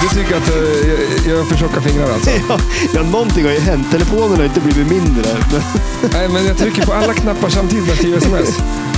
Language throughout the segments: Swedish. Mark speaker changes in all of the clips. Speaker 1: Du tycker att eh, jag, jag har för tjocka fingrar alltså?
Speaker 2: Ja, ja, någonting har ju hänt. Telefonen har inte blivit mindre. Men,
Speaker 1: Nej, men jag trycker på alla knappar samtidigt när jag skriver sms.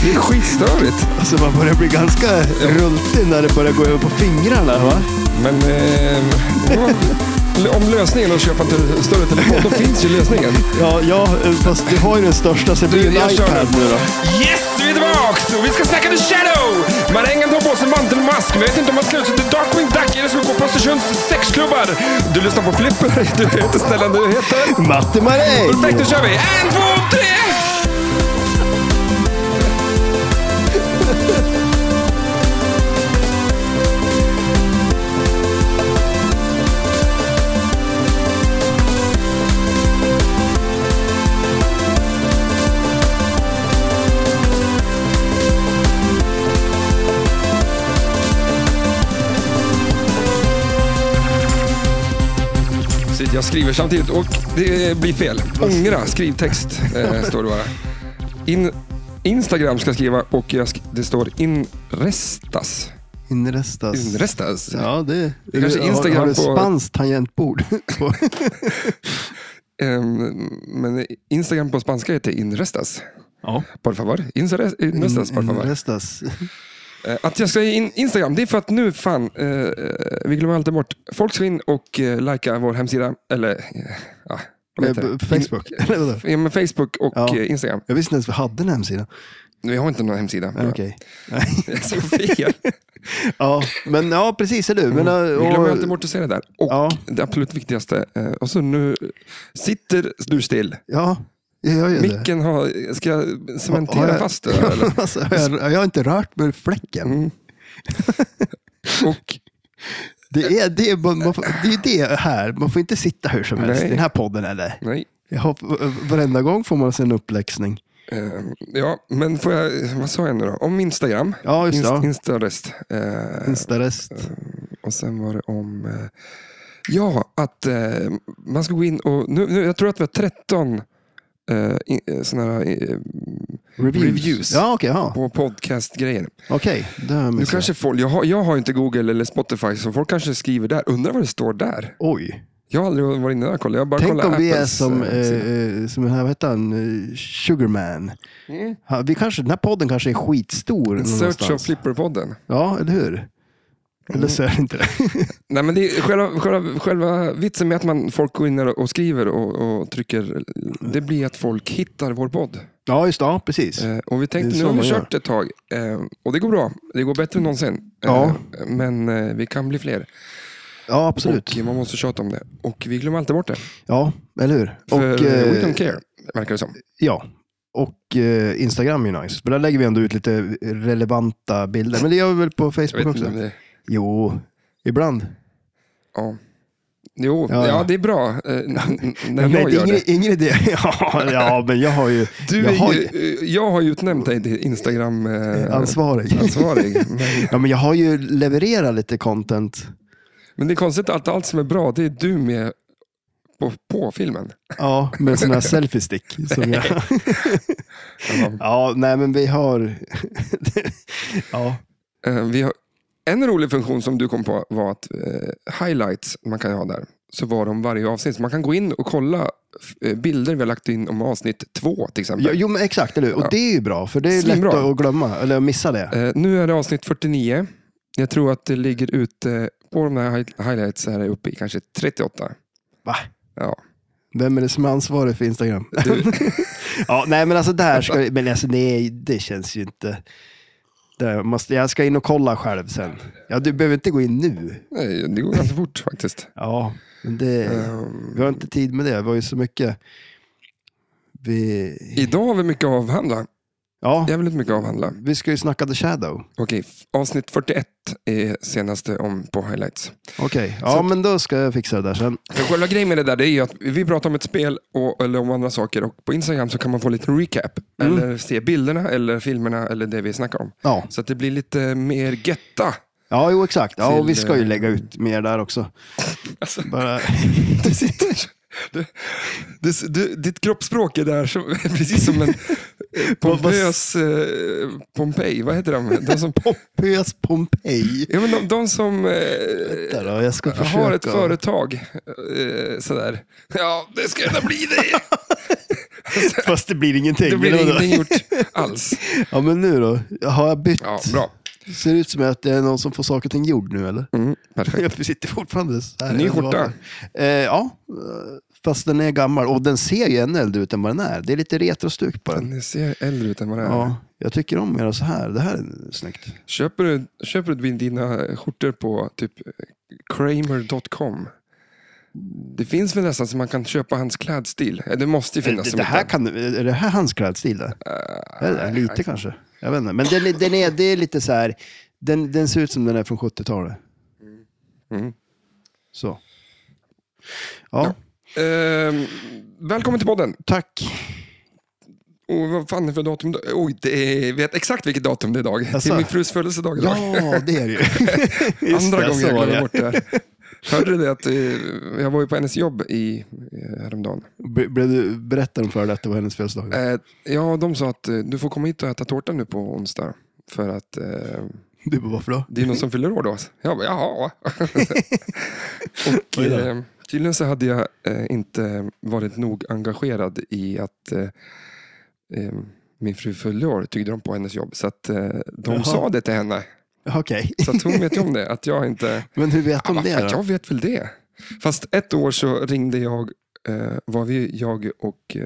Speaker 1: Det är skitstörigt.
Speaker 2: alltså, man börjar bli ganska rultig när det börjar gå över på fingrarna. Va?
Speaker 1: Men ehm, vad- om lösningen är att köpa en te- större telefon, då finns ju lösningen.
Speaker 2: Ja, ja, fast du har ju den största. Så det blir ju
Speaker 1: Jag
Speaker 2: en
Speaker 1: kör
Speaker 2: iPad nu då.
Speaker 1: Yes, vi är tillbaks och vi ska snacka The Shadow! Marängen tar på sig mantelmask. Vet inte om han slutar till Darkwing Duck eller som går på Östersunds sexklubbar. Du lyssnar på Flipper. Du heter Stellan, du heter...
Speaker 2: Matte Maräng!
Speaker 1: Perfekt, då kör vi! En, två, tre! Shit, Jag skriver samtidigt och det blir fel. Ångra skrivtext, eh, står det bara. In, Instagram ska jag skriva och jag sk- det står inrestas.
Speaker 2: Inrestas.
Speaker 1: Inrestas?
Speaker 2: Ja, det,
Speaker 1: är kanske Instagram
Speaker 2: har, har du
Speaker 1: på-
Speaker 2: spanskt tangentbord? på-
Speaker 1: Ehm, men Instagram på spanska heter inrestas.
Speaker 2: ja.
Speaker 1: Por favor. Inres- Inrestas, por favor.
Speaker 2: Inrestas.
Speaker 1: Eh, Att jag ska in Instagram, det är för att nu fan, eh, eh, vi glömmer alltid bort. Folk ska in och eh, likea vår hemsida, eller eh, ja, vad
Speaker 2: Eh,
Speaker 1: heter
Speaker 2: På
Speaker 1: det?
Speaker 2: Facebook. Eller vadå?
Speaker 1: In, ja, men Facebook och
Speaker 2: Ja.
Speaker 1: eh, Instagram.
Speaker 2: Jag visste inte ens vi hade en hemsida.
Speaker 1: Vi har inte någon hemsida.
Speaker 2: Nej, Ah, Okej.
Speaker 1: Jag är så fel.
Speaker 2: Ja, men ja, precis. Är du.
Speaker 1: Mm.
Speaker 2: Men, eh,
Speaker 1: Vi glömmer
Speaker 2: och-
Speaker 1: alltid bort att säga det där. Och
Speaker 2: Ja.
Speaker 1: det absolut viktigaste, eh, och så nu sitter du still.
Speaker 2: Ja, jag gör ju det.
Speaker 1: Micken har, ska jag cementera
Speaker 2: jag-
Speaker 1: fast det här, eller?
Speaker 2: Alltså, jag, jag har inte rört mig ur fläcken.
Speaker 1: Mm. Och
Speaker 2: Det är det, är- man, man, får- det är det här, man får inte sitta hur som helst
Speaker 1: Nej.
Speaker 2: i den här podden. Eller?
Speaker 1: nej.
Speaker 2: Jag har, varenda gång får man sig en uppläxning.
Speaker 1: Eh, Ja, men får jag, vad sa jag nu då? Om Instagram.
Speaker 2: Ja, just det.
Speaker 1: Inst-
Speaker 2: ja.
Speaker 1: Instarest. Eh,
Speaker 2: Instarest.
Speaker 1: och sen var det om... Eh, ja, att eh, man ska gå in och... Nu, nu, jag tror att vi har 13 eh, in- eh, såna här, eh,
Speaker 2: Reviews.
Speaker 1: reviews.
Speaker 2: Ja, okej. ja.
Speaker 1: på podcastgrejer.
Speaker 2: Okej, det har jag
Speaker 1: Nu
Speaker 2: missat.
Speaker 1: kanske folk, jag, har, jag har inte Google eller Spotify, så folk kanske skriver där. Undrar vad det står där?
Speaker 2: Oj,
Speaker 1: Jag har aldrig varit inne där och kollat. Jag bara
Speaker 2: tänk
Speaker 1: kollar
Speaker 2: om vi är
Speaker 1: Apples,
Speaker 2: som,
Speaker 1: eh, sida.
Speaker 2: eh, som den här, vad heter han, Eh, Sugarman.
Speaker 1: Mm.
Speaker 2: Ha, Vi kanske, den här podden kanske är skitstor
Speaker 1: En Search Mm. of
Speaker 2: någonstans.
Speaker 1: Flipper-podden.
Speaker 2: Ja, eller hur? Eller så är det inte det.
Speaker 1: Nej, men det är själva, själva, själva vitsen med att man, folk går in där och skriver och, och trycker, det blir att folk hittar vår podd.
Speaker 2: Ja, just det. Ja, precis.
Speaker 1: Eh, och vi
Speaker 2: Det är
Speaker 1: tänkte, nu
Speaker 2: så
Speaker 1: har vi
Speaker 2: man gör.
Speaker 1: kört ett tag eh, och det går bra. Det går bättre än någonsin. Eh,
Speaker 2: Ja.
Speaker 1: Men eh, vi kan bli fler.
Speaker 2: Ja, absolut.
Speaker 1: Och man måste tjata om det. Och vi glömmer alltid bort det.
Speaker 2: Ja, eller hur?
Speaker 1: För
Speaker 2: och,
Speaker 1: eh,
Speaker 2: eh,
Speaker 1: we don't care, verkar det som.
Speaker 2: Ja, och eh, Instagram är ju nice. För där lägger vi ändå ut lite relevanta bilder. Men det gör vi väl på
Speaker 1: Jag vet
Speaker 2: Facebook
Speaker 1: inte
Speaker 2: också?
Speaker 1: om det,
Speaker 2: Jo, ibland.
Speaker 1: ja. Jo, ja,
Speaker 2: Ja, ja.
Speaker 1: det är bra eh, n- n- när
Speaker 2: Nej,
Speaker 1: jag
Speaker 2: det är
Speaker 1: gör
Speaker 2: ingen,
Speaker 1: det.
Speaker 2: ingen idé. ja, ja, men jag har ju...
Speaker 1: Du
Speaker 2: jag har
Speaker 1: är ju, eh, jag har ju utnämnt dig till Instagram-ansvarig.
Speaker 2: ansvarig.
Speaker 1: men
Speaker 2: Ja, men jag har ju levererat lite content.
Speaker 1: Men det är konstigt att allt som är bra, det är du med på, på filmen.
Speaker 2: Ja, med sådana här selfiestick. Som jag...
Speaker 1: Jaha.
Speaker 2: Ja, nej men vi har... ja.
Speaker 1: Eh, Vi har, en rolig funktion som du kom på var att eh, highlights man kan ha där, så var de varje avsnitt. Så man kan gå in och kolla f- eh, bilder vi har lagt in om avsnitt två till exempel.
Speaker 2: Jo, Jo, men exakt. Eller hur? Och
Speaker 1: Ja.
Speaker 2: det är ju bra, för det är lätt
Speaker 1: Svinbra.
Speaker 2: att glömma, eller missa det.
Speaker 1: Eh, nu är det avsnitt 49. Jag tror att det ligger ute på de här hi- highlights här är uppe i kanske 38.
Speaker 2: Va?
Speaker 1: Ja.
Speaker 2: Vem är det som är ansvarig för Instagram?
Speaker 1: Du,
Speaker 2: Ja, nej men alltså där ska men alltså nej, det känns ju inte. Det måste, jag ska in och kolla själv sen. Ja, du behöver inte gå in nu.
Speaker 1: nej, det går ganska fort faktiskt.
Speaker 2: Ja, men det,
Speaker 1: Ehm,
Speaker 2: vi har inte tid med det. Vi har ju så mycket. Vi,
Speaker 1: idag har vi mycket att avhandla.
Speaker 2: ja,
Speaker 1: Jävligt mycket att avhandla.
Speaker 2: vi ska ju snacka The Shadow.
Speaker 1: Okej, f- avsnitt 41 är senaste om på highlights.
Speaker 2: Okej, ja men då ska jag fixa det där sen.
Speaker 1: För själva grejen med det där det är ju att vi pratar om ett spel och, eller om andra saker och på Instagram så kan man få lite recap. Eller se bilderna eller filmerna eller det vi snackar om.
Speaker 2: Ja,
Speaker 1: Så att det blir lite mer getta.
Speaker 2: ja jo exakt. Ja, och vi
Speaker 1: Till,
Speaker 2: ska ju
Speaker 1: eh,
Speaker 2: lägga ut mer där också.
Speaker 1: Alltså,
Speaker 2: Bara,
Speaker 1: du sitter... Du, du, du, ditt kroppsspråk är där som, precis som en eh, pompös eh, Pompeji. Vad heter de? de som,
Speaker 2: Pompös Pompeji.
Speaker 1: ja, men de, de som eh,
Speaker 2: Vänta då, jag ska försöka.
Speaker 1: har ett företag. Eh, sådär. Ja, det ska gärna bli det.
Speaker 2: Fast det blir ingenting.
Speaker 1: Det
Speaker 2: Eller
Speaker 1: blir
Speaker 2: vadå?
Speaker 1: ingenting gjort alls.
Speaker 2: Ja, men nu då? Har jag bytt?
Speaker 1: Ja, bra.
Speaker 2: Ser det ut som att det är någon som får saker och ting gjord nu eller?
Speaker 1: Mm, perfekt.
Speaker 2: Jag sitter fortfarande så här.
Speaker 1: Ny skjorta.
Speaker 2: Eh, ja, eh, fast den är gammal och den ser ju ännu äldre ut än vad den är. Det är lite retrostuk på den.
Speaker 1: Den ser äldre ut än vad den är.
Speaker 2: Ja, jag tycker om att göra så här. Det här är snyggt.
Speaker 1: Köper, du, köper du dina skjortor på typ Kramer.com? Det finns väl nästan så man kan köpa hans klädstil. Eh, Det måste ju finnas.
Speaker 2: Det,
Speaker 1: som Eh,
Speaker 2: det här
Speaker 1: ett-
Speaker 2: kan, är det här hans klädstil? Då? Är det? Lite kanske. Jag vet inte. Men den, är- den är, det är lite så här. Den, den ser ut som den är från 70-talet.
Speaker 1: Mm.
Speaker 2: Så. Ja,
Speaker 1: Ehm, välkommen till podden.
Speaker 2: tack.
Speaker 1: Och vad fan är det för datum? då? Oj, det är, vet exakt vilket datum det är idag. Det
Speaker 2: Jaså?
Speaker 1: är min frus födelsedag idag.
Speaker 2: Ja, det är det ju. Just
Speaker 1: Andra
Speaker 2: det,
Speaker 1: gången
Speaker 2: så
Speaker 1: jag
Speaker 2: var
Speaker 1: glömmer
Speaker 2: det.
Speaker 1: bort det här. Hörde du det att eh, jag var ju på hennes jobb i, eh, häromdagen.
Speaker 2: Be- Blev du, berättade de för dig att det var hennes födelsedag?
Speaker 1: Eh, ja, de sa att eh, du får komma hit och äta tårta nu på onsdag. För att eh,
Speaker 2: Du bara, varför då?
Speaker 1: det är någon som fyller år då. Jag bara, jaha. och,
Speaker 2: Oj då.
Speaker 1: eh, tydligen så hade jag eh, inte varit nog engagerad i att eh, eh, min fru fyllde år, tyckte de på hennes jobb. Så att eh, de
Speaker 2: Jaha.
Speaker 1: sa det till henne.
Speaker 2: Okej,
Speaker 1: Så att hon vet ju om det, att jag inte...
Speaker 2: men hur vet
Speaker 1: Ja,
Speaker 2: de
Speaker 1: vad
Speaker 2: det
Speaker 1: fan,
Speaker 2: då?
Speaker 1: jag vet väl det. Fast ett år så ringde jag, eh, var vi, jag och eh,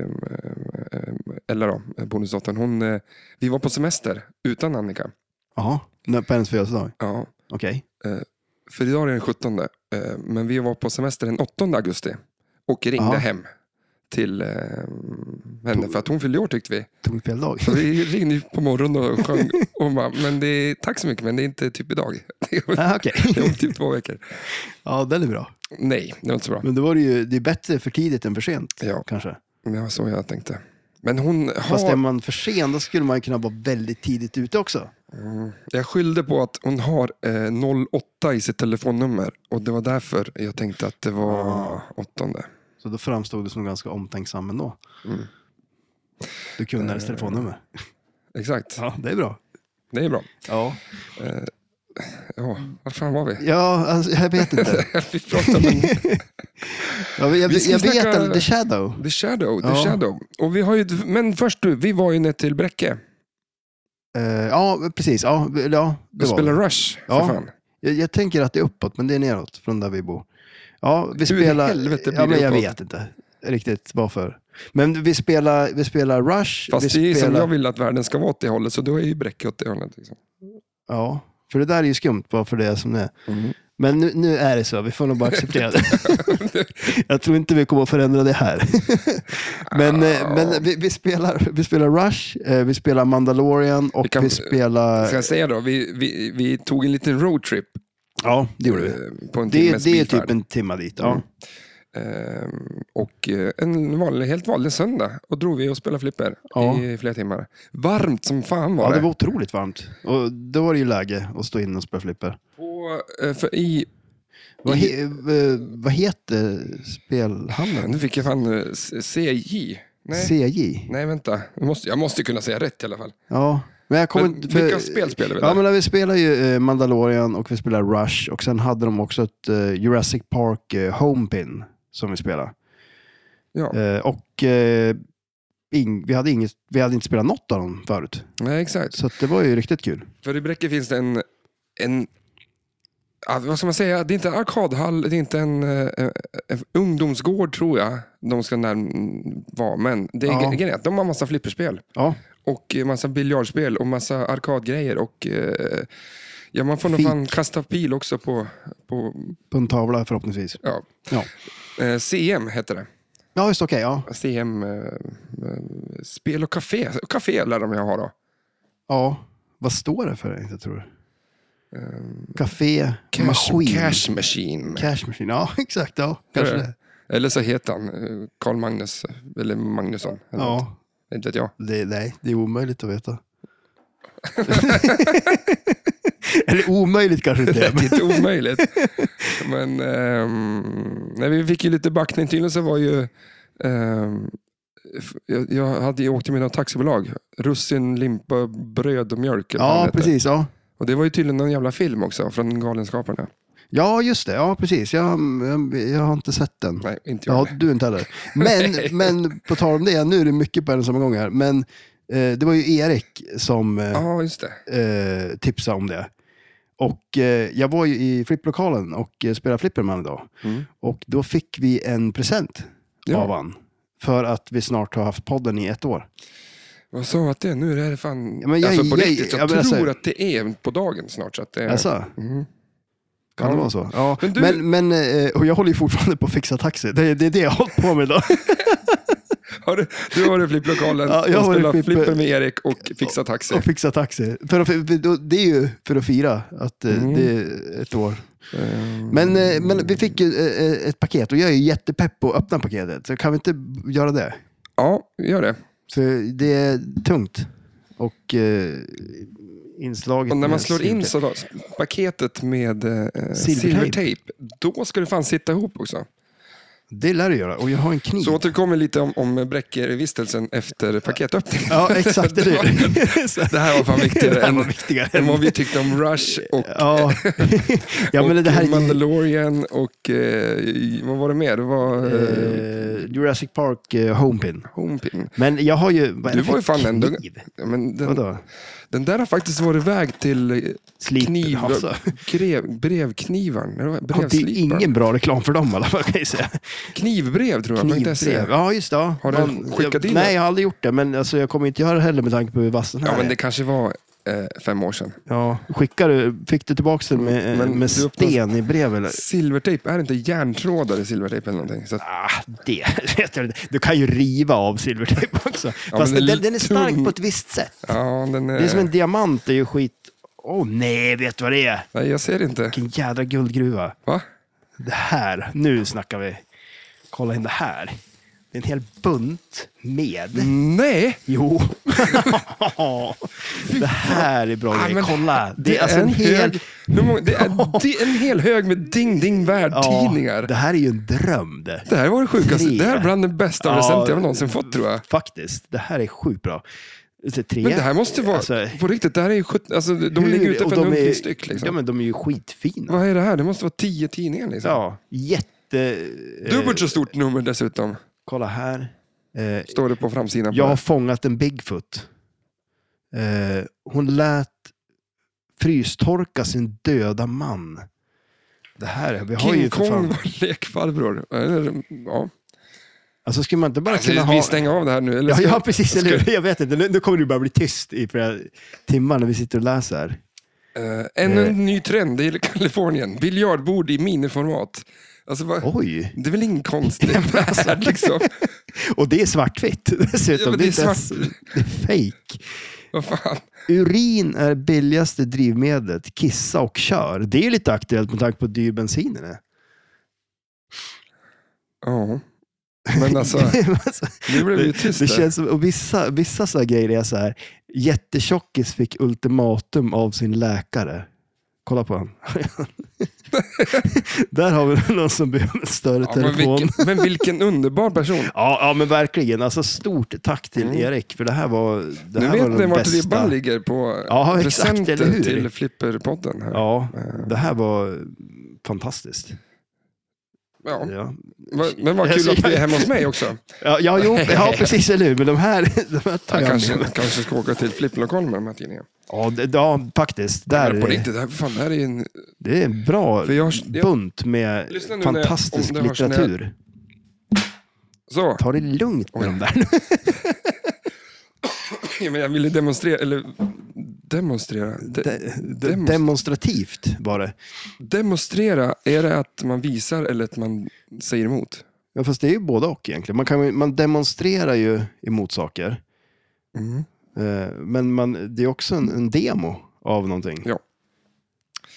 Speaker 1: eh, Ella då, eh, bonusdottern, hon, eh, vi var på semester utan Annika.
Speaker 2: Jaha, när- på hennes födelsedag?
Speaker 1: Ja,
Speaker 2: Okej.
Speaker 1: för idag är det den 17, eh, men vi var på semester den 8 augusti och ringde
Speaker 2: Ja.
Speaker 1: hem till eh, henne för att hon fyllde år tyckte vi.
Speaker 2: Tog ni fel dag?
Speaker 1: Så vi ringde ju på morgonen och sjöng och bara, men det är, tack så mycket men det är inte typ idag. Det är
Speaker 2: Ah, Okej,
Speaker 1: det är om typ två veckor.
Speaker 2: ja den är bra.
Speaker 1: Nej, det var inte så bra.
Speaker 2: Men då var det ju det är bättre för tidigt än för sent.
Speaker 1: Mm, Ja.
Speaker 2: Kanske.
Speaker 1: Men det var så jag tänkte. Men hon
Speaker 2: Fast
Speaker 1: har
Speaker 2: är man för sen, då skulle man ju kunna vara väldigt tidigt ute också.
Speaker 1: Mm. Jag skyllde på att hon har eh, 08 i sitt telefonnummer och det var därför jag tänkte att det var
Speaker 2: Ah.
Speaker 1: åttonde.
Speaker 2: Så då framstod du som ganska omtänksam ändå.
Speaker 1: Mm.
Speaker 2: Du kunde hennes telefonnummer.
Speaker 1: Exakt,
Speaker 2: Ja, det är bra.
Speaker 1: det är bra.
Speaker 2: Ja,
Speaker 1: Ja,
Speaker 2: Mm.
Speaker 1: var fan var vi?
Speaker 2: ja alltså, jag vet inte.
Speaker 1: vi pratade om
Speaker 2: Jag, jag,
Speaker 1: Vi ska
Speaker 2: jag vet
Speaker 1: snacka-
Speaker 2: att The Shadow.
Speaker 1: The Shadow. The
Speaker 2: Ja.
Speaker 1: Shadow. Och vi har ju, men först du, vi var ju ner till Bräcke
Speaker 2: Eh, ja, precis. Ja, ja, det
Speaker 1: och
Speaker 2: var det.
Speaker 1: spelade Rush.
Speaker 2: Ja.
Speaker 1: För fan.
Speaker 2: Jag, jag tänker att det är uppåt, men det är neråt från där vi bor. Ja, vi
Speaker 1: Hur i
Speaker 2: spelar...
Speaker 1: helvete blir
Speaker 2: ja, men
Speaker 1: det
Speaker 2: jag
Speaker 1: uppåt?
Speaker 2: vet inte riktigt varför. Men vi spelar, vi spelar Rush.
Speaker 1: Fast
Speaker 2: vi
Speaker 1: det är ju
Speaker 2: spelar...
Speaker 1: som jag vill att världen ska vara åt det hållet, så då är ju Bräcke åt det hållet. Liksom.
Speaker 2: Ja, för det där är ju skumt, varför det är som det är.
Speaker 1: Mm.
Speaker 2: Men nu, nu är det så, vi får nog bara acceptera det. jag tror inte vi kommer att förändra det här. men
Speaker 1: Ah.
Speaker 2: eh, men vi, vi, spelar, vi spelar Rush, eh, vi spelar Mandalorian och
Speaker 1: Vi
Speaker 2: vi,
Speaker 1: kan-
Speaker 2: spelar...
Speaker 1: Ska jag säga då, vi, vi, vi tog en liten roadtrip
Speaker 2: Ja, det gjorde vi.
Speaker 1: eh, på en timmes
Speaker 2: Det, det är
Speaker 1: bilfärd.
Speaker 2: typ en timma dit. Ja.
Speaker 1: Mm. Ehm, och eh, en vanlig, helt vanlig söndag. Och drog vi och spelade flipper
Speaker 2: Ja.
Speaker 1: i flera timmar. Varmt som fan var
Speaker 2: Ja,
Speaker 1: det.
Speaker 2: det var otroligt varmt. Och då var det ju läge att stå inne och spela flipper.
Speaker 1: På, eh, för i,
Speaker 2: Vad, he, eh, vad heter spelhallen?
Speaker 1: nu fick jag fan eh, C- CJ. Nej,
Speaker 2: CJ?
Speaker 1: nej vänta. Jag måste, jag måste kunna säga rätt i alla fall.
Speaker 2: Ja. Men jag kommer
Speaker 1: Men
Speaker 2: inte-
Speaker 1: vilka spel spelar vi
Speaker 2: Ja,
Speaker 1: där?
Speaker 2: men vi spelar ju eh, Mandalorian och vi spelar Rush och sen hade de också ett eh, Jurassic Park eh, Homepin som vi spelade.
Speaker 1: Ja.
Speaker 2: Eh, Och eh, ing, vi, hade inget, vi hade inte spelat något av dem förut.
Speaker 1: Nej, exakt.
Speaker 2: Så att det var ju riktigt kul.
Speaker 1: För i Bräcke finns det en... en ja, vad ska man säga? Det är inte en arkadhall, det är inte en, eh, en ungdomsgård tror jag de ska närm- vara. Men det är,
Speaker 2: Ja.
Speaker 1: grejen är att de har massa flipperspel.
Speaker 2: Ja,
Speaker 1: Och eh, massa biljardspel och massa arkadgrejer. Och, eh, ja, man får nog
Speaker 2: Fik.
Speaker 1: fan kasta pil också på, på
Speaker 2: på en tavla förhoppningsvis.
Speaker 1: ja.
Speaker 2: Ja,
Speaker 1: Eh, CM heter det.
Speaker 2: ja just okej. ja.
Speaker 1: CM, eh, eh, spel och café. Café lär de jag ha då.
Speaker 2: Ja, vad står det för inte tror du? Café,
Speaker 1: Ehm, Cash,
Speaker 2: maskin.
Speaker 1: cash Machine.
Speaker 2: Cash machine, ja exakt. Ja, kanske det.
Speaker 1: Eller så heter han eh, Carl Magnus, eller Magnusson. Eller något.
Speaker 2: Ja,
Speaker 1: Inte vet jag.
Speaker 2: det, nej, det är omöjligt att veta. Eller omöjligt kanske inte är.
Speaker 1: Det
Speaker 2: men-
Speaker 1: är inte omöjligt. Men ehm, nej, vi fick ju lite backning. Tydligen så var ju... ehm, f- jag, jag hade ju åkt till mina taxibolag. Russin, limpa, bröd och mjölk. eller vad
Speaker 2: Ja,
Speaker 1: det heter.
Speaker 2: precis. Ja.
Speaker 1: Och det var ju tydligen någon jävla film också från Galenskaparna.
Speaker 2: ja, just det. Ja, precis. Jag, jag, jag har inte sett den.
Speaker 1: Nej, inte jag.
Speaker 2: Ja, du inte heller. Men, men på tal om det, nu är det mycket på en och samma gång här. Men eh, det var ju Erik som eh,
Speaker 1: Ja, just det.
Speaker 2: eh, tipsade om det. Och eh, jag var ju i flipplokalen och eh, spelade flipper med honom idag.
Speaker 1: Mm.
Speaker 2: Och då fick vi en present
Speaker 1: Ja.
Speaker 2: av han. För att vi snart har haft podden i ett år.
Speaker 1: Vad sa att det är? Nu är det fan...
Speaker 2: Ja, men jag-
Speaker 1: alltså på
Speaker 2: jag-
Speaker 1: riktigt, jag,
Speaker 2: ja, men
Speaker 1: tror
Speaker 2: alltså-
Speaker 1: att det är på dagen snart. Så att det,
Speaker 2: Alltså,
Speaker 1: Mm.
Speaker 2: kan
Speaker 1: Ja.
Speaker 2: det vara så? Ja.
Speaker 1: Men
Speaker 2: Men,
Speaker 1: du-
Speaker 2: men, eh, och jag håller ju fortfarande på att fixa taxi. Det, är- det är det jag har hållit på med idag.
Speaker 1: Har du, du har varit i flipplokalen
Speaker 2: Ja, jag har
Speaker 1: och
Speaker 2: varit i
Speaker 1: spelat
Speaker 2: flipper-
Speaker 1: flipper med Erik och fixat taxi.
Speaker 2: och fixa taxi. För att, för, då- det är ju för att fira att eh,
Speaker 1: Mm.
Speaker 2: det är ett år.
Speaker 1: Ehm,
Speaker 2: Men, eh, men vi fick ju eh, ett paket och jag är ju jättepepp på att öppna paketet. Så kan vi inte göra det?
Speaker 1: Ja, gör det.
Speaker 2: För det är tungt. Och eh, inslaget...
Speaker 1: Och när man
Speaker 2: med
Speaker 1: slår in
Speaker 2: silver-
Speaker 1: så då, paketet med eh,
Speaker 2: Eh, Silvertejp.
Speaker 1: silvertejp, då ska det fan sitta ihop också.
Speaker 2: Det lär du göra. Och jag har en kniv.
Speaker 1: Så återkommer lite om, om Bräckerevistelsen efter paketöppningen.
Speaker 2: Ja, exakt. Det, är det. Så-
Speaker 1: Det här var fan
Speaker 2: det
Speaker 1: viktigare
Speaker 2: här
Speaker 1: än,
Speaker 2: var viktigare.
Speaker 1: än vad vi tyckte om Rush och,
Speaker 2: Ja, ja men
Speaker 1: och
Speaker 2: det här...
Speaker 1: Mandalorian och eh, vad var det mer? Det var eh,
Speaker 2: Eh, Jurassic Park eh, Homepin.
Speaker 1: Homepin.
Speaker 2: Men jag har ju... vad är
Speaker 1: Du
Speaker 2: det för
Speaker 1: var ju fan ändå-
Speaker 2: kniv?
Speaker 1: Ja, men den,
Speaker 2: Vadå?
Speaker 1: den där har faktiskt varit iväg till eh,
Speaker 2: Slip,
Speaker 1: kniv,
Speaker 2: alltså.
Speaker 1: grev, brevknivaren. eller vad-
Speaker 2: Ja, det är
Speaker 1: Brevsliparen.
Speaker 2: ingen bra reklam för dem i alla fall kan jag säga.
Speaker 1: Knivbrev tror jag.
Speaker 2: Knivbrev. Ja, just det. Ja.
Speaker 1: Har du skickat
Speaker 2: jag,
Speaker 1: in det?
Speaker 2: Nej, jag har aldrig gjort det. Men alltså, jag kommer inte göra det heller med tanke på hur vass den här
Speaker 1: Ja, men
Speaker 2: är.
Speaker 1: det kanske var eh, fem år sedan.
Speaker 2: Ja, skickar du, fick du tillbaka den med,
Speaker 1: Men
Speaker 2: med
Speaker 1: du öppnar-
Speaker 2: sten i brev eller?
Speaker 1: Silvertejp, är det inte järntrådar i silvertejp eller någonting? Så att,
Speaker 2: Ah, det vet jag inte. Du kan ju riva av silvertejp också. Fast
Speaker 1: den är
Speaker 2: den, den är stark
Speaker 1: tung.
Speaker 2: på ett visst sätt.
Speaker 1: ja, den är...
Speaker 2: Det är som en diamant, det är ju skit... Åh oh, nej, vet du vad det är?
Speaker 1: Nej, jag ser det inte.
Speaker 2: Vilken jädra guldgruva.
Speaker 1: Va?
Speaker 2: Det här, nu snackar vi. Kolla in det här. Det är en hel bunt med.
Speaker 1: Nej!
Speaker 2: Jo. det här är bra
Speaker 1: Ah,
Speaker 2: grejer.
Speaker 1: men
Speaker 2: Kolla. Det, är alltså
Speaker 1: en
Speaker 2: en hel...
Speaker 1: hög... Hur många, det, är, det är en hel hög med Ding Ding Värld-tidningar.
Speaker 2: det här är ju en dröm det.
Speaker 1: det här var det sjukaste.
Speaker 2: Tre.
Speaker 1: Det här är bland den bästa
Speaker 2: Ja.
Speaker 1: present jag någonsin fått tror jag.
Speaker 2: Faktiskt. Det här är sjukt bra. Så Tre.
Speaker 1: Men det här måste vara,
Speaker 2: Alltså,
Speaker 1: på riktigt, det här är ju sjut- alltså, de
Speaker 2: hur-
Speaker 1: ligger ute
Speaker 2: och
Speaker 1: för en
Speaker 2: de är-
Speaker 1: hundring styck. Liksom.
Speaker 2: Ja, men de är ju skitfina.
Speaker 1: Vad är det här? Det måste vara tio tidningar liksom.
Speaker 2: Ja, jätte... eh,
Speaker 1: Dubbelt så stort nummer dessutom,
Speaker 2: Kolla här. Eh,
Speaker 1: står det på framsidan. på
Speaker 2: jag har
Speaker 1: det.
Speaker 2: fångat en Bigfoot. Eh, hon lät frystorka sin döda man. Det här, är- vi har
Speaker 1: King
Speaker 2: ju för
Speaker 1: Kong
Speaker 2: fan...
Speaker 1: var lekfarbror. Eller, Ja.
Speaker 2: Alltså skulle man inte bara
Speaker 1: Alltså,
Speaker 2: kunna
Speaker 1: vi
Speaker 2: ha...
Speaker 1: stänger av det här nu. Eller
Speaker 2: Ja,
Speaker 1: ska-
Speaker 2: ja, precis.
Speaker 1: ska-
Speaker 2: Eller hur? Jag vet inte. Nu, nu kommer du bara bli tyst i flera timmar när vi sitter och läser.
Speaker 1: Eh, ännu en ny trend i Kalifornien. Biljardbord i miniformat. Alltså, vad-
Speaker 2: Oj!
Speaker 1: Det är väl ingen konstig värld liksom.
Speaker 2: Och det är svartvitt dessutom.
Speaker 1: Ja, men det
Speaker 2: det, är
Speaker 1: är
Speaker 2: inte ens- det är fake.
Speaker 1: Vad fan.
Speaker 2: Urin är billigaste drivmedlet. Kissa och kör. Det är ju lite aktuellt med tanke på hur dyr bensinen är.
Speaker 1: Ja. Men alltså,
Speaker 2: Alltså,
Speaker 1: nu blev det ju
Speaker 2: det,
Speaker 1: tyst
Speaker 2: det
Speaker 1: där.
Speaker 2: känns som, och vissa, vissa så här grejer är så här. Jättetjockis fick ultimatum av sin läkare. Kolla på han. Där har vi någon som behöver en större
Speaker 1: Ja, men,
Speaker 2: telefon.
Speaker 1: vilken, men vilken underbar person.
Speaker 2: Ja, ja, men verkligen. Alltså, stort tack till
Speaker 1: Mm.
Speaker 2: Erik, för det här var det
Speaker 1: Nu
Speaker 2: här var
Speaker 1: vet ni
Speaker 2: den
Speaker 1: vart ribban
Speaker 2: bästa.
Speaker 1: ligger på eh,
Speaker 2: Ja, exakt,
Speaker 1: presenter
Speaker 2: eller hur?
Speaker 1: till Flipperpodden. Här. Ja.
Speaker 2: Ja,
Speaker 1: Eh.
Speaker 2: det här var fantastiskt. Ja,
Speaker 1: Va- Men vad kul att vi är hemma hos mig också.
Speaker 2: ja, ja, jo, ja precis, eller hur? Men de här, de här tar
Speaker 1: Jag
Speaker 2: jag
Speaker 1: kanske,
Speaker 2: med.
Speaker 1: kanske ska åka till flipplokalen med de här tidningarna.
Speaker 2: Ja, det, ja, faktiskt. Där,
Speaker 1: Men på
Speaker 2: är-
Speaker 1: riktigt, det här, fan, det här är en...
Speaker 2: det är en bra
Speaker 1: För jag- jag-
Speaker 2: bunt med
Speaker 1: Lyssna nu när-
Speaker 2: fantastisk
Speaker 1: om det hörs när jag-
Speaker 2: litteratur.
Speaker 1: Så.
Speaker 2: Ta det lugnt med
Speaker 1: Oj.
Speaker 2: dem där nu.
Speaker 1: Ja, men jag ville demonstrera, eller demonstrera. De, demonst-
Speaker 2: Demonstrativt var det.
Speaker 1: demonstrera, är det att man visar eller att man säger emot?
Speaker 2: Ja, fast det är ju både och egentligen. Man, kan, ju- man demonstrerar ju emot saker.
Speaker 1: Mm.
Speaker 2: Eh, Men man, det är också en, en demo av någonting.
Speaker 1: Ja.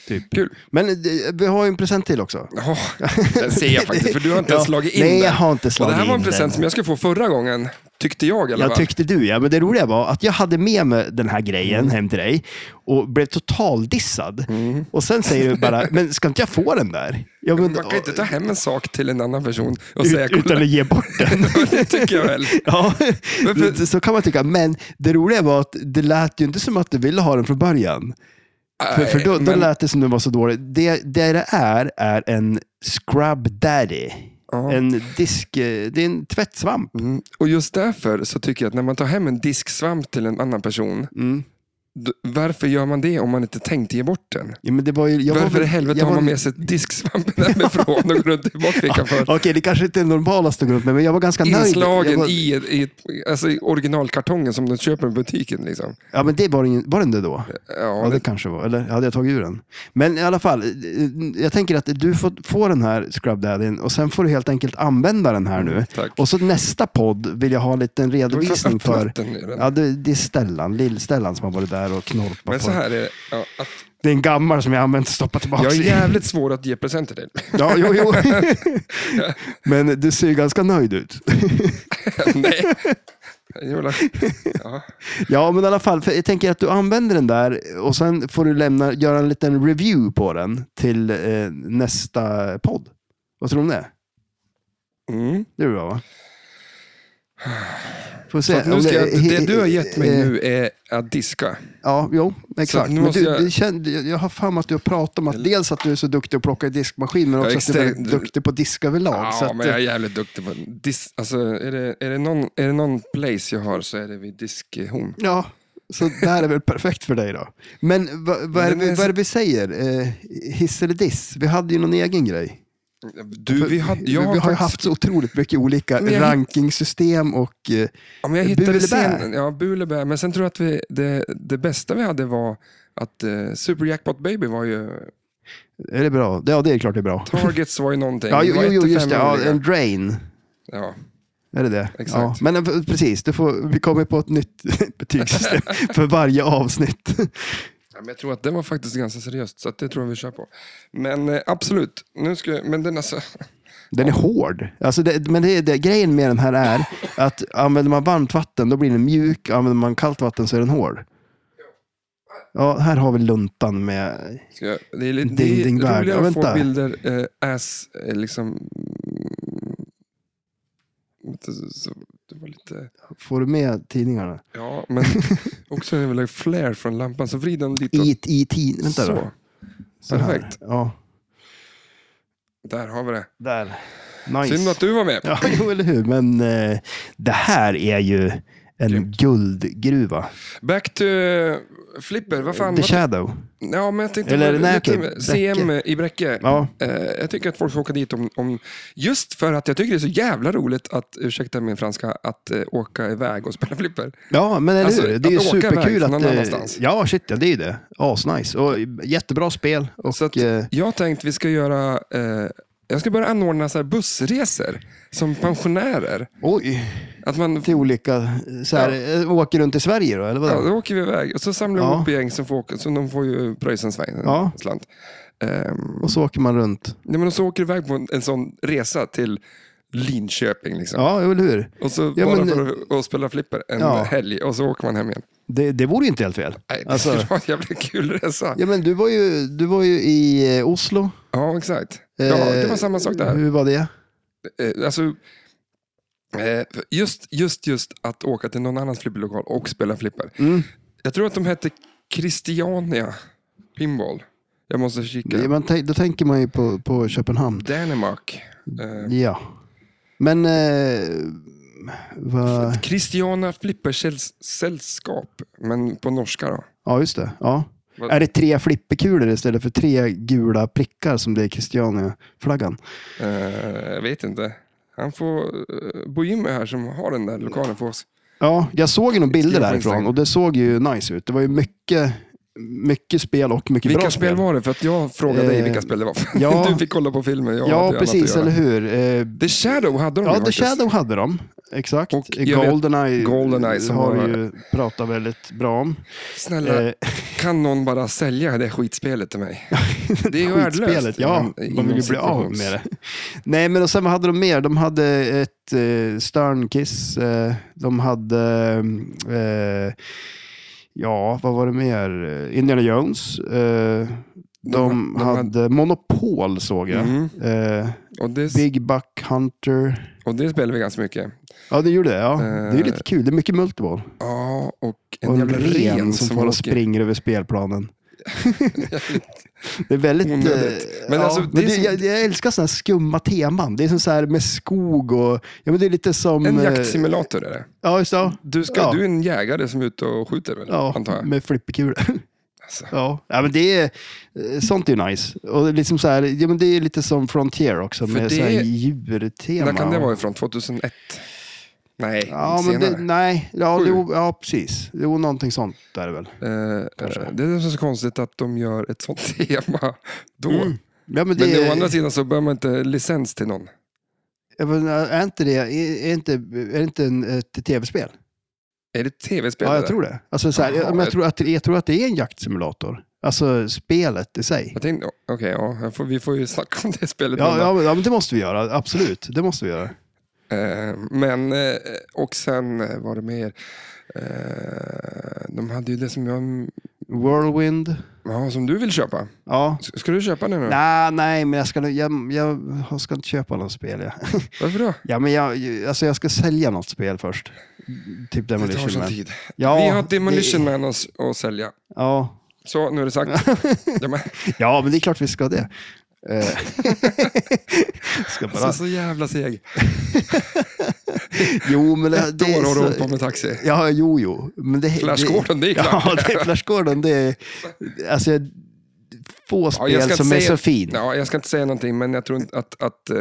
Speaker 2: Typ.
Speaker 1: Kul.
Speaker 2: Men det, vi har ju en present till också.
Speaker 1: Ja, den ser jag faktiskt, för du har inte ens slagit in
Speaker 2: Nej,
Speaker 1: den.
Speaker 2: jag har inte
Speaker 1: Och det
Speaker 2: slagit
Speaker 1: här var en
Speaker 2: in
Speaker 1: present som
Speaker 2: den.
Speaker 1: jag skulle få förra gången Tyckte jag i alla
Speaker 2: Jag
Speaker 1: fall.
Speaker 2: tyckte du, ja. Men det roliga var att jag hade med mig den här grejen
Speaker 1: Mm.
Speaker 2: hem till dig och blev totaldissad. Och sen säger du bara, men ska inte jag få den där? Jag men,
Speaker 1: Man kan ju inte ta hem en sak till en annan person och
Speaker 2: ut-
Speaker 1: säga
Speaker 2: utan
Speaker 1: kolla.
Speaker 2: att ge bort den.
Speaker 1: det tycker jag väl.
Speaker 2: Ja,
Speaker 1: Men för-
Speaker 2: så kan man tycka. Men det roliga var att det lät ju inte som att du ville ha den från början. För, för då, då
Speaker 1: Nej, men-
Speaker 2: lät det som den var så dålig. Det, det det är, är en scrub daddy.
Speaker 1: Ja.
Speaker 2: En disk... eh, Det är en tvättsvamp.
Speaker 1: Mm. Och just därför så tycker jag att när man tar hem en disksvamp till en annan person,
Speaker 2: Mm.
Speaker 1: d- varför gör man det om man inte tänkt ge bort den?
Speaker 2: Ja, men det var ju, jag var
Speaker 1: varför
Speaker 2: väl-
Speaker 1: i helvete
Speaker 2: jag
Speaker 1: har
Speaker 2: var-
Speaker 1: man med sig disksvampen hemifrån och går runt i bakfickan för?
Speaker 2: Okej, det kanske inte är normalaste att gå runt med, men jag var ganska nöjd.
Speaker 1: Inslagen
Speaker 2: Jag var,
Speaker 1: i, ett- i, ett- alltså i originalkartongen som de köper i butiken. Liksom.
Speaker 2: Ja, men det var, den- var den det då? Ja,
Speaker 1: Ja,
Speaker 2: det
Speaker 1: det,
Speaker 2: kanske var. Eller hade jag tagit ur den? Men i alla fall, eh, jag tänker att du får, får den här Scrub Daddyn och sen får du helt enkelt använda den här nu.
Speaker 1: Mm, tack.
Speaker 2: Och så nästa podd vill jag ha en liten
Speaker 1: Du har ju
Speaker 2: redovisning
Speaker 1: öppnat
Speaker 2: för...
Speaker 1: den redan.
Speaker 2: Ja, det, det är Stellan, Lill-Stellan som har varit där och knorpat
Speaker 1: Men
Speaker 2: på
Speaker 1: så
Speaker 2: den.
Speaker 1: här är det. Ja, att
Speaker 2: Det är en gammal som jag använt och stoppat tillbaka
Speaker 1: jag är
Speaker 2: i.
Speaker 1: jävligt svår att ge presenter till.
Speaker 2: Ja, jo, jo. Men du ser ju ganska nöjd ut.
Speaker 1: Nej. Jävla- Ja.
Speaker 2: Ja, men i alla fall. För jag tänker att du använder den där och sen får du lämna, göra en liten review på den till eh, nästa podd. Vad tror du om det?
Speaker 1: Mm.
Speaker 2: Det är bra, va? Får se.
Speaker 1: Så att
Speaker 2: om
Speaker 1: nu ska jag,
Speaker 2: he-
Speaker 1: det du har gett mig
Speaker 2: eh,
Speaker 1: nu är att diska.
Speaker 2: Ja, jo,
Speaker 1: Så
Speaker 2: exakt.
Speaker 1: nu
Speaker 2: Men
Speaker 1: måste
Speaker 2: du,
Speaker 1: jag-
Speaker 2: jag... Känd, jag jag har för mig att du har pratat om att dels att du är så duktig att plocka i diskmaskin, men också att du är
Speaker 1: extremt-
Speaker 2: väldigt duktig på disk överlag. så
Speaker 1: Ja,
Speaker 2: att, eh,
Speaker 1: men jag är jävligt duktig på dis, alltså, är, det, är, det någon, är det någon place jag har så är det vid diskhon.
Speaker 2: ja, så det här är väl perfekt för dig då. Men vad, vad, är,
Speaker 1: Men
Speaker 2: det,
Speaker 1: den är
Speaker 2: vi-
Speaker 1: så-
Speaker 2: vad är det vi säger? Eh, hiss eller diss? Vi hade ju någon egen grej.
Speaker 1: Du, vi hade, jag
Speaker 2: vi, vi har ju
Speaker 1: faktiskt-
Speaker 2: haft så otroligt mycket olika
Speaker 1: Men jag hitt-
Speaker 2: rankingsystem och... eh,
Speaker 1: Ja, men jag hittade
Speaker 2: Bulebär.
Speaker 1: sen, ja, Bulebär. Men sen tror jag att vi, det, det bästa vi hade var att eh, Super Jackpot Baby var ju...
Speaker 2: Är det bra? Ja, det är klart det är bra.
Speaker 1: Targets var ju någonting.
Speaker 2: Ja, jo,
Speaker 1: var
Speaker 2: jo,
Speaker 1: ett
Speaker 2: jo
Speaker 1: till
Speaker 2: just
Speaker 1: fem
Speaker 2: det. Ja,
Speaker 1: olika.
Speaker 2: en drain.
Speaker 1: ja.
Speaker 2: Är det det?
Speaker 1: Exakt.
Speaker 2: Ja, men eh, precis, du får, vi kommer på ett nytt betygssystem för varje avsnitt.
Speaker 1: Ja, men jag tror att det var faktiskt ganska seriöst, så att det tror jag vi kör på. Men eh, absolut, nu ska jag, men den alltså...
Speaker 2: Den är hård. Alltså det, men det, är det, grejen med den här är att använder man varmt vatten då blir den mjuk. Använder man kallt vatten så är den hård. Ja, här har vi luntan med...
Speaker 1: Ska jag, det är, lite,
Speaker 2: Ding,
Speaker 1: det är
Speaker 2: ding, värld.
Speaker 1: roligare
Speaker 2: Ja,
Speaker 1: att få
Speaker 2: vänta.
Speaker 1: bilder eh, as, eh, liksom... mm, det- Så, det var lite...
Speaker 2: Får du med tidningarna?
Speaker 1: Ja, men också en jävla flare från lampan, så vrid den lite åt-
Speaker 2: I, i tid... Vänta då.
Speaker 1: Så,
Speaker 2: Så här.
Speaker 1: perfekt.
Speaker 2: Ja,
Speaker 1: där har vi det.
Speaker 2: där. Nice.
Speaker 1: Synd att du var med.
Speaker 2: Ja, jo, eller hur. Men eh, det här är ju en guldgruva.
Speaker 1: Back to eh, Flipper, vad fan?
Speaker 2: The
Speaker 1: Vad,
Speaker 2: Shadow.
Speaker 1: ja, men jag tänkte,
Speaker 2: Eller,
Speaker 1: bara
Speaker 2: nej,
Speaker 1: lite-
Speaker 2: okej,
Speaker 1: CM i Bräcke.
Speaker 2: Ja.
Speaker 1: Eh, jag tycker att folk ska åka dit om, om, just för att jag tycker det är så jävla roligt att, ursäkta min franska, att eh, åka iväg och spela flipper.
Speaker 2: Ja, men eller
Speaker 1: Alltså,
Speaker 2: hur? Det är
Speaker 1: att
Speaker 2: ju
Speaker 1: åka iväg
Speaker 2: superkul
Speaker 1: från
Speaker 2: att...
Speaker 1: någon
Speaker 2: eh,
Speaker 1: annanstans.
Speaker 2: Ja, shit, ja, det är ju det. Asnice. Och jättebra spel. Och,
Speaker 1: Så att,
Speaker 2: eh,
Speaker 1: jag har tänkt vi ska göra, eh, jag ska börja anordna så här bussresor som pensionärer.
Speaker 2: oj,
Speaker 1: Att man,
Speaker 2: till olika... Så här, eh, Åker runt i Sverige då, eller
Speaker 1: ja,
Speaker 2: vadå?
Speaker 1: då åker vi iväg och så samlar vi
Speaker 2: Ja.
Speaker 1: ihop gäng som får åka, så de får ju pröjsens sväng,
Speaker 2: Ja.
Speaker 1: slant. Ehm,
Speaker 2: Och så åker man runt.
Speaker 1: nej, men och så åker vi iväg på en, en sån resa till Linköping. Liksom.
Speaker 2: Ja, eller hur?
Speaker 1: Och så
Speaker 2: Ja,
Speaker 1: bara
Speaker 2: men-
Speaker 1: för att- att spela flipper en
Speaker 2: Ja.
Speaker 1: helg och så åker man hem igen.
Speaker 2: Det, det vore ju inte helt fel.
Speaker 1: Nej, det
Speaker 2: Alltså-
Speaker 1: var en jävla kul resa. Ja,
Speaker 2: Ja, men du var ju, du var ju i eh, Oslo.
Speaker 1: exakt. Ja, det var
Speaker 2: Eh,
Speaker 1: samma sak där.
Speaker 2: Hur var det?
Speaker 1: Eh, Alltså, eh, just, just, just att åka till någon annans flipperlokal och spela flipper.
Speaker 2: Mm.
Speaker 1: Jag tror att de hette Christiania Pinball. Jag måste kika.
Speaker 2: Ja, Man, tän- då tänker man ju på, på Köpenhamn.
Speaker 1: Danmark. Eh,
Speaker 2: Ja. Men... Eh, vad-
Speaker 1: Christiana Flippersällskap, men på norska då.
Speaker 2: Ja, just det. Ja.
Speaker 1: Vad-
Speaker 2: Är det tre flipperkulor istället för tre gula prickar som det är Christiania-flaggan?
Speaker 1: Eh, jag vet inte. Han får eh, bo in med här som har den där lokalen för oss.
Speaker 2: Ja, jag såg ju några bilder
Speaker 1: Skriv på
Speaker 2: därifrån
Speaker 1: Instagram.
Speaker 2: och det såg ju nice ut. Det var ju mycket mycket spel och mycket
Speaker 1: Vilka
Speaker 2: bra
Speaker 1: spel var det? För att jag frågade dig
Speaker 2: Eh,
Speaker 1: vilka spel det var.
Speaker 2: ja.
Speaker 1: du fick kolla på filmen. Jag hade
Speaker 2: Ja,
Speaker 1: annat att
Speaker 2: precis.
Speaker 1: göra.
Speaker 2: Eller hur? Eh,
Speaker 1: The Shadow hade de
Speaker 2: Ja,
Speaker 1: ju
Speaker 2: The
Speaker 1: faktiskt.
Speaker 2: Shadow hade de. Exakt.
Speaker 1: Och jag vet-
Speaker 2: Goldeneye,
Speaker 1: Goldeneye som
Speaker 2: har
Speaker 1: har-
Speaker 2: vi ju pratat väldigt bra om.
Speaker 1: Snälla,
Speaker 2: Eh,
Speaker 1: kan någon bara sälja det skitspelet till mig? Det är ju
Speaker 2: skitspelet,
Speaker 1: värdelöst.
Speaker 2: ja.
Speaker 1: inom-
Speaker 2: Man
Speaker 1: inom
Speaker 2: vill ju bli av
Speaker 1: situations-
Speaker 2: med det. Nej, men och sen vad hade de mer? De hade ett eh, Sternkiss. Eh, de hade... Eh, ja, vad var det mer? Eh, Indiana Jones. Eh, de,
Speaker 1: de hade-
Speaker 2: hade, Monopol såg jag.
Speaker 1: Mm.
Speaker 2: Eh,
Speaker 1: Och det,
Speaker 2: Big Buck Hunter.
Speaker 1: och det spelar vi ganska mycket.
Speaker 2: Ja, det gjorde det. Ja. Det är ju
Speaker 1: Eh,
Speaker 2: lite kul. Det är mycket multiball.
Speaker 1: Ja, och en
Speaker 2: Och en
Speaker 1: jävla
Speaker 2: ren, som, får och
Speaker 1: åker.
Speaker 2: springer över spelplanen. det är väldigt...
Speaker 1: Onödigt.
Speaker 2: eh,
Speaker 1: Men
Speaker 2: ja,
Speaker 1: alltså, det
Speaker 2: men
Speaker 1: är
Speaker 2: det,
Speaker 1: som-
Speaker 2: jag, jag älskar sådana här skumma teman. Det är som så här med skog och... Ja, men det är lite som...
Speaker 1: En
Speaker 2: eh,
Speaker 1: jaktsimulator är det.
Speaker 2: Ja, just det. ja.
Speaker 1: Du, ska,
Speaker 2: ja.
Speaker 1: du är en jägare som är ute och skjuter väl?
Speaker 2: Ja,
Speaker 1: Antar jag.
Speaker 2: med flipperkulor.
Speaker 1: Alltså.
Speaker 2: ja. ja, men det är... eh, Sånt är ju nice. Och det är liksom så här, ja, men det är lite som Frontier också,
Speaker 1: För
Speaker 2: med
Speaker 1: det-
Speaker 2: så här djurtema.
Speaker 1: När kan det
Speaker 2: och-
Speaker 1: vara ifrån? 2001? Nej,
Speaker 2: Ja, men
Speaker 1: senare.
Speaker 2: det, nej. Ja,
Speaker 1: Sju?
Speaker 2: jo, ja, precis. Jo, någonting sånt där väl.
Speaker 1: Eh,
Speaker 2: Kanske.
Speaker 1: eh, det är så konstigt att de gör ett sånt tema då.
Speaker 2: Mm. Ja, men det,
Speaker 1: Men det, å andra sidan så behöver man inte licens till någon.
Speaker 2: Ja, men är inte det, är är inte, är inte en, ett tv-spel?
Speaker 1: Är det tv-spel?
Speaker 2: Ja,
Speaker 1: det
Speaker 2: jag
Speaker 1: där?
Speaker 2: tror det. Alltså, så här,
Speaker 1: Jaha,
Speaker 2: jag, men
Speaker 1: ett-
Speaker 2: jag, tror att, jag tror att det är en jaktsimulator. Alltså spelet i sig.
Speaker 1: Jag tänkte, okej, ja, jag får, vi får ju snacka om det spelet.
Speaker 2: Ja,
Speaker 1: någon
Speaker 2: ja, men, ja, men det måste vi göra. Absolut, det måste vi göra.
Speaker 1: dag. Eh, men, eh, och sen eh, var det mer, eh, de hade ju det som, jag,
Speaker 2: Whirlwind.
Speaker 1: ja, som du vill köpa.
Speaker 2: Ja.
Speaker 1: S- Ska du köpa det nu?
Speaker 2: Nej, nej, men jag ska, nog- jag, jag, jag ska inte köpa något spel. Ja.
Speaker 1: Varför då?
Speaker 2: ja, men jag, alltså, jag ska sälja något spel först. Typ
Speaker 1: Det tar
Speaker 2: Demolition
Speaker 1: sån
Speaker 2: Man.
Speaker 1: tid.
Speaker 2: Ja,
Speaker 1: vi har Demolition
Speaker 2: det-
Speaker 1: Man att, att sälja.
Speaker 2: Ja.
Speaker 1: Så, nu är det sagt. ja, men,
Speaker 2: ja, men det är klart vi ska det. Eh. ska bara...
Speaker 1: alltså, så jävla seg.
Speaker 2: Jo, men det,
Speaker 1: Ett
Speaker 2: det
Speaker 1: år har du
Speaker 2: är
Speaker 1: hållit på
Speaker 2: så...
Speaker 1: med taxi.
Speaker 2: Ja, jo, jo. Men det,
Speaker 1: Flash
Speaker 2: det-
Speaker 1: Gordon, det är klart.
Speaker 2: Ja, det är Flash Gordon. Det är, alltså, jag- få
Speaker 1: Ja,
Speaker 2: spel
Speaker 1: jag ska
Speaker 2: som
Speaker 1: inte
Speaker 2: är
Speaker 1: säga-
Speaker 2: så fin.
Speaker 1: Ja, jag ska inte säga någonting, men jag tror inte att, att eh,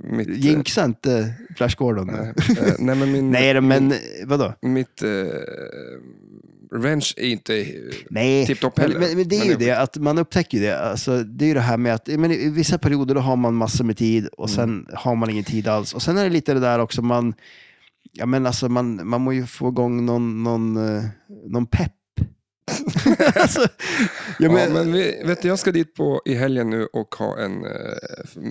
Speaker 1: mitt... eh,
Speaker 2: Jinxa inte Flash Gordon. Nej,
Speaker 1: eh, nej, men min,
Speaker 2: Nej men vadå?
Speaker 1: mitt eh, ranch är inte...
Speaker 2: Nej,
Speaker 1: Tipptopp
Speaker 2: men,
Speaker 1: heller.
Speaker 2: men, men det är ju
Speaker 1: Men-
Speaker 2: det att man upptäcker ju det. Alltså, det är ju det här med att men i vissa perioder då har man massor med tid och sen
Speaker 1: Mm.
Speaker 2: har man ingen tid alls. Och sen är det lite det där också man, ja men alltså man, man må ju få igång någon, någon, eh, någon pepp. alltså,
Speaker 1: Ja,
Speaker 2: ja, men,
Speaker 1: men, vi, vet du, jag ska dit på, i helgen nu och ha en eh,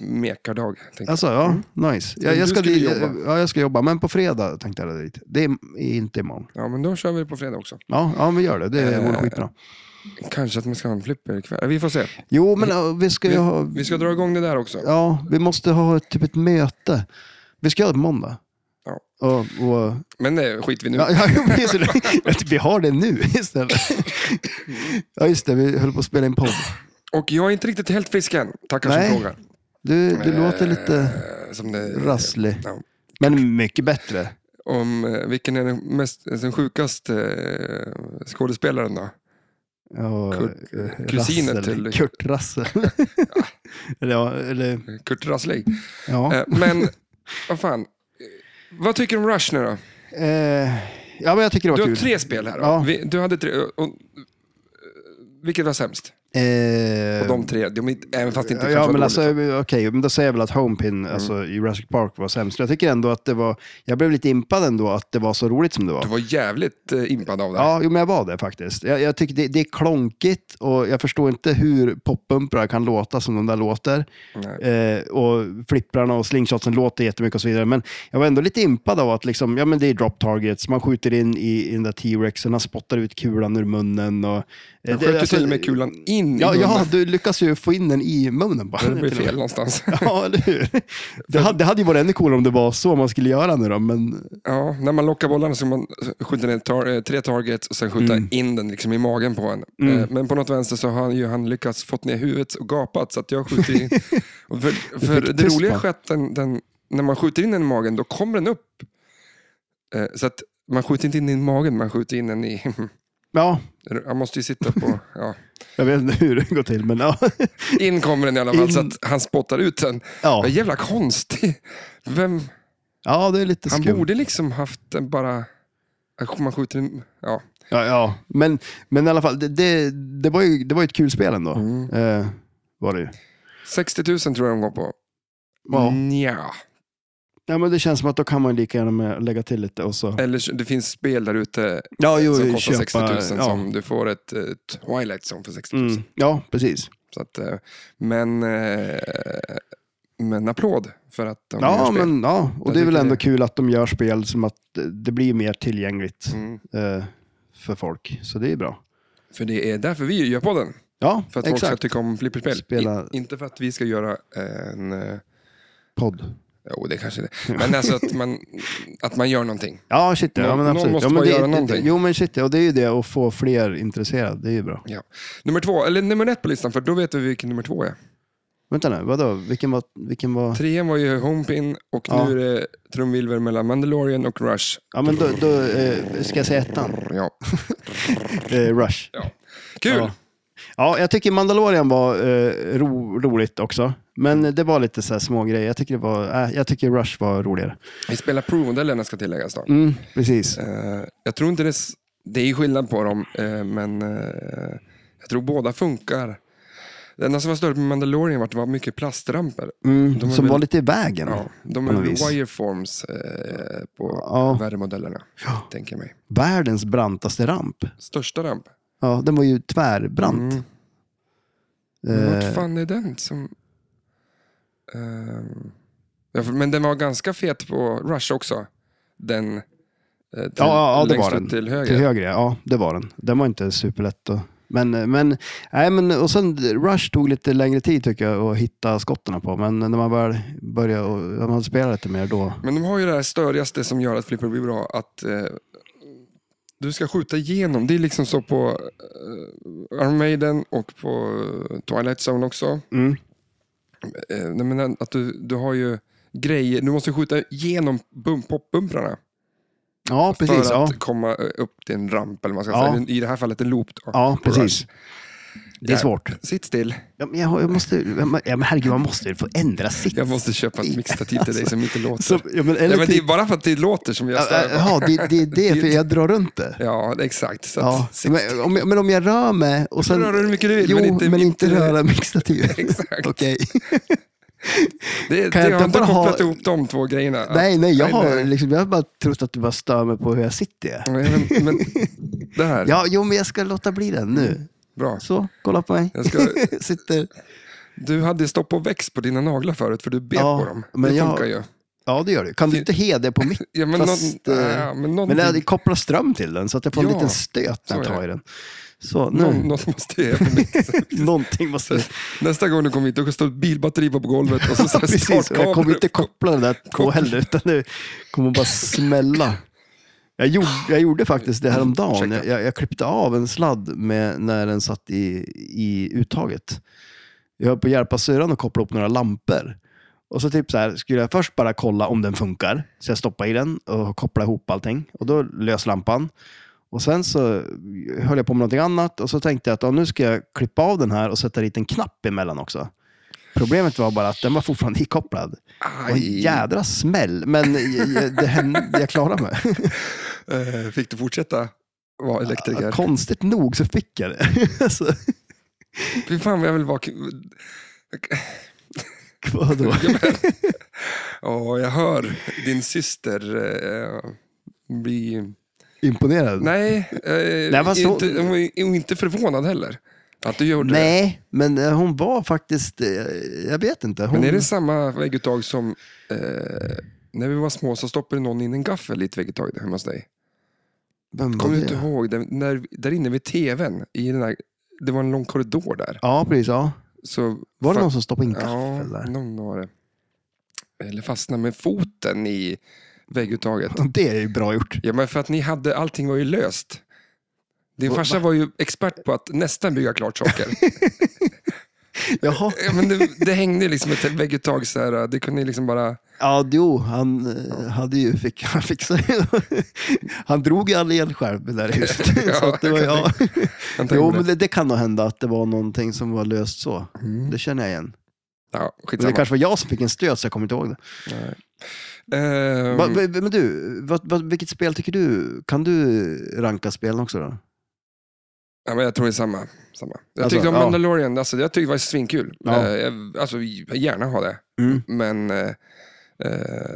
Speaker 1: mekardag. tänkte jag.
Speaker 2: Alltså, ja, nice. Jag,
Speaker 1: Mm. Men du
Speaker 2: jag, ska
Speaker 1: skulle
Speaker 2: di-
Speaker 1: jobba.
Speaker 2: Ja, jag ska jobba, men på fredag tänkte jag dit. Det är inte imorgon.
Speaker 1: Ja, men då kör vi på fredag också.
Speaker 2: Ja, ja men gör det. Det
Speaker 1: Eh,
Speaker 2: vore skitbra.
Speaker 1: Kanske att man ska ha en flipper ikväll. Vi får se.
Speaker 2: Jo, men ja, vi ska ju ha...
Speaker 1: Vi ska dra igång det där också.
Speaker 2: Ja, vi måste ha ett- typ ett möte. Vi ska göra det på måndag.
Speaker 1: Ja.
Speaker 2: Och, och,
Speaker 1: Men det skiter vi nu
Speaker 2: ja, ja, jo, precis. vi har det nu istället. Ja, just det. Vi höll på att spela in podd.
Speaker 1: Och jag är inte riktigt helt frisk än. Tackar
Speaker 2: Nej.
Speaker 1: som frågar.
Speaker 2: Du, du låter lite
Speaker 1: Eh, som det,
Speaker 2: rasslig.
Speaker 1: Ja.
Speaker 2: Men mycket bättre.
Speaker 1: Om eh, vilken är den, mest, den sjukaste eh, skådespelaren då?
Speaker 2: Ja,
Speaker 1: Kurt-
Speaker 2: eh,
Speaker 1: kusinen
Speaker 2: Rassel.
Speaker 1: till-
Speaker 2: Kurt Rassel. eller, ja, eller,
Speaker 1: Kurt Rassling.
Speaker 2: ja.
Speaker 1: Eh, men, vad fan. Eh, Vad tycker du om Rush nu då?
Speaker 2: Eh, ja, men jag tycker det
Speaker 1: Du
Speaker 2: var
Speaker 1: har
Speaker 2: kul.
Speaker 1: tre spel här. Då.
Speaker 2: Ja.
Speaker 1: Vi, du hade tre. Och, och, vilket var sämst?
Speaker 2: Eh,
Speaker 1: Och de tre, de, är inte- även fast det inte kanske
Speaker 2: ja,
Speaker 1: var
Speaker 2: men
Speaker 1: dåligt. liksom. Mm.
Speaker 2: alltså, okej, men då säger jag väl att Homepin, alltså Jurassic Park var sämst. Jag tycker ändå att det var, jag blev lite impad ändå att det var så roligt som det var.
Speaker 1: Du var jävligt eh, impad av det. här.
Speaker 2: Ja, jo, men jag var det faktiskt. Jag, jag tycker det, det är klonkigt och jag förstår inte hur poppumprar kan låta som de där låter.
Speaker 1: Nej.
Speaker 2: Eh, och flipprarna och slingshotsen låter jättemycket och så vidare. Men jag var ändå lite impad av att liksom, ja, men det är drop targets, man skjuter in i, i den där T-rexen, han spottar ut kulan ur munnen. Och, eh,
Speaker 1: Jag
Speaker 2: det-
Speaker 1: sköt ju
Speaker 2: alltså-
Speaker 1: till och med kulan in
Speaker 2: Ja,
Speaker 1: i munnen.
Speaker 2: ja, du lyckas ju få in den i munnen bara.
Speaker 1: Det blev fel någonstans.
Speaker 2: Ja, eller hur? Det hade, det hade ju varit ännu coolare om det var så man skulle göra nu då, men
Speaker 1: Ja, när man lockar bollarna så man skjuter ner tar, eh, tre targets och sen skjuta
Speaker 2: Mm.
Speaker 1: in den liksom i magen på en. Eh, Men på något vänster så har han ju han lyckats fått ner huvudet och gapat så att jag skjuter in. och för för
Speaker 2: fick
Speaker 1: det
Speaker 2: tyst,
Speaker 1: roliga
Speaker 2: va?
Speaker 1: är att den, den, när man skjuter in den i magen då kommer den upp. Eh, Så att man skjuter inte in den i magen, man skjuter in den i...
Speaker 2: ja,
Speaker 1: Han måste ju sitta på... Ja.
Speaker 2: jag vet inte hur det går till. Men ja,
Speaker 1: In kommer den i alla fall
Speaker 2: In.
Speaker 1: så att han spottar ut den.
Speaker 2: ja.
Speaker 1: Vad jävla konstig. Vem,
Speaker 2: ja det är lite
Speaker 1: han
Speaker 2: skumt.
Speaker 1: borde liksom haft den bara... Man skjuter en... Ja.
Speaker 2: Ja, ja. Men, men i alla fall, det, det, det, var ju, det var ju ett kul spel ändå.
Speaker 1: Mm.
Speaker 2: Eh, var det ju.
Speaker 1: 60 000 tror jag de går på.
Speaker 2: Ja.
Speaker 1: Mm. Nja.
Speaker 2: ja, men det känns som att då kan man lika gärna med lägga till lite och så.
Speaker 1: Eller det finns spel där ute
Speaker 2: Ja, jo,
Speaker 1: som kostar
Speaker 2: köpa-
Speaker 1: 60 000
Speaker 2: ja.
Speaker 1: som du får ett eh, Twilight Zone för 60 000.
Speaker 2: Mm. Ja, precis.
Speaker 1: Så att, eh, men, eh, men applåd för att de gör
Speaker 2: Ja,
Speaker 1: spel.
Speaker 2: men, ja, och
Speaker 1: Jag
Speaker 2: det är väl
Speaker 1: tycker
Speaker 2: ändå
Speaker 1: det.
Speaker 2: kul att de gör spel som att det blir mer tillgängligt
Speaker 1: Mm.
Speaker 2: eh, för folk. Så det är bra.
Speaker 1: För det är därför vi gör podden.
Speaker 2: Ja,
Speaker 1: För att folk
Speaker 2: exakt.
Speaker 1: ska tycka om flipperspel.
Speaker 2: Spela-
Speaker 1: I, inte för att vi ska göra en... eh,
Speaker 2: Podd.
Speaker 1: Jo, det kanske det Men alltså att man, att man gör någonting.
Speaker 2: Ja, shit. Ja,
Speaker 1: Någon-
Speaker 2: men
Speaker 1: någon
Speaker 2: absolut.
Speaker 1: måste
Speaker 2: ja, men
Speaker 1: bara
Speaker 2: det,
Speaker 1: göra
Speaker 2: det-
Speaker 1: någonting.
Speaker 2: Jo, men shit. ja, Och det är ju det att få fler intresserade. Det är ju bra.
Speaker 1: Ja. Nummer två, eller nummer ett på listan, för då vet vi vilken nummer två är.
Speaker 2: Vänta nu, vadå? Vilken var... Vilken var...
Speaker 1: Trean var ju Homepin och
Speaker 2: Ja.
Speaker 1: nu är det trumvirvel mellan Mandalorian och Rush.
Speaker 2: Ja, men då, då eh, ska jag säga ettan.
Speaker 1: Ja.
Speaker 2: Eh, Rush.
Speaker 1: ja. Kul!
Speaker 2: Ja. Ja, jag tycker Mandalorian var eh, ro, roligt också. Men det var lite så här små grejer. Jag tycker, det var, eh, jag tycker Rush var roligare.
Speaker 1: Vi spelar Pro-modellerna ska tilläggas då.
Speaker 2: Mm, precis.
Speaker 1: Eh, jag tror inte det... s- Det är skillnad på dem, eh, men eh, jag tror båda funkar. Det enda som var större med Mandalorian var att det var mycket plastramper.
Speaker 2: Mm,
Speaker 1: de är
Speaker 2: som
Speaker 1: väl-
Speaker 2: var lite i vägen.
Speaker 1: Ja, de
Speaker 2: på något
Speaker 1: är
Speaker 2: vis.
Speaker 1: wireforms eh, på
Speaker 2: Ja.
Speaker 1: värre modellerna, tänker jag mig.
Speaker 2: Världens brantaste ramp.
Speaker 1: Största ramp.
Speaker 2: Ja, den var ju tvärbrant.
Speaker 1: Mm.
Speaker 2: Eh,
Speaker 1: Vart fan är den som... Ehm, ja, för- men den var ganska fet på Rush också. Den eh, till,
Speaker 2: Ja, ja, ja, det
Speaker 1: längst
Speaker 2: var
Speaker 1: ut
Speaker 2: den.
Speaker 1: till höger.
Speaker 2: Till höger, ja. Det var den. Den var inte superlätt. Att... Men, men, nej, men, och sen Rush tog lite längre tid tycker jag att hitta skotten på. Men när man väl började och, när man spelade lite mer då.
Speaker 1: Men de har ju det här störigaste som gör att flipper blir bra. Att eh, du ska skjuta igenom. Det är liksom så på eh, Iron Maiden och på eh, Twilight Zone också.
Speaker 2: Mm.
Speaker 1: Eh, nej, men att du, du har ju grejer. Du måste skjuta igenom bum- poppumprarna.
Speaker 2: Ja,
Speaker 1: för
Speaker 2: precis.
Speaker 1: att
Speaker 2: Ja.
Speaker 1: komma eh, upp till en ramp. Eller vad man ska
Speaker 2: Ja.
Speaker 1: säga. I det här fallet en loop. Då.
Speaker 2: ja,
Speaker 1: på Rush.
Speaker 2: precis. Det är
Speaker 1: Ja.
Speaker 2: svårt.
Speaker 1: Sitt still.
Speaker 2: Ja, men jag, har- jag måste, ja, men herregud, man måste ju få ändra sitt.
Speaker 1: Jag måste köpa ett mixtativ till dig som inte låter.
Speaker 2: Så, ja, men, eller
Speaker 1: Nej, men det
Speaker 2: typ-
Speaker 1: är bara för att det låter som jag
Speaker 2: Ja, eh,
Speaker 1: stör på.
Speaker 2: ja, det, det är det, för jag drar runt det.
Speaker 1: Ja, exakt. Så att,
Speaker 2: Ja,
Speaker 1: sitt
Speaker 2: men, om, jag- men om jag rör mig och sen...
Speaker 1: röra dig hur mycket du vill,
Speaker 2: Jo,
Speaker 1: men inte-
Speaker 2: men inte
Speaker 1: inte-
Speaker 2: röra mixtativet.
Speaker 1: Exakt.
Speaker 2: Okej.
Speaker 1: Det,
Speaker 2: Kan
Speaker 1: det,
Speaker 2: jag
Speaker 1: jag har
Speaker 2: inte
Speaker 1: inte
Speaker 2: bara ha-
Speaker 1: kopplat ihop de två grejerna.
Speaker 2: Nej, nej, jag har,
Speaker 1: nej.
Speaker 2: liksom, jag har bara trott att du bara stör mig på hur jag sitter.
Speaker 1: Nej, Men, men det här,
Speaker 2: Ja, jo, men jag ska låta bli den nu.
Speaker 1: bra.
Speaker 2: Så, kolla på mig.
Speaker 1: Jag ska-
Speaker 2: sitter.
Speaker 1: Du hade stopp och växt på dina naglar förut för du bet
Speaker 2: Ja,
Speaker 1: på dem.
Speaker 2: men
Speaker 1: det
Speaker 2: jag-
Speaker 1: funkar ju.
Speaker 2: Ja, det gör du. Kan du inte he det på mitt?
Speaker 1: Ja, men
Speaker 2: Fast,
Speaker 1: någon,
Speaker 2: eh,
Speaker 1: ja, men
Speaker 2: Men
Speaker 1: någonting,
Speaker 2: jag kopplar ström till den så att jag får en
Speaker 1: Ja,
Speaker 2: liten stöt när jag
Speaker 1: så är
Speaker 2: tar
Speaker 1: det.
Speaker 2: i den. Så, nu.
Speaker 1: någon, något måste jag göra på mitt.
Speaker 2: Någonting måste...
Speaker 1: Nästa gång du kommer hit, då står ett bilbatteri bara på golvet och så, så här
Speaker 2: Ja, precis, och jag kommer inte koppla den där på
Speaker 1: Koppla.
Speaker 2: heller, utan det kommer bara smälla. Jag gjorde, jag gjorde faktiskt det här om dagen.
Speaker 1: Ah, Ursäkta.
Speaker 2: Jag, jag klippte av en sladd med, när den satt i, i uttaget. Jag höll på att hjälpa syrran att koppla upp några lampor. Och så typ så här, skulle jag först bara kolla om den funkar. Så jag stoppade i den och kopplade ihop allting. Och då lös lampan. Och sen så höll jag på med någonting annat och så tänkte jag att ja, nu ska jag klippa av den här och sätta dit en knapp emellan också. Problemet var bara att den var fortfarande ikopplad. Det var en
Speaker 1: Aj,
Speaker 2: jädra smäll, men jag, jag- det hände, jag klarade mig.
Speaker 1: eh, fick du fortsätta vara elektriker?
Speaker 2: Konstigt nog så fick jag det. Alltså,
Speaker 1: Fy fan vad jag vill vara... k-
Speaker 2: vadå?
Speaker 1: Ja, men- Ja, jag hör din syster eh, bli...
Speaker 2: Imponerad?
Speaker 1: Nej, eh,
Speaker 2: Nej, vad så-
Speaker 1: inte, hon är hon är inte förvånad heller. Att du gjorde det.
Speaker 2: Nej, men eh, hon var faktiskt, eh, jag vet inte. Hon,
Speaker 1: Men är det samma vägguttag som... Eh, när vi var små så stoppade någon in en gaffel i ett vägguttag där hemma hos dig.
Speaker 2: vem var
Speaker 1: Kommer du
Speaker 2: det?
Speaker 1: inte ihåg? Där, när, där inne vid tvn, i den där, det var en lång korridor där.
Speaker 2: Ja, precis. Ja.
Speaker 1: Så,
Speaker 2: Var det
Speaker 1: fa-
Speaker 2: någon som stoppade in
Speaker 1: Ja,
Speaker 2: gaffel där?
Speaker 1: någon var det. Eller fastnade med foten i vägguttaget.
Speaker 2: Det är ju bra gjort.
Speaker 1: Ja, men för att ni hade, allting var ju löst. Din
Speaker 2: Va-
Speaker 1: farsa var ju expert på att nästan bygga klart saker.
Speaker 2: Jaha.
Speaker 1: ja, men det, det hängde liksom ett vägguttag så här, det kunde ju liksom bara...
Speaker 2: Ja, jo, han eh, hade ju, fick, han fixade ju. Han drog ju all el själv med det där huset. så att det var, ja.
Speaker 1: jag tänkte
Speaker 2: Jo,
Speaker 1: det.
Speaker 2: men det, det kan nog hända att det var någonting som var löst så. Det känner jag igen.
Speaker 1: Mm. Ja,
Speaker 2: Det
Speaker 1: skitsamma.
Speaker 2: kanske var jag som fick en stöt så jag kommer inte ihåg det.
Speaker 1: Ehm,
Speaker 2: Va, va, men du, va, va, vilket spel tycker du? Kan du ranka spelen också då?
Speaker 1: ja, men jag tror det är samma. samma. Jag
Speaker 2: Alltså,
Speaker 1: tyckte om
Speaker 2: ja.
Speaker 1: Mandalorian, alltså, jag tyckte det var svinkul.
Speaker 2: Ja.
Speaker 1: Eh, jag- alltså, jag gärna ha det,
Speaker 2: Mm.
Speaker 1: men eh, eh,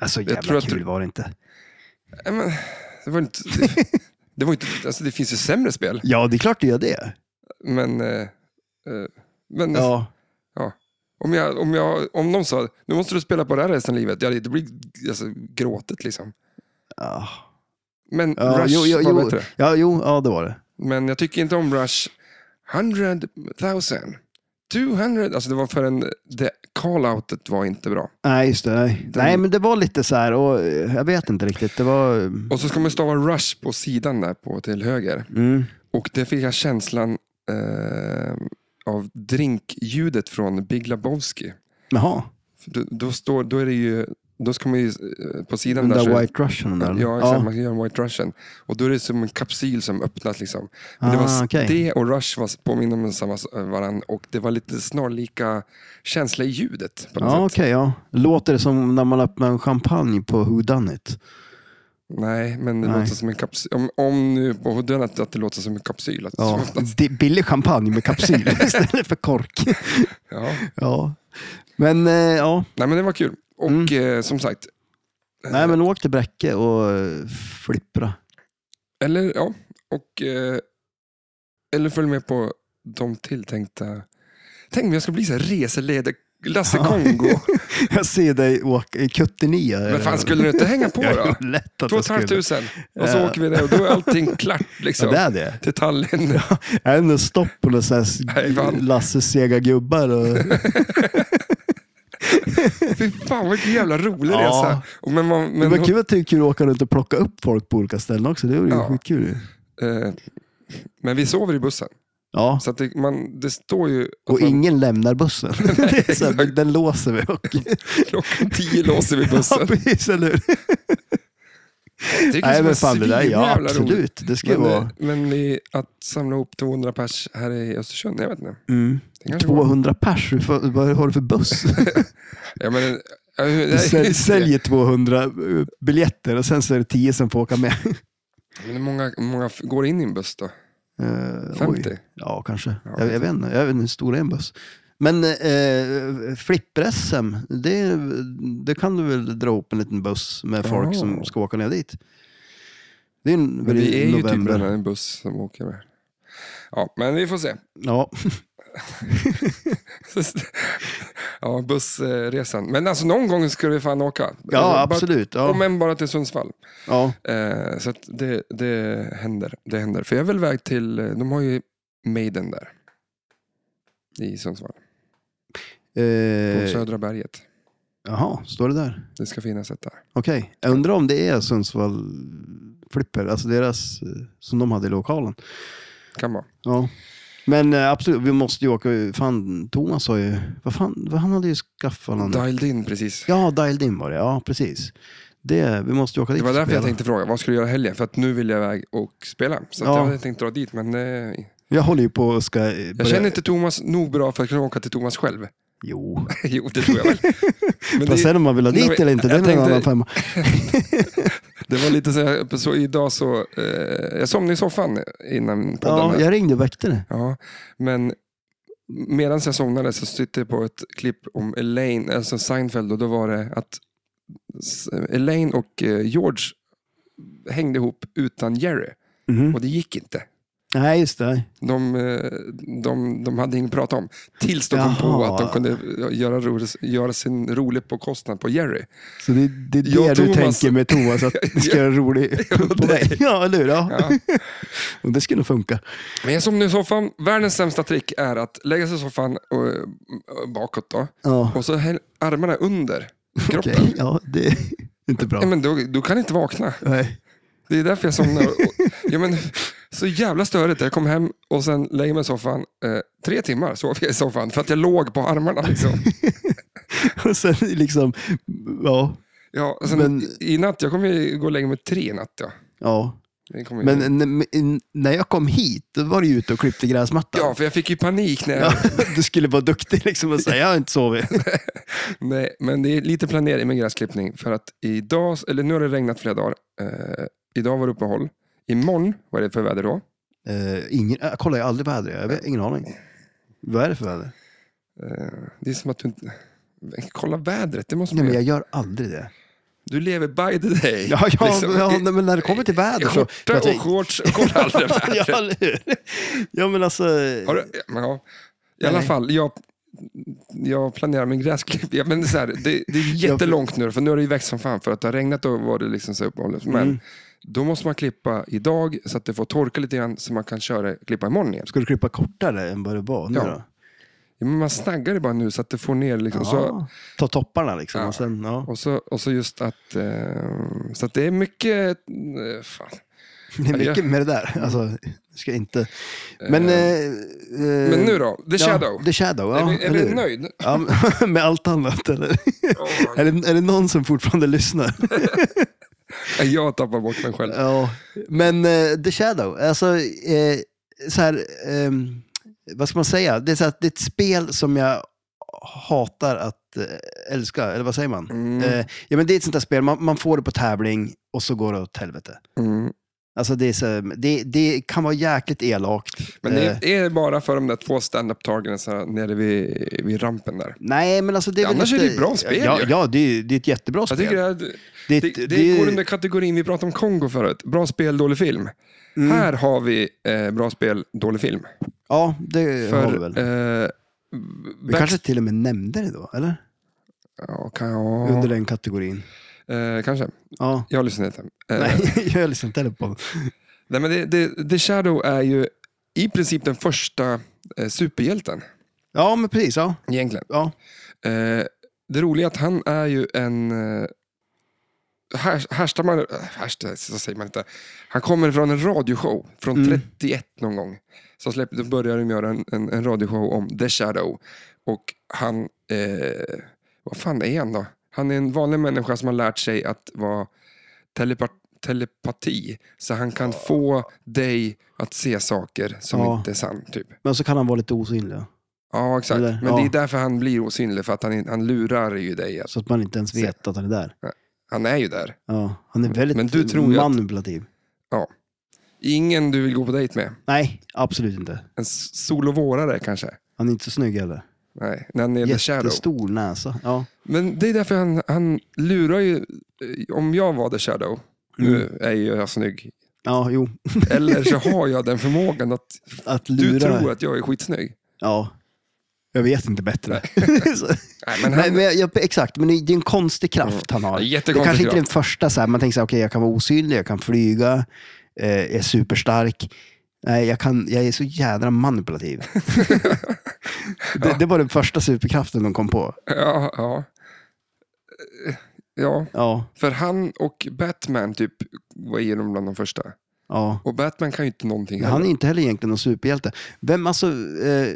Speaker 2: Alltså jävla
Speaker 1: tror att
Speaker 2: kul
Speaker 1: du-
Speaker 2: var det inte.
Speaker 1: nej, men, det var inte... Det, det var inte alltså, det finns ju sämre spel,
Speaker 2: Ja, det är klart det gör det.
Speaker 1: men, eh, eh, men
Speaker 2: Ja.
Speaker 1: om, jag, om, jag, om någon sa nu måste du spela på det här resten av livet, ja, det blir alltså, gråtet liksom.
Speaker 2: Ja,
Speaker 1: Men
Speaker 2: ja
Speaker 1: Rush
Speaker 2: jo, jo,
Speaker 1: var
Speaker 2: jo,
Speaker 1: bättre.
Speaker 2: ja, jo, ja, det var det.
Speaker 1: Men jag tycker inte om Rush 100 000. 200, alltså det var för en, det, call-outet var inte bra.
Speaker 2: Nej, just det. Nej. nej, men det var lite så här och eh, jag vet inte riktigt. Det var... eh,
Speaker 1: Och så ska man stava Rush på sidan där på till höger.
Speaker 2: Mm.
Speaker 1: Och det fick jag känslan eh, av drinkljudet från Big Lebowski.
Speaker 2: Jaha,
Speaker 1: För Då, då, står, då är det ju, då ska man ju eh, på sidan
Speaker 2: den
Speaker 1: där.
Speaker 2: där
Speaker 1: så-
Speaker 2: White Russian. Där.
Speaker 1: Ja, exakt. Man kan göra en White Russian. Och då är det som en kapsyl som öppnas. Liksom. Men det,
Speaker 2: Ah,
Speaker 1: var,
Speaker 2: okej.
Speaker 1: det och Rush var påminner om samma varandra och det var lite snarlika känsla i ljudet. På något
Speaker 2: Ja,
Speaker 1: sätt.
Speaker 2: okej. ja. Låter det som när man öppnar en champagne på Who Done It?
Speaker 1: Nej, men det
Speaker 2: Nej.
Speaker 1: låter som en kapsyl. Om, om nu på huden att, att det låter som en kapsyl. Att
Speaker 2: Ja.
Speaker 1: så-
Speaker 2: Det är billig champagne med kapsyl istället för kork. Mm.
Speaker 1: ja.
Speaker 2: Ja. Men eh, ja,
Speaker 1: Nej, men det var kul. Och
Speaker 2: Mm.
Speaker 1: eh, som sagt,
Speaker 2: nej men åk till Bräcke och eh, flippra.
Speaker 1: eller ja, och eh, eller följ med på de tilltänkta. Tänk om jag ska bli så här reseleder Lasse Kongo.
Speaker 2: Jag ser dig åka i Kuttenia.
Speaker 1: Men fan, skulle du inte hänga på då?
Speaker 2: Lätt att
Speaker 1: Två och
Speaker 2: jag
Speaker 1: ett halvt
Speaker 2: skulle.
Speaker 1: tusen och så
Speaker 2: Ja.
Speaker 1: åker vi där och då är allting klart.
Speaker 2: Ja,
Speaker 1: Liksom.
Speaker 2: det är det.
Speaker 1: Till Tallinn.
Speaker 2: Ändå stopp på någon sån här
Speaker 1: Nej, fan.
Speaker 2: Lasse sega gubbar. Och...
Speaker 1: Fy fan vilken jävla rolig
Speaker 2: Ja.
Speaker 1: resa. Och Men, man,
Speaker 2: Men
Speaker 1: men,
Speaker 2: det var kul att det är kul att åka runt och plocka upp folk på olika ställen också. Det vore ju
Speaker 1: Ja.
Speaker 2: skitkul. ju.
Speaker 1: eh, men vi sover i bussen.
Speaker 2: Ja.
Speaker 1: Så att det, man, det står ju att
Speaker 2: Och
Speaker 1: man,
Speaker 2: ingen lämnar bussen. det är så här,
Speaker 1: exakt.
Speaker 2: den låser vi. Och...
Speaker 1: klockan tio låser vi
Speaker 2: Ja,
Speaker 1: bussen.
Speaker 2: precis, eller hur?
Speaker 1: Jag tycker
Speaker 2: Nej,
Speaker 1: det
Speaker 2: men
Speaker 1: skulle
Speaker 2: fan det där, ja
Speaker 1: svinjävla roligt.
Speaker 2: absolut. Det ska ju
Speaker 1: Men,
Speaker 2: vara
Speaker 1: eh, men i, att samla ihop 200 pers här i Östersund, jag vet inte.
Speaker 2: mm,
Speaker 1: Det kanske går.
Speaker 2: 200 pers. Hur fan- Vad har du för buss?
Speaker 1: Ja, men, eh, nej,
Speaker 2: Du
Speaker 1: just
Speaker 2: säl-
Speaker 1: det.
Speaker 2: säljer 200 biljetter och sen så är det 10 som får åka med.
Speaker 1: Men hur många, hur många f- går in i en buss då?
Speaker 2: Eh, oj.
Speaker 1: 50?
Speaker 2: Ja, kanske.
Speaker 1: Ja,
Speaker 2: jag, jag, vet inte, jag vet inte hur stor är en buss. Men eh, flipper-SM, det, det kan du väl dra ihop en liten buss med folk
Speaker 1: Ja.
Speaker 2: som ska åka ner dit? Det är, en,
Speaker 1: Men
Speaker 2: väl
Speaker 1: det
Speaker 2: i
Speaker 1: är ju typ
Speaker 2: november.
Speaker 1: den här en buss som åker med. Ja, men vi får se.
Speaker 2: Ja,
Speaker 1: Ja, bussresan. Men alltså någon gång ska vi fan åka.
Speaker 2: ja
Speaker 1: Bara-
Speaker 2: absolut.
Speaker 1: Om
Speaker 2: Ja,
Speaker 1: än bara till Sundsvall.
Speaker 2: ja.
Speaker 1: Eh, så att det, det, händer. det händer. För jag är väl väg till, eh, de har ju Maiden där. I Sundsvall. På
Speaker 2: Eh,
Speaker 1: Södra berget.
Speaker 2: jaha, står det där?
Speaker 1: Det ska finnas ett där.
Speaker 2: Okej. Jag undrar om det är Sundsvall Flipper, alltså deras, eh, som de hade i lokalen.
Speaker 1: Kan vara.
Speaker 2: Ja. Men eh, absolut, vi måste ju åka. Fan, Thomas har ju... Vad fan, vad han hade ju skaffat någon...
Speaker 1: Dialed in precis.
Speaker 2: Ja, Dialed In var det. Ja, precis. Det, vi måste ju åka dit
Speaker 1: Det var
Speaker 2: och
Speaker 1: därför jag
Speaker 2: spela.
Speaker 1: tänkte fråga, vad ska du göra i helgen? För att nu vill jag iväg och spela. Så att
Speaker 2: Ja.
Speaker 1: jag hade tänkt dra dit, men eh,
Speaker 2: Jag håller ju på och ska... eh, Börja...
Speaker 1: jag känner inte Thomas nog bra för att kunna åka till Thomas själv.
Speaker 2: Jo.
Speaker 1: jo, det tror jag väl. Men
Speaker 2: Men
Speaker 1: det-
Speaker 2: sen om man vill ha
Speaker 1: Nej,
Speaker 2: dit
Speaker 1: men
Speaker 2: eller inte, det
Speaker 1: jag
Speaker 2: är en
Speaker 1: tänkte-
Speaker 2: annan femma.
Speaker 1: Det var lite så, här, så idag så, eh, jag somnade i soffan innan podden.
Speaker 2: Ja,
Speaker 1: här.
Speaker 2: jag ringde och väckte det.
Speaker 1: Ja, men medan jag somnade så tittade jag på ett klipp om Elaine, alltså Seinfeld och då var det att s- Elaine och eh, George hängde ihop utan Jerry
Speaker 2: Mhm.
Speaker 1: och det gick inte.
Speaker 2: Nej, just det.
Speaker 1: De, eh, de, de hade inget att prata om. Tills de kom på
Speaker 2: Jaha.
Speaker 1: att de kunde eh, göra, ro, göra sin rolig på kostnad på Jerry.
Speaker 2: Så det, det är det
Speaker 1: Jag och
Speaker 2: du
Speaker 1: Thomas-
Speaker 2: tänker med Thomas, att du ska göra rolig på dig. Ja, eller hur? Ja.
Speaker 1: Ja.
Speaker 2: Och det skulle nog funka.
Speaker 1: Men jag somnade i soffan. Världens sämsta trick är att lägga sig i soffan och, och bakåt då.
Speaker 2: Ja,
Speaker 1: Och så häll armarna under kroppen.
Speaker 2: okej. Ja, det är inte bra.
Speaker 1: Nej, men då, då kan jag inte vakna.
Speaker 2: Nej.
Speaker 1: Det är därför jag somnar. Och, och, ja, men, så jävla störigt. Jag kom hem och sen lägger jag mig i soffan. Eh, tre timmar sov jag i soffan för att jag låg på armarna. Liksom.
Speaker 2: Och sen liksom, ja,
Speaker 1: Ja, och sen,
Speaker 2: Men-
Speaker 1: i, I natt, jag kommer ju gå och lägga mig tre i natt. Ja.
Speaker 2: ja.
Speaker 1: Det kommer ju-
Speaker 2: Men n- n- när jag kom hit, då var du ju ute och klippte gräsmattan.
Speaker 1: Ja, för jag fick ju panik när jag...
Speaker 2: Ja, du skulle vara duktig liksom och säga, jag har inte sovit.
Speaker 1: Nej, men det är lite planering med gräsklippning. För att idag, eller nu har det regnat flera dagar. Eh, idag var det uppehåll. Imorgon, vad är det för väder då?
Speaker 2: Eh, ingen, jag kollar ju aldrig vädret, jag har ingen aning. Vad är det för väder?
Speaker 1: Eh, det är som att du inte... Kolla vädret, det måste
Speaker 2: Nej,
Speaker 1: man
Speaker 2: men
Speaker 1: göra.
Speaker 2: jag gör aldrig det.
Speaker 1: Du lever by the day.
Speaker 2: Ja, ja,
Speaker 1: Liksom,
Speaker 2: ja
Speaker 1: i-
Speaker 2: nej, men när det kommer till väder så...
Speaker 1: Skjorta och shorts, kolla aldrig vädret.
Speaker 2: ja, eller hur? ja, men alltså...
Speaker 1: Har du, ja, I alla
Speaker 2: Nej.
Speaker 1: fall, jag, jag planerar min gräsklipp. Ja, men så här, det, det är jättelångt nu, för nu har det ju växt som fan. För att det har regnat och var det liksom så här uppehåll. Men
Speaker 2: Mm.
Speaker 1: då måste man klippa idag så att det får torka lite grann så man kan köra, klippa imorgon igen.
Speaker 2: Ska du klippa kortare än vad det var nu
Speaker 1: Ja,
Speaker 2: då?
Speaker 1: Ja, Men man snaggar det bara nu så att det får ner liksom. Så,
Speaker 2: Ja, Ta topparna liksom.
Speaker 1: Ja.
Speaker 2: Och sen, ja.
Speaker 1: och, så, och så just att, eh, så att det är mycket, eh, fan.
Speaker 2: Det är
Speaker 1: Ja,
Speaker 2: mycket med det där. Alltså, jag ska inte... Men, eh, eh,
Speaker 1: Men nu då, The
Speaker 2: Ja,
Speaker 1: Shadow.
Speaker 2: The Shadow, ja.
Speaker 1: är vi, är
Speaker 2: eller
Speaker 1: vi
Speaker 2: hur?
Speaker 1: nöjd?
Speaker 2: Ja, men- med allt annat, eller? Är det, är det någon som fortfarande lyssnar?
Speaker 1: Jag tappar bort mig själv.
Speaker 2: Ja, men eh, The Shadow, alltså eh, så här, ehm, vad ska man säga? Det är, så här, det är ett spel som jag hatar att eh, älska, eller vad säger man?
Speaker 1: Mm,
Speaker 2: Eh, ja, men det är ett sånt där spel, man, man får det på tävling och så går det åt helvete.
Speaker 1: mm.
Speaker 2: Alltså det, är så, här- det, det kan vara jäkligt elakt.
Speaker 1: Men det
Speaker 2: Eh,
Speaker 1: är bara för de där två stand-up-tagarna nere vid, vid rampen där.
Speaker 2: Nej, men alltså det är väl
Speaker 1: Annars är
Speaker 2: lite,
Speaker 1: det ett bra spel
Speaker 2: Ja,
Speaker 1: ju.
Speaker 2: ja det, är, det är ett jättebra
Speaker 1: Jag
Speaker 2: spel.
Speaker 1: tycker att
Speaker 2: det, är
Speaker 1: det,
Speaker 2: ett-
Speaker 1: det,
Speaker 2: det är-
Speaker 1: går under kategorin vi pratade om Kongo förut. Bra spel, dålig film.
Speaker 2: Mm.
Speaker 1: Här har vi eh, bra spel, dålig film.
Speaker 2: Ja, det har vi
Speaker 1: För,
Speaker 2: väl.
Speaker 1: eh,
Speaker 2: vi
Speaker 1: Back-
Speaker 2: kanske till och med nämnde det då, eller?
Speaker 1: ja, kan jag...
Speaker 2: Under den kategorin.
Speaker 1: Eh, kanske.
Speaker 2: Ja.
Speaker 1: Jag lyssnar inte. Eh, nej.
Speaker 2: Nej, jag lyssnar inte heller på den.
Speaker 1: men det, det, The Shadow är ju i princip den första eh, superhjälten.
Speaker 2: Ja, men precis. Ja.
Speaker 1: Egentligen.
Speaker 2: Ja.
Speaker 1: Eh, det roliga är att han är ju en... Eh, här, härstammar... eh, Härstammar, så säger man inte. Han kommer från en radioshow från
Speaker 2: Mm.
Speaker 1: 31 någon gång. Så släpp, då började de göra en, en, en radioshow om The Shadow. Och han... Eh, vad fan är han då? Han är en vanlig människa som har lärt sig att vara telepa- telepati. Så han kan få dig att se saker som
Speaker 2: Ja.
Speaker 1: inte är sann. Typ.
Speaker 2: Men så kan han vara lite osynlig.
Speaker 1: Ja, exakt.
Speaker 2: Eller?
Speaker 1: Men det
Speaker 2: Ja.
Speaker 1: är därför han blir osynlig, för att han, han lurar ju dig. Alltså.
Speaker 2: Så att man inte ens vet att han är där.
Speaker 1: Han är ju där.
Speaker 2: Ja, han är väldigt
Speaker 1: Mm. Men du tror ju att-
Speaker 2: manipulativ.
Speaker 1: Ingen du vill gå på dejt med.
Speaker 2: Nej, absolut inte.
Speaker 1: En s- solovårare kanske?
Speaker 2: Han är inte så snygg heller.
Speaker 1: Nej, när han är the shadow.
Speaker 2: Jättestor näsa. Ja.
Speaker 1: Men det är därför han, han lurar ju. eh, Om jag var the shadow,
Speaker 2: Mm.
Speaker 1: nu är ju jag snygg.
Speaker 2: ja, jo.
Speaker 1: Eller så har jag den förmågan att
Speaker 2: Att
Speaker 1: du
Speaker 2: lura.
Speaker 1: tror att jag är skitsnygg.
Speaker 2: Ja. Jag vet inte bättre. Så-
Speaker 1: Nej, men han,
Speaker 2: Nej, men jag, jag, exakt, men det är en konstig kraft han har.
Speaker 1: Ja,
Speaker 2: Det är
Speaker 1: jättekonstig
Speaker 2: kanske inte den
Speaker 1: kraft.
Speaker 2: första, så här, man tänker så här, okej jag kan vara osynlig, jag kan flyga, eh, är superstark. Nej, jag, kan, jag är så jädra manipulativ. det, det var den första superkraften de kom på.
Speaker 1: ja, ja. Eh, ja,
Speaker 2: Ja,
Speaker 1: för han och Batman typ var igenom bland de första.
Speaker 2: ja.
Speaker 1: Och Batman kan ju inte någonting
Speaker 2: Men han är
Speaker 1: heller.
Speaker 2: ju inte heller egentligen någon superhjälte. Vem, alltså, eh,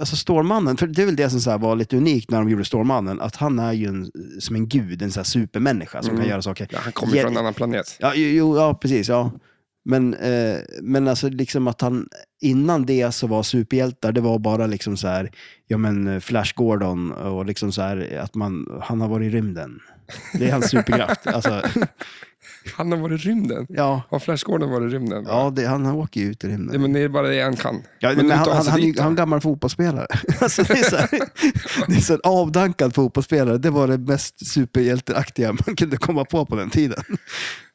Speaker 2: alltså Stålmannen, för det är väl det som så här var lite unikt när de gjorde Stålmannen, att han är ju en, som en gud, en så här supermänniska som
Speaker 1: Mm.
Speaker 2: kan göra saker.
Speaker 1: Ja, han kommer
Speaker 2: Ja,
Speaker 1: från en annan planet.
Speaker 2: Ja, jo, jo, ja precis. Ja. Men, eh, men alltså liksom att han innan det så var superhjältar, det var bara liksom så här, ja men eh, Flash Gordon och liksom så här att man, han har varit i rymden. Det är hans superkraft. alltså,
Speaker 1: Han har varit i rymden.
Speaker 2: ja.
Speaker 1: Har Flash Gordon varit i rymden? va?
Speaker 2: Ja, det, han åker ju ut i
Speaker 1: Nej,
Speaker 2: rymden.
Speaker 1: men det är bara det han kan.
Speaker 2: Ja,
Speaker 1: men
Speaker 2: men
Speaker 1: nu
Speaker 2: han,
Speaker 1: tar alltså, han
Speaker 2: han,
Speaker 1: sig
Speaker 2: han, är
Speaker 1: dit
Speaker 2: ju-
Speaker 1: då.
Speaker 2: han är gammal fotbollsspelare. Alltså, det, är så här, det är så en avdankad fotbollsspelare. Det var det mest superhjälteaktiga man kunde komma på på den tiden.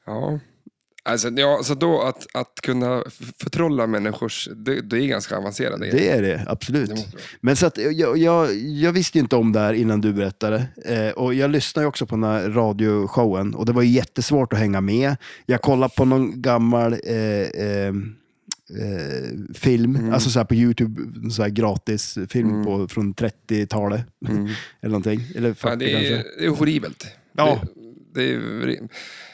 Speaker 1: Ja. Alltså, ja, så då att, att kunna f- förtrolla människors, det, det är ganska avancerat.
Speaker 2: Det är det, absolut.
Speaker 1: Det måste det vara.
Speaker 2: Men så att, eh, jag, jag, jag visste ju inte om det här innan du berättade. Eh, och jag lyssnade ju också på den här radioshowen och det var ju jättesvårt att hänga med. Jag kollade på någon gammal eh, eh, eh, film,
Speaker 1: Mm.
Speaker 2: alltså så här på YouTube, en så här gratis film på, från 30-talet. eller någonting. Eller 40
Speaker 1: Mm. ja, det,
Speaker 2: kanske.
Speaker 1: är, det är horribelt.
Speaker 2: Ja.
Speaker 1: Det, det, är,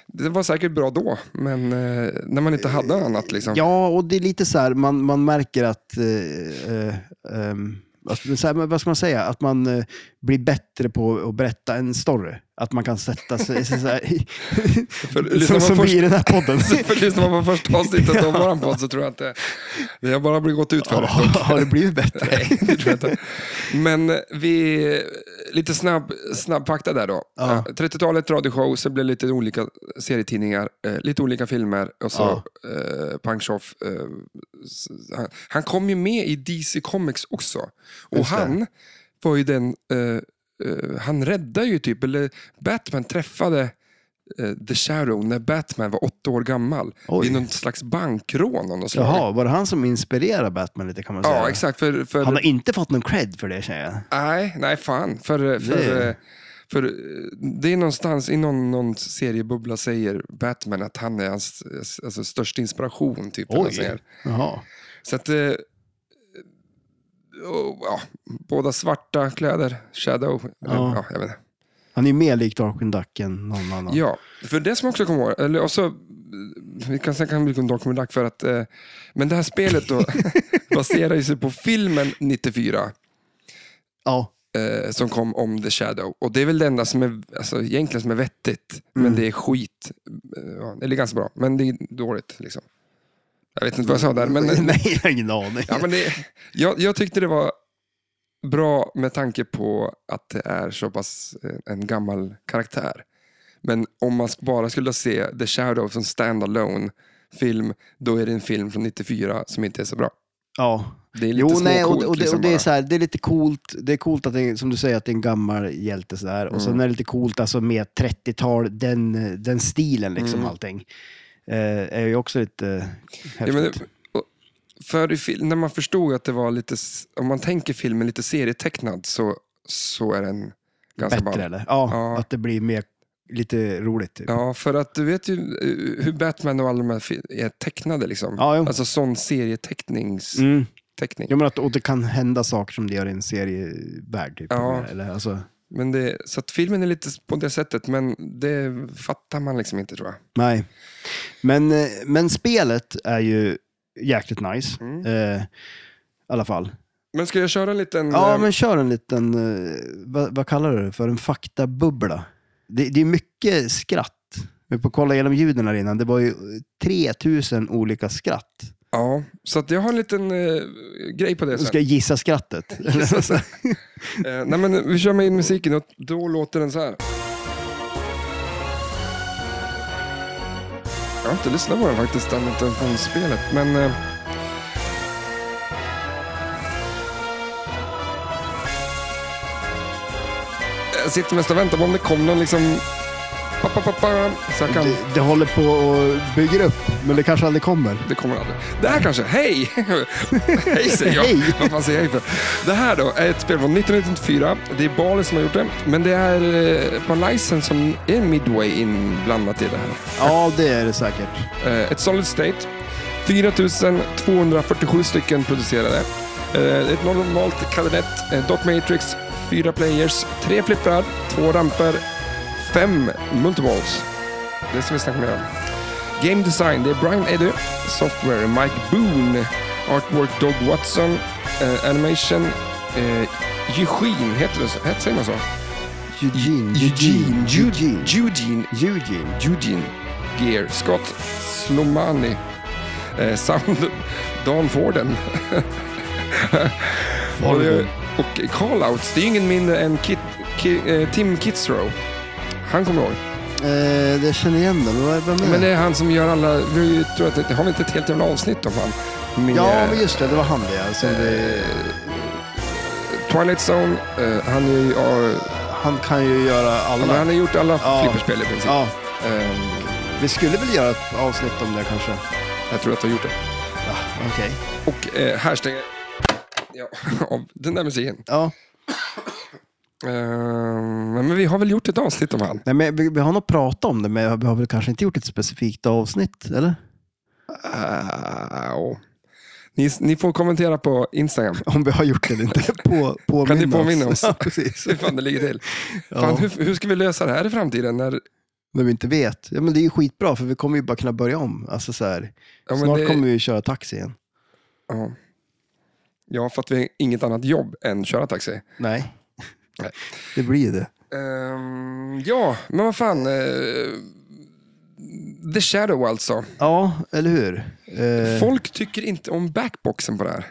Speaker 1: det var säkert bra då, men eh, när man inte hade annat. Liksom.
Speaker 2: Ja, och det är lite så här, man, man märker att, eh, eh, ehm, att men så här, men vad ska man säga, att man eh, bli bättre på att berätta en story. Att man kan sätta sig så här,
Speaker 1: För
Speaker 2: som,
Speaker 1: lyssnar
Speaker 2: som
Speaker 1: man, först,
Speaker 2: vi i den här podden.
Speaker 1: för lyssnar man på första avsnittet av våran podd så tror jag inte... Det har bara blivit gått ut för.
Speaker 2: Ja, har det blivit bättre?
Speaker 1: Nej, det tror jag inte. Men eh, vi, lite snabb, snabb fakta där då.
Speaker 2: Ja.
Speaker 1: Eh, 30-talet radioshow, så blev det lite olika serietidningar, eh, lite olika filmer och så eh, Pang Choff. Eh, s- han, han kom ju med i DC Comics också. Och
Speaker 2: Just det.
Speaker 1: han var ju den, eh, eh, han räddade ju typ, eller Batman träffade eh, The Shadow när Batman var åtta år gammal.
Speaker 2: Oj.
Speaker 1: Vid någon slags bankrån av något slag.
Speaker 2: Jaha, var det han som inspirerade Batman lite kan man säga?
Speaker 1: Ja, exakt. För, för
Speaker 2: Han har inte fått någon cred för det känner jag.
Speaker 1: Nej, nej fan. För, för,
Speaker 2: Det-
Speaker 1: för, eh, det är någonstans i någon, någon seriebubbla säger Batman att han är hans alltså, största inspiration. Typ, eller sådär.
Speaker 2: Jaha.
Speaker 1: Så att, eh, och, ja, båda svarta kläder, shadow. Ja.
Speaker 2: Ja.
Speaker 1: Ja, jag vet. inte.
Speaker 2: Han är ju mer lik Darkwing Duck än någon annan.
Speaker 1: ja, för det som jag också kommer ihåg, eller också, eh, vi kan snacka mycket om Darkwing Duck för att, eh, men det här spelet då baserar ju sig på filmen 94.
Speaker 2: Ja,
Speaker 1: eh, som kom om The Shadow. Och det är väl det enda som är, alltså, egentligen som är vettigt,
Speaker 2: Mm.
Speaker 1: men det är skit. Eh, Ja, eller ganska bra, men det är dåligt. Liksom. Jag vet inte vad jag sa där, men,
Speaker 2: Nej, jag har ingen aning.
Speaker 1: ja, men det, jag, jag tyckte det var bra med tanke på att det är så pass eh, en gammal karaktär. Men om man bara skulle se The Shadow som standalone film, då är det en film från 94 som inte är så bra.
Speaker 2: ja.
Speaker 1: Det är lite
Speaker 2: Jo, nej, och,
Speaker 1: småcoolt,
Speaker 2: och, det,
Speaker 1: liksom
Speaker 2: och det, är
Speaker 1: bara.
Speaker 2: så här, det är lite coolt. Det är coolt att det, är- som du säger, att det är en gammal hjälte. Så där. Och
Speaker 1: Mm.
Speaker 2: sen är det lite coolt alltså, med 30-tal, den, den stilen liksom allting. Eh, är ju också lite häftigt.
Speaker 1: Mm. Ja, men det, och- för i fil- när man förstod att det var lite, s- om man tänker filmen lite serietecknad så, så är den ganska
Speaker 2: Bättre
Speaker 1: ball.
Speaker 2: eller? Ja,
Speaker 1: Ja.
Speaker 2: att det blir mer, lite roligt. Typ.
Speaker 1: Ja, för att du vet ju eh, hur Batman och alla de här fi- är tecknade. Liksom.
Speaker 2: Ja, jo.
Speaker 1: Alltså sån serietecknings...
Speaker 2: Mm.
Speaker 1: Teckning.
Speaker 2: Jo, men att, och det kan hända saker som det gör i en serievärld. Typ,
Speaker 1: Ja.
Speaker 2: eller, alltså,
Speaker 1: Men det, så att filmen är lite på det sättet, men det fattar man liksom inte tror jag.
Speaker 2: nej. Men, eh, men spelet är ju jäkligt nice.
Speaker 1: Mm.
Speaker 2: Eh, I alla fall.
Speaker 1: Men ska jag köra en liten...
Speaker 2: Ja,
Speaker 1: eh,
Speaker 2: men kör en liten, eh, vad, vad kallar du det för, en faktabubbla. Det, det är mycket skratt. Vi får kolla igenom ljuden här innan. Det var ju 3000 olika skratt.
Speaker 1: ja, så att jag har en liten eh, grej på det
Speaker 2: Nu
Speaker 1: sen.
Speaker 2: ska jag gissa skrattet.
Speaker 1: Eh, nej, men vi kör med in musiken och då låter den så här. Jag har inte lyssnat på den faktiskt, annat än från spelet. Men, eh, jag sitter mest och väntar på om det kom någon liksom... Pa, pa, pa, pa, så jag kan...
Speaker 2: det, det håller på och bygger upp, men det kanske aldrig kommer.
Speaker 1: Det kommer aldrig. Det här kanske, hej! hej säger jag.
Speaker 2: Hej.
Speaker 1: Vad fan säger jag för? Det här då är ett spel från 1994. Det är Bali som har gjort det. Men det är eh, på license som är Midway inblandat i det här.
Speaker 2: Ja, det är det säkert.
Speaker 1: Eh, Ett Solid State. 4247 stycken producerade. Eh, Ett normalt kabinett. eh, Dot Matrix. Fyra players. Tre flipprar. Två ramper. Fem multiballs. Det ska vi snacka mer om. Game design, det är Brian Eddy. Software, Mike Boone. Artwork, Doug Watson. Eh, animation, eh, Eugene, heter det så? Heter, säger man så?
Speaker 2: Eugene.
Speaker 1: Eugene.
Speaker 2: Eugene.
Speaker 1: Eugene
Speaker 2: Eugene.
Speaker 1: Eugene Gear, Scott Slomani, eh, Sound, Dan Forden. och, eh, och call-outs, det är ingen mindre än Kit, Ki, eh, Tim Kitzrow. Han kommer jag ihåg.
Speaker 2: Eh, det känner jag igen den. Vad- Vem är
Speaker 1: Men det
Speaker 2: det?
Speaker 1: är han som gör alla, vi har ju- tror att det har vi inte ett helt jävla avsnitt om han? Med,
Speaker 2: Ja, men just det. Det var han det. Alltså, det
Speaker 1: eh, Twilight Zone, eh, han, är, ju, ja,
Speaker 2: han kan ju göra
Speaker 1: han, han
Speaker 2: alla.
Speaker 1: har gjort alla
Speaker 2: Ja.
Speaker 1: flipperspel i princip.
Speaker 2: Ja,
Speaker 1: Eh,
Speaker 2: vi skulle väl göra ett avsnitt om det kanske.
Speaker 1: jag tror att han har gjort det.
Speaker 2: Ja, Okej.
Speaker 1: Och eh, här stänger ja, av den där musiken.
Speaker 2: Ja.
Speaker 1: Ehm, men vi har väl gjort ett avsnitt om han?
Speaker 2: Nej, men vi, vi har nog pratat om det, men vi har väl kanske inte gjort ett specifikt avsnitt, eller?
Speaker 1: Ah, åh. ni, ni får kommentera på Instagram.
Speaker 2: Om vi har gjort det eller inte. På, påminna
Speaker 1: Kan ni påminna oss?
Speaker 2: Ja, precis.
Speaker 1: Se hur fan det ligger till.
Speaker 2: Ja.
Speaker 1: Fan, hur, hur ska vi lösa det här i framtiden? När,
Speaker 2: När vi inte vet. Ja, men det är ju skitbra, för vi kommer ju bara kunna börja om. Alltså, så här.
Speaker 1: ja, men
Speaker 2: Snart
Speaker 1: det,
Speaker 2: kommer vi ju köra taxi igen.
Speaker 1: ja. ja, för att vi har inget annat jobb än köra taxi.
Speaker 2: Nej.
Speaker 1: Nej.
Speaker 2: Det blir det.
Speaker 1: Ehm, ja, men vad fan. eh, The Shadow alltså.
Speaker 2: Ja, eller hur? Eh,
Speaker 1: Folk tycker inte om backboxen på det här.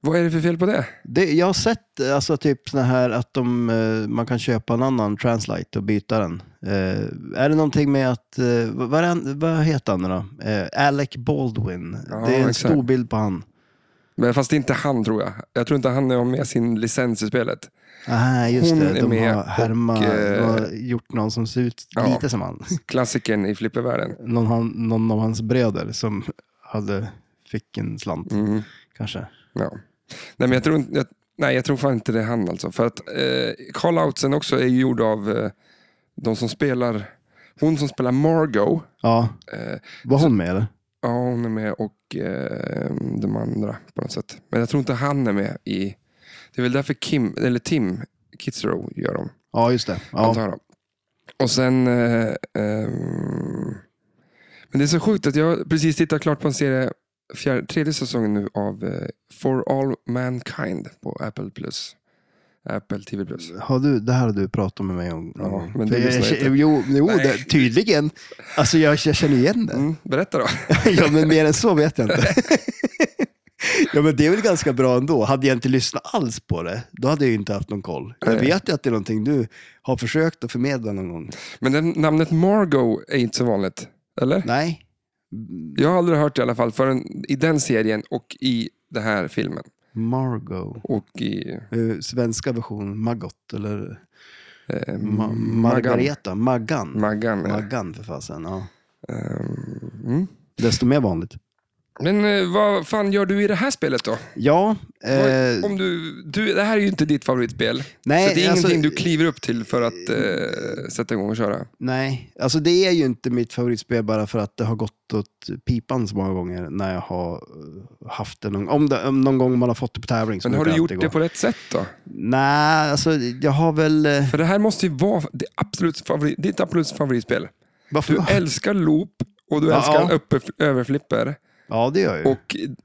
Speaker 1: Vad är det för fel på det?
Speaker 2: det, jag har sett eh, alltså, typ såna här att de, eh, man kan köpa en annan translite och byta den. Eh, är det någonting med att, eh, vad, vad är han- vad heter han nu då? Eh, Alec Baldwin.
Speaker 1: Ja,
Speaker 2: det är en
Speaker 1: exakt.
Speaker 2: stor bild på han.
Speaker 1: Men fast det är inte han tror jag. Jag tror inte han har med sin licens i spelet.
Speaker 2: Ah, just
Speaker 1: Hon
Speaker 2: det.
Speaker 1: är
Speaker 2: De
Speaker 1: med
Speaker 2: har härma,
Speaker 1: och, eh,
Speaker 2: de har gjort någon som ser ut
Speaker 1: Ja.
Speaker 2: lite som han.
Speaker 1: Klassikern i flippervärlden.
Speaker 2: Någon, han, någon av hans bröder som hade, fick en slant
Speaker 1: Mm.
Speaker 2: kanske.
Speaker 1: Ja. Nej, men jag tror, inte- jag, nej, jag tror fan inte det är han alltså. För att eh, call-outsen också är ju gjord av eh, de som spelar, hon som spelar Margot.
Speaker 2: Ja,
Speaker 1: Eh,
Speaker 2: var hon med eller?
Speaker 1: ja, hon är med och eh, de andra på något sätt. Men jag tror inte han är med i, det är väl därför Kim, eller Tim Kitzrow gör dem.
Speaker 2: Ja, just det. Ja.
Speaker 1: Antar jag. Och sen... Eh, ehm, men det är så sjukt att jag precis tittar klart på en serie, fjär, tredje säsongen nu av eh, For All Mankind på Apple Plus. Apple TV Plus.
Speaker 2: Har du, det här har du pratat med mig om.
Speaker 1: Ja,
Speaker 2: om-
Speaker 1: men
Speaker 2: För
Speaker 1: det lyssnar jag
Speaker 2: jag,
Speaker 1: inte.
Speaker 2: jo, jo
Speaker 1: Nej.
Speaker 2: det, tydligen. Alltså jag, jag känner igen det.
Speaker 1: Mm, berätta då.
Speaker 2: ja, men mer än så vet jag inte. ja, men det är väl ganska bra ändå. Hade jag inte lyssnat alls på det, då hade jag ju inte haft någon koll. Jag vet ju att det är någonting du har försökt att förmedla någon gång.
Speaker 1: Men den, namnet Margot är inte så vanligt, eller?
Speaker 2: Nej,
Speaker 1: Jag har aldrig hört det i alla fall förrän i den serien och i den här filmen.
Speaker 2: Margot.
Speaker 1: Och i
Speaker 2: Eh, svenska version Maggot eller
Speaker 1: eh,
Speaker 2: Ma-
Speaker 1: Maggan.
Speaker 2: Margareta, Maggan.
Speaker 1: Maggan. ja.
Speaker 2: Maggan för fasen, ja.
Speaker 1: Ehm, mm.
Speaker 2: Desto mer vanligt.
Speaker 1: Men eh, vad fan gör du i det här spelet då?
Speaker 2: Ja, eh,
Speaker 1: Vad- om du, du, det här är ju inte ditt favoritspel.
Speaker 2: Nej,
Speaker 1: så det är
Speaker 2: alltså-
Speaker 1: ingenting du kliver upp till för att eh, sätta igång och köra.
Speaker 2: nej. Alltså det är ju inte mitt favoritspel bara för att det har gått åt pipan så många gånger när jag har eh, haft det någon, om det, om någon gång man har fått det på tävling. Så
Speaker 1: Men har
Speaker 2: brukar
Speaker 1: du gjort
Speaker 2: alltid
Speaker 1: det
Speaker 2: gå.
Speaker 1: på rätt sätt då?
Speaker 2: Nej, alltså jag har väl... eh,
Speaker 1: För det här måste ju vara det absolut favorit, ditt absolut favoritspel.
Speaker 2: Varför?
Speaker 1: Du älskar loop och du
Speaker 2: Ja,
Speaker 1: älskar
Speaker 2: ja.
Speaker 1: uppe, överflipper.
Speaker 2: ja, det gör jag ju.
Speaker 1: Och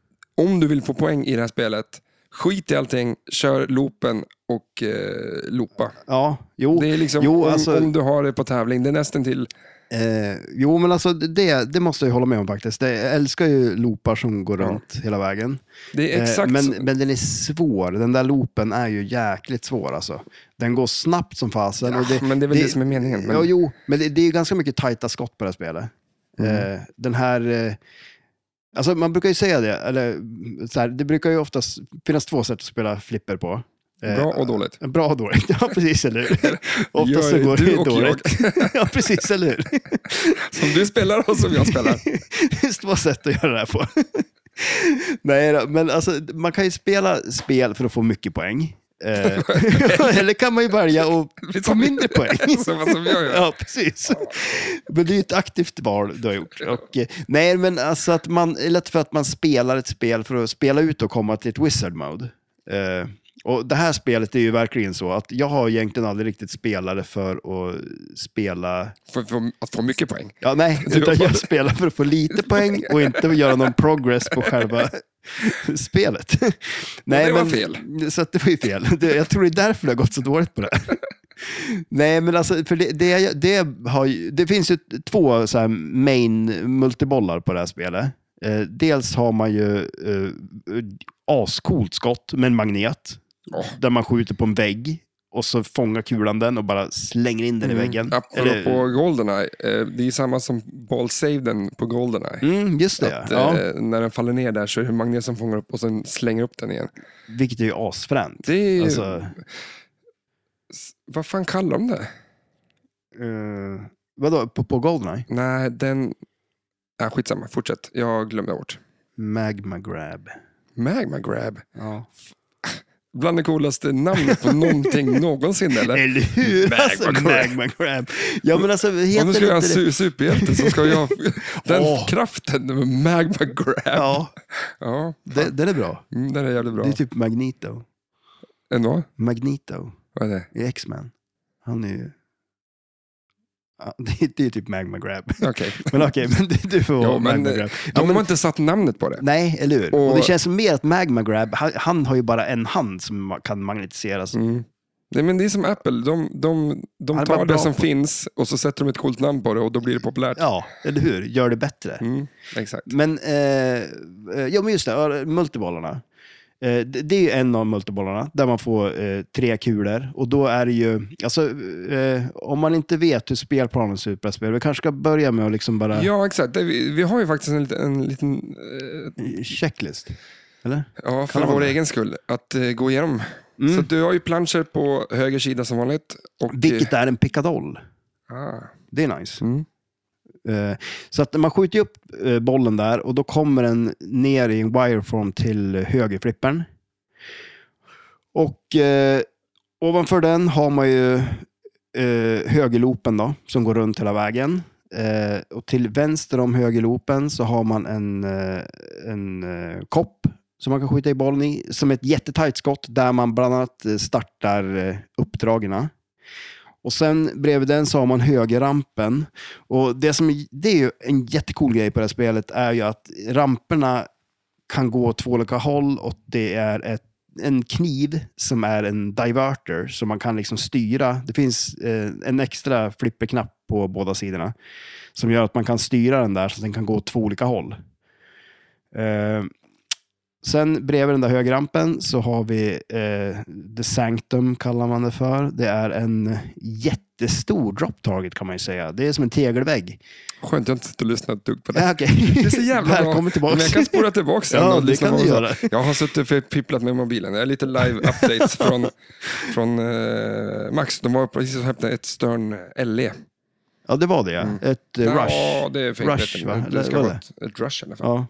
Speaker 1: om du vill få poäng i det här spelet, skit i allting, kör loopen och eh, loopa.
Speaker 2: Ja, jo.
Speaker 1: Det är liksom,
Speaker 2: jo,
Speaker 1: om,
Speaker 2: alltså-
Speaker 1: om du har det på tävling, det är nästan till
Speaker 2: Eh, jo, men alltså det, det måste jag ju hålla med om faktiskt. Det, jag älskar ju loopar som går runt hela vägen.
Speaker 1: det är
Speaker 2: Eh,
Speaker 1: exakt
Speaker 2: men,
Speaker 1: så.
Speaker 2: men den är svår. Den där loopen är ju jäkligt svår alltså. Den går snabbt som fasen. och
Speaker 1: Ja, men det är väl det som är meningen, men-
Speaker 2: Ja, jo, men det, det är ju ganska mycket tajta skott på det här spelet.
Speaker 1: Mm.
Speaker 2: Eh, den här... Eh, alltså man brukar ju säga det, eller mm, så här, det brukar ju oftast finnas två sätt att spela flipper på. Eh,
Speaker 1: Bra och dåligt.
Speaker 2: Bra och dåligt, ja precis, eller hur? Oftast så
Speaker 1: Gör
Speaker 2: går det
Speaker 1: du
Speaker 2: ju
Speaker 1: och jag.
Speaker 2: dåligt. ja, precis, eller hur?
Speaker 1: Som du spelar och som jag spelar.
Speaker 2: Det finns två sätt att göra det här på. Nej då, men alltså, man kan ju spela spel för att få mycket poäng. Eh, eller kan man ju välja att få mindre poäng.
Speaker 1: Som, som jag gör.
Speaker 2: Ja, precis. Men det är ju ett aktivt val du har gjort. Och, eh, nej, men alltså att man, det är lätt för att man spelar ett spel för att spela ut och komma till ett wizard mode. Eh, och det här spelet är ju verkligen så att jag har egentligen aldrig riktigt spelat det för att spela
Speaker 1: För, för att få mycket poäng.
Speaker 2: Ja, nej,
Speaker 1: Du
Speaker 2: utan
Speaker 1: har-
Speaker 2: jag spelar för att få lite poäng och inte göra någon progress på själva spelet. Nej,
Speaker 1: det var fel.
Speaker 2: Så att det var ju fel. Det, jag tror det är därför det har gått så dåligt på det. Nej, men alltså, för det, det, det, har, ju- det finns ju två så här main multibollar på det här spelet. Eh, dels har man ju eh, ascoolt skott med en magnet,
Speaker 1: Åh.
Speaker 2: där man skjuter på en vägg och så fångar kulan den och bara slänger in
Speaker 1: Mm.
Speaker 2: den i väggen. Eller-
Speaker 1: Apropå Goldeneye, eh, det är samma som ballsaven på Goldeneye.
Speaker 2: Mm, just det.
Speaker 1: Att,
Speaker 2: ja.
Speaker 1: eh, när den faller ner där så är det magnet som fångar upp och sen slänger upp den igen.
Speaker 2: Vilket är ju asfränt.
Speaker 1: Det är ju,
Speaker 2: Alltså,
Speaker 1: s- Vad fan kallar de det?
Speaker 2: eh, vadå, på, på Goldeneye?
Speaker 1: Nej, den... Äh, skitsamma, fortsätt. Jag glömde bort.
Speaker 2: Magma Grab.
Speaker 1: Magma Grab.
Speaker 2: Ja.
Speaker 1: Bland det coolaste namnet på någonting någonsin, eller?
Speaker 2: Eller hur?
Speaker 1: Magma
Speaker 2: alltså,
Speaker 1: Grab.
Speaker 2: Magma Grab. Ja, men alltså, heter
Speaker 1: Om du
Speaker 2: det
Speaker 1: ska
Speaker 2: inte
Speaker 1: göra en
Speaker 2: det?
Speaker 1: su- superhjälte så ska jag... Den
Speaker 2: Åh.
Speaker 1: kraften med Magma Grab. Ja.
Speaker 2: Ja, det, den är bra.
Speaker 1: mm, den är jävligt bra.
Speaker 2: Det är typ Magneto.
Speaker 1: Ändå?
Speaker 2: Magneto
Speaker 1: Vad är det?
Speaker 2: i X-Men. Han är ju... Ja, det, är- det är typ Magma Grab.
Speaker 1: Okej.
Speaker 2: Men okej, men du- du får
Speaker 1: Ja,
Speaker 2: vara
Speaker 1: men,
Speaker 2: Magma
Speaker 1: eh,
Speaker 2: Grab.
Speaker 1: De har inte satt namnet på det.
Speaker 2: Nej, eller hur? Och,
Speaker 1: Och-
Speaker 2: det känns som mer att Magma Grab, han, han har ju bara en hand som ma- kan magnetiseras
Speaker 1: Mm. Nej, men det är som Apple. De, de,
Speaker 2: Ja,
Speaker 1: de
Speaker 2: det
Speaker 1: tar
Speaker 2: var
Speaker 1: det
Speaker 2: bra
Speaker 1: som
Speaker 2: på-
Speaker 1: finns och så sätter de ett coolt namn på det och då blir det populärt.
Speaker 2: Ja, eller hur? Gör det bättre.
Speaker 1: Mm, exakt.
Speaker 2: Men, eh, eh, ja, men just det, ja, multibollarna. Eh, det, det är ju en av multibollarna där man får eh, tre kulor. Och då är det ju, alltså, eh, om man inte vet hur spelplanen ser ut på det här spelet, vi kanske ska börja med att liksom bara...
Speaker 1: Ja, exakt. Det- Vi, vi har ju faktiskt en liten, en liten eh,
Speaker 2: Checklist. Eller?
Speaker 1: ja, för
Speaker 2: man
Speaker 1: vår
Speaker 2: det?
Speaker 1: egen skull, att eh, gå igenom.
Speaker 2: Mm.
Speaker 1: Så du har ju planscher på höger sida som vanligt. Och,
Speaker 2: Vilket är en pickadoll.
Speaker 1: Ah,
Speaker 2: Det är nice.
Speaker 1: mm.
Speaker 2: Eh, Så att man skjuter ju upp eh, bollen där och då kommer den ner i en wireform till högerflippern. Och eh, ovanför den har man ju eh, högerloopen då, som går runt hela vägen. Eh, och till vänster om högerloopen så har man en, eh, en eh, kopp som man kan skjuta i bollen i, som är ett jättetajt skott där man bland annat eh, startar eh, uppdragena. Och sen bredvid den så har man högerrampen. Och det, som är, det är ju en jättecool grej på det här spelet är ju att ramperna kan gå åt två olika håll och det är ett, en kniv som är en diverter som man kan liksom styra. Det finns eh, en extra flipperknapp på båda sidorna som gör att man kan styra den där så att den kan gå åt två olika håll. Eh, sen bredvid den där högerrampen så har vi eh, The Sanctum kallar man det för. Det är en jättestor drop target kan man ju säga. Det är som en tegelvägg.
Speaker 1: Skönt, jag har inte suttit och lyssnat ett dugg på det.
Speaker 2: Ja, okej.
Speaker 1: Det är så jävla bra.
Speaker 2: Välkommen tillbaka.
Speaker 1: Men jag kan spåra tillbaka sen
Speaker 2: Ja,
Speaker 1: och liksom
Speaker 2: det
Speaker 1: lyssna
Speaker 2: kan
Speaker 1: på vad
Speaker 2: du göra.
Speaker 1: Jag har suttit och pipplat med mobilen. Jag har lite live-updates från, från eh, Max. De var precis och hämtade ett Stern LE.
Speaker 2: Ja, det var det ja. Ett eh,
Speaker 1: Mm. Ja,
Speaker 2: rush.
Speaker 1: det är fint.
Speaker 2: Rush,
Speaker 1: Rush,
Speaker 2: va?
Speaker 1: va?
Speaker 2: Eller
Speaker 1: Det ska
Speaker 2: vad
Speaker 1: vara
Speaker 2: är
Speaker 1: ett, ett rush i alla fall.
Speaker 2: Ja.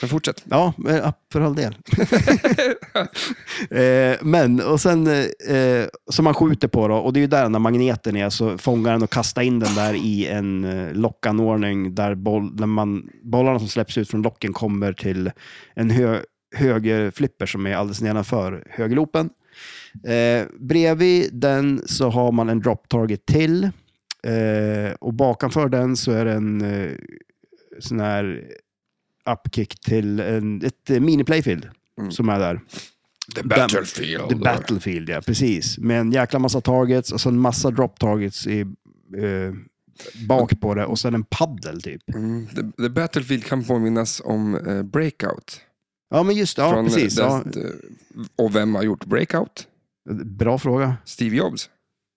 Speaker 1: Men fortsätt.
Speaker 2: Ja, men, ja, för all del. eh, men, och sen eh, eh, som man skjuter på då, och det är ju där den där magneten är, så fångar den och kastar in den där i en eh, lockanordning där boll, när man, bollarna som släpps ut från locken kommer till en hö, höger flipper som är alldeles nedanför högerloopen. Eh, bredvid den så har man en drop target till eh, och bakanför den så är det en eh, sån här upkick till en, ett eh, mini-playfield
Speaker 1: Mm.
Speaker 2: som är där.
Speaker 1: The
Speaker 2: The Battlefield, ja. Precis. Med en jäkla massa targets och sen massa drop targets i, eh, bak på det och sen en paddel typ.
Speaker 1: Mm, the, the Battlefield kan påminnas om eh, Breakout.
Speaker 2: Ja, men just det. Ja,
Speaker 1: Från, eh,
Speaker 2: precis. Ja.
Speaker 1: dess- Och vem har gjort Breakout?
Speaker 2: Bra fråga.
Speaker 1: Steve Jobs.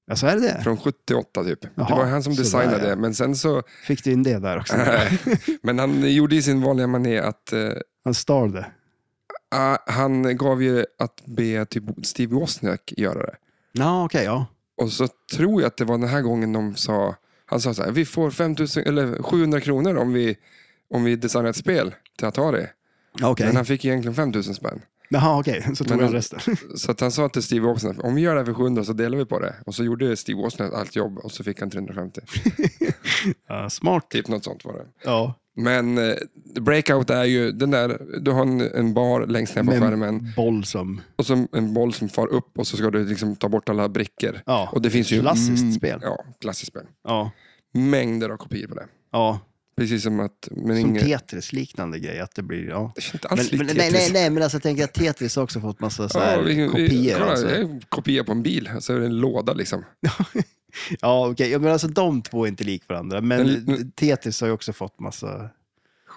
Speaker 2: Ja, så är det det.
Speaker 1: Från 78 typ. det
Speaker 2: Jaha,
Speaker 1: var han som
Speaker 2: sådär,
Speaker 1: designade
Speaker 2: ja.
Speaker 1: det. Men sen så...
Speaker 2: Fick du in det där också?
Speaker 1: Eh, men han gjorde ju sin vanliga mané att eh,
Speaker 2: Han stal det.
Speaker 1: Ah, han gav ju att be typ Steve Wozniak göra det.
Speaker 2: Ja, okej. ja.
Speaker 1: Och så tror jag att det var den här gången de sa, han sa så här, vi får 5000, eller 700 kronor om vi, om vi designar ett spel till Atari.
Speaker 2: Ja, Okej,
Speaker 1: Men han fick egentligen 5000 spänn.
Speaker 2: Jaha, okej. så tog
Speaker 1: Men-
Speaker 2: han resten.
Speaker 1: Så att han sa till Steve Wozniak, om vi gör det här för 700 så delar vi på det. Och så gjorde Steve Wozniak allt jobb och så fick han 350.
Speaker 2: Ja, smart.
Speaker 1: Typ något sånt var det.
Speaker 2: Ja.
Speaker 1: Men eh, Breakout är ju den där, du har en, en bar längst ner på
Speaker 2: Med
Speaker 1: skärmen
Speaker 2: en boll som...
Speaker 1: och så en boll som far upp och så ska du liksom ta bort alla brickor.
Speaker 2: Ja,
Speaker 1: Och det finns ju
Speaker 2: klassiskt
Speaker 1: mm,
Speaker 2: spel.
Speaker 1: Ja, klassiskt spel.
Speaker 2: Ja.
Speaker 1: Mängder av kopior på det.
Speaker 2: ja.
Speaker 1: Precis som att... Men
Speaker 2: Som
Speaker 1: inget,
Speaker 2: Tetris-liknande grej. Att det blir, ja.
Speaker 1: det känns inte
Speaker 2: Men,
Speaker 1: alls
Speaker 2: men,
Speaker 1: likt
Speaker 2: nej, nej,
Speaker 1: Tetris.
Speaker 2: nej, men alltså, jag tänker att Tetris har också fått massa så här
Speaker 1: Ja, vi- vi-
Speaker 2: kopior.
Speaker 1: kolla,
Speaker 2: alltså.
Speaker 1: det är en kopia på en bil, så är det en låda liksom.
Speaker 2: Ja, okej. Ja, men alltså de två är inte lik varandra. Men
Speaker 1: Men- men-
Speaker 2: Tetris har ju också fått massa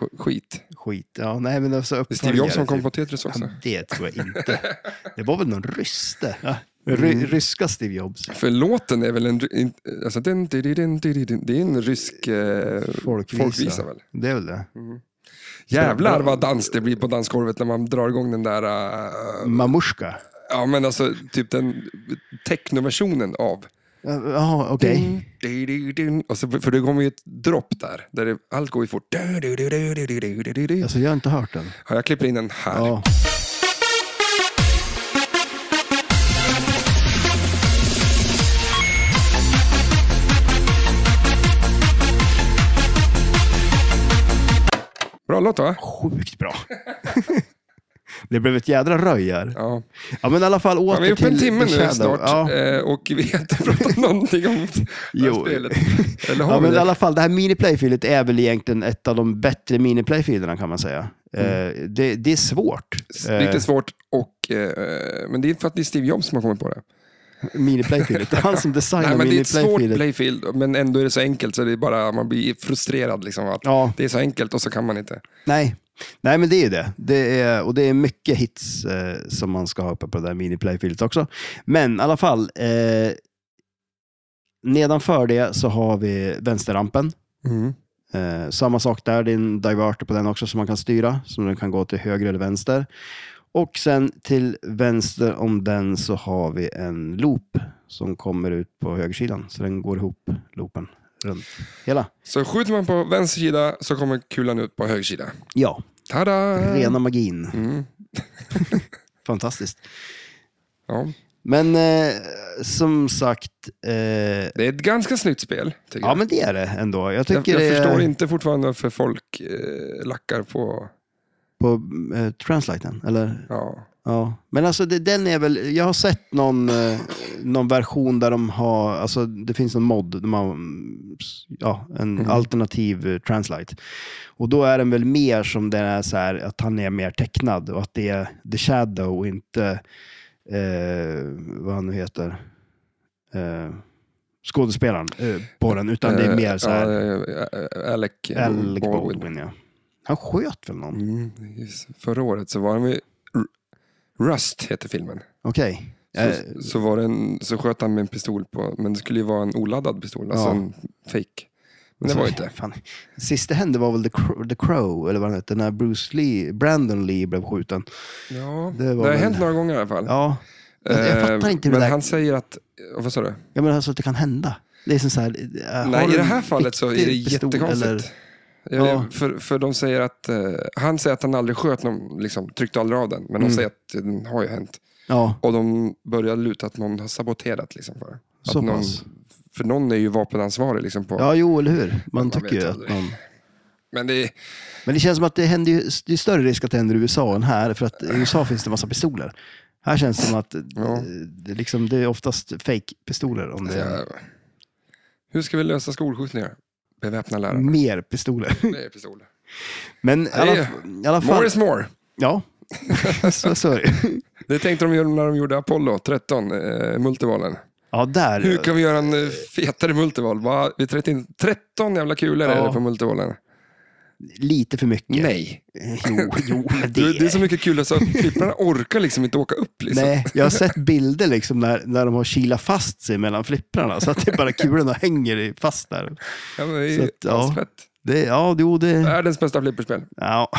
Speaker 1: Sk- Skit.
Speaker 2: skit. Ja, nej, men alltså
Speaker 1: Det är
Speaker 2: uppföljare.
Speaker 1: Steve Jobs som
Speaker 2: typ.
Speaker 1: kom på Tetris också.
Speaker 2: Ja, det tror jag inte. Det var väl någon ryste? Ja.
Speaker 1: Mm.
Speaker 2: Ry, Ryska Steve Jobs.
Speaker 1: För låten är väl en... in- Alltså, din, din, din, din, din, det är en rysk eh,
Speaker 2: Folkvisa.
Speaker 1: folkvisa väl?
Speaker 2: Det är väl det.
Speaker 1: Jävlar vad dans det blir på dansgolvet när man drar igång den där... eh,
Speaker 2: Mamushka.
Speaker 1: ja, men alltså typ den technoversionen av
Speaker 2: Ja, okej.
Speaker 1: Ding, di, di, din. Och så, för det kommer ju ett dropp där, där det, allt går ju fort. Du, du, du, du, du, du, du, du, du.
Speaker 2: Alltså, jag har inte hört den.
Speaker 1: Ja, jag klipper in den här.
Speaker 2: Ja.
Speaker 1: Bra låt va?
Speaker 2: Sjukt bra. Det blev ett jädra röj här.
Speaker 1: Ja.
Speaker 2: Ja, men i alla fall åter
Speaker 1: Ja, vi är uppe en
Speaker 2: till
Speaker 1: timme
Speaker 2: The
Speaker 1: nu
Speaker 2: Shadow.
Speaker 1: snart
Speaker 2: Ja.
Speaker 1: eh, och vi har inte pratat någonting om det här
Speaker 2: Jo.
Speaker 1: spelet. Eller har
Speaker 2: Ja,
Speaker 1: vi
Speaker 2: men i
Speaker 1: det?
Speaker 2: alla fall, det här miniplayfieldet är väl egentligen ett av de bättre miniplayfielderna kan man säga.
Speaker 1: Mm.
Speaker 2: Eh, det, det är svårt. eh,
Speaker 1: eh, Lite svårt, och, eh, men det är för att det är Steve Jobs som har kommit på det.
Speaker 2: Mini-playfield. Det är han som designar
Speaker 1: Nej, men det är ett svårt
Speaker 2: mini-playfield.
Speaker 1: playfield, men ändå är det så enkelt så det är bara, man blir frustrerad. Liksom, att
Speaker 2: Ja,
Speaker 1: Det är så enkelt och så kan man inte.
Speaker 2: nej. Nej, men det är ju det. det är, och det är mycket hits eh, som man ska ha uppe på det där mini-playfieldet också. Men i alla fall, eh, nedanför det så har vi vänsterrampen.
Speaker 1: Mm.
Speaker 2: Eh, samma sak där, det är en diverter på den också som man kan styra, som den kan gå till höger eller vänster. Och sen till vänster om den så har vi en loop som kommer ut på högersidan, så den går ihop, loopen, runt hela.
Speaker 1: Så skjuter man på vänster sida så kommer kulan ut på höger sida.
Speaker 2: Ja,
Speaker 1: Tada!
Speaker 2: rena magin.
Speaker 1: Mm.
Speaker 2: Fantastiskt.
Speaker 1: Ja.
Speaker 2: Men eh, som sagt, eh,
Speaker 1: Det är ett ganska snyggt spel, tycker
Speaker 2: ja
Speaker 1: jag.
Speaker 2: men det är det ändå. Jag tycker
Speaker 1: jag, jag
Speaker 2: det är
Speaker 1: förstår inte fortfarande varför folk eh, lackar på...
Speaker 2: på eh, translaten, eller
Speaker 1: Ja.
Speaker 2: Ja, men alltså det, den är väl, jag har sett någon, eh, någon version där de har, alltså det finns en mod, de har, mm, ja, en
Speaker 1: Mm.
Speaker 2: alternativ eh, translate. Och då är den väl mer som den är så här, att han är mer tecknad och att det är the shadow och inte, eh, vad han nu heter, eh, skådespelaren eh, på den, utan det är mer så här,
Speaker 1: Ja, eh, Alec
Speaker 2: Alec
Speaker 1: Baldwin.
Speaker 2: Baldwin. Ja. Han sköt väl någon?
Speaker 1: Mm, just. Förra året så var han med... Rust heter filmen.
Speaker 2: Okej.
Speaker 1: Så,
Speaker 2: Eh,
Speaker 1: så, var det en, så sköt han med en pistol på, men det skulle ju vara en oladdad pistol, alltså
Speaker 2: Ja.
Speaker 1: en fake. Men det var ju inte.
Speaker 2: Alltså, Fan. Sist det hände var väl The Crow, The Crow eller vad den hette, när Bruce Lee, Brandon Lee blev skjuten.
Speaker 1: Ja,
Speaker 2: Det
Speaker 1: det,
Speaker 2: var
Speaker 1: har
Speaker 2: väl-
Speaker 1: hänt några gånger i alla fall.
Speaker 2: Ja, jag, jag
Speaker 1: Eh,
Speaker 2: fattar inte hur
Speaker 1: men
Speaker 2: det där...
Speaker 1: han säger att, eh, vad sa du?
Speaker 2: Jag menar alltså att det kan hända. Det är som så här, eh, har
Speaker 1: Nej,
Speaker 2: du
Speaker 1: i det
Speaker 2: en
Speaker 1: här fallet så är det
Speaker 2: riktig pistol
Speaker 1: jättekonstigt.
Speaker 2: eller-
Speaker 1: Jag-
Speaker 2: Ja.
Speaker 1: För, för de säger att, eh, han säger att han aldrig sköt någon, liksom, tryckte aldrig av den, men
Speaker 2: Mm.
Speaker 1: de säger att den har ju hänt.
Speaker 2: Ja,
Speaker 1: Och de börjar luta att någon har saboterat. Liksom, för, det.
Speaker 2: Så
Speaker 1: att någon,
Speaker 2: pass.
Speaker 1: för någon är ju vapenansvarig. Liksom, på,
Speaker 2: ja, jo, eller hur? Man,
Speaker 1: Man
Speaker 2: tycker
Speaker 1: vet
Speaker 2: ju att
Speaker 1: aldrig.
Speaker 2: någon...
Speaker 1: Men det är,
Speaker 2: Men det känns som att det händer ju, det är större risk att det händer i USA än här, för att i USA finns det massa pistoler. Här känns det som att eh,
Speaker 1: Ja.
Speaker 2: det, liksom, det är oftast fake-pistoler om det är
Speaker 1: eh, hur ska vi lösa skolskjutningar? Beväpna lärare.
Speaker 2: mer pistoler.
Speaker 1: Det är pistol.
Speaker 2: Men i alla, i alla fall...
Speaker 1: More is more.
Speaker 2: Ja, så, så är det.
Speaker 1: Det tänkte de göra när de gjorde Apollo 13, eh, multivalen.
Speaker 2: Ja, där.
Speaker 1: Hur kan vi göra en eh, fetare multival? Va? Vi 13, 13 jävla kulor
Speaker 2: Ja.
Speaker 1: är det på multivalen.
Speaker 2: Lite för mycket.
Speaker 1: Nej.
Speaker 2: Jo, jo men det,
Speaker 1: Det, det är så mycket kulor så att flipprarna orkar liksom inte åka upp. Liksom.
Speaker 2: Nej, jag har sett bilder liksom när, när de har kilat fast sig mellan flipprarna, så att det är bara kulorna hänger i- fast där.
Speaker 1: Ja, men det
Speaker 2: Så
Speaker 1: är
Speaker 2: att, ja.
Speaker 1: asfett.
Speaker 2: Det, ja, jo, det...
Speaker 1: Världens bästa flipperspel.
Speaker 2: Ja,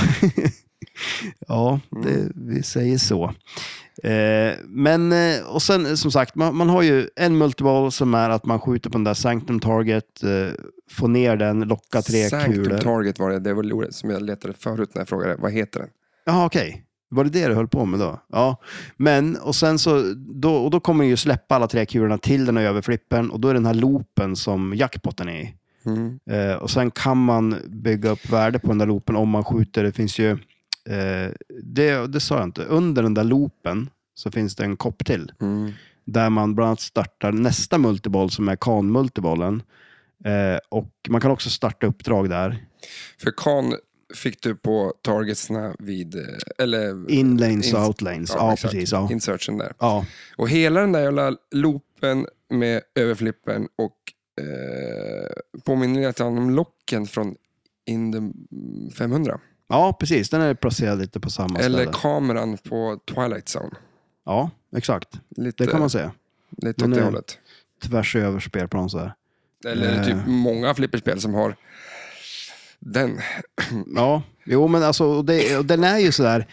Speaker 2: ja
Speaker 1: Mm.
Speaker 2: det, vi säger så. Eh, men, eh, och sen som sagt, man, man har ju en multiball som är att man skjuter på den där Sanctum Target, eh, får ner den, lockar tre
Speaker 1: Sanctum
Speaker 2: kulor.
Speaker 1: Target var det, det var ordet som jag letade förut när jag frågade, vad heter den?
Speaker 2: Ja, okej. Var det det du höll på med då? Ja. Men, och sen så, då, och då kommer ju släppa alla tre kulorna till den här överflippen och då är den här loopen som jackpotten är i.
Speaker 1: Mm.
Speaker 2: Eh, och sen kan man bygga upp värde på den där loopen om man skjuter. Det finns ju, eh, det, det sa jag inte, under den där loopen så finns det en kopp till
Speaker 1: Mm.
Speaker 2: där man bland annat startar nästa multiboll som är kan-multibollen. Eh, och man kan också starta uppdrag där.
Speaker 1: För kan fick du på targetsna vid, eh, eller
Speaker 2: Inlanes och
Speaker 1: In-
Speaker 2: outlanes.
Speaker 1: ja,
Speaker 2: Ja,
Speaker 1: exakt.
Speaker 2: precis. Ja.
Speaker 1: insertion där.
Speaker 2: Ja.
Speaker 1: Och hela den där jävla loopen med överflippen och eh, påminner lite grann om locken från in the 500.
Speaker 2: ja, precis. Den är placerad lite på samma ställe.
Speaker 1: Eller kameran på Twilight Zone.
Speaker 2: Ja, exakt.
Speaker 1: Lite,
Speaker 2: Det kan man säga.
Speaker 1: lite åt
Speaker 2: Men,
Speaker 1: det
Speaker 2: eh,
Speaker 1: hållet.
Speaker 2: Tvärs över spelplan så här.
Speaker 1: Eller
Speaker 2: eh.
Speaker 1: typ många flipperspel som har den.
Speaker 2: Ja, jo men alltså och det, och den är ju så där.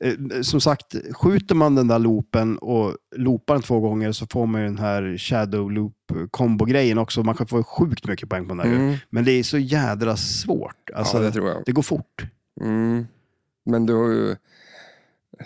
Speaker 2: eh, Som sagt, skjuter man den där loopen och loopar den två gånger så får man ju den här shadow loop kombo-grejen också. Man kan få sjukt mycket poäng på den där ju.
Speaker 1: Mm.
Speaker 2: Men det är så jädra svårt. Alltså,
Speaker 1: ja, det
Speaker 2: det,
Speaker 1: tror jag.
Speaker 2: går fort.
Speaker 1: Mm. Men du har ju...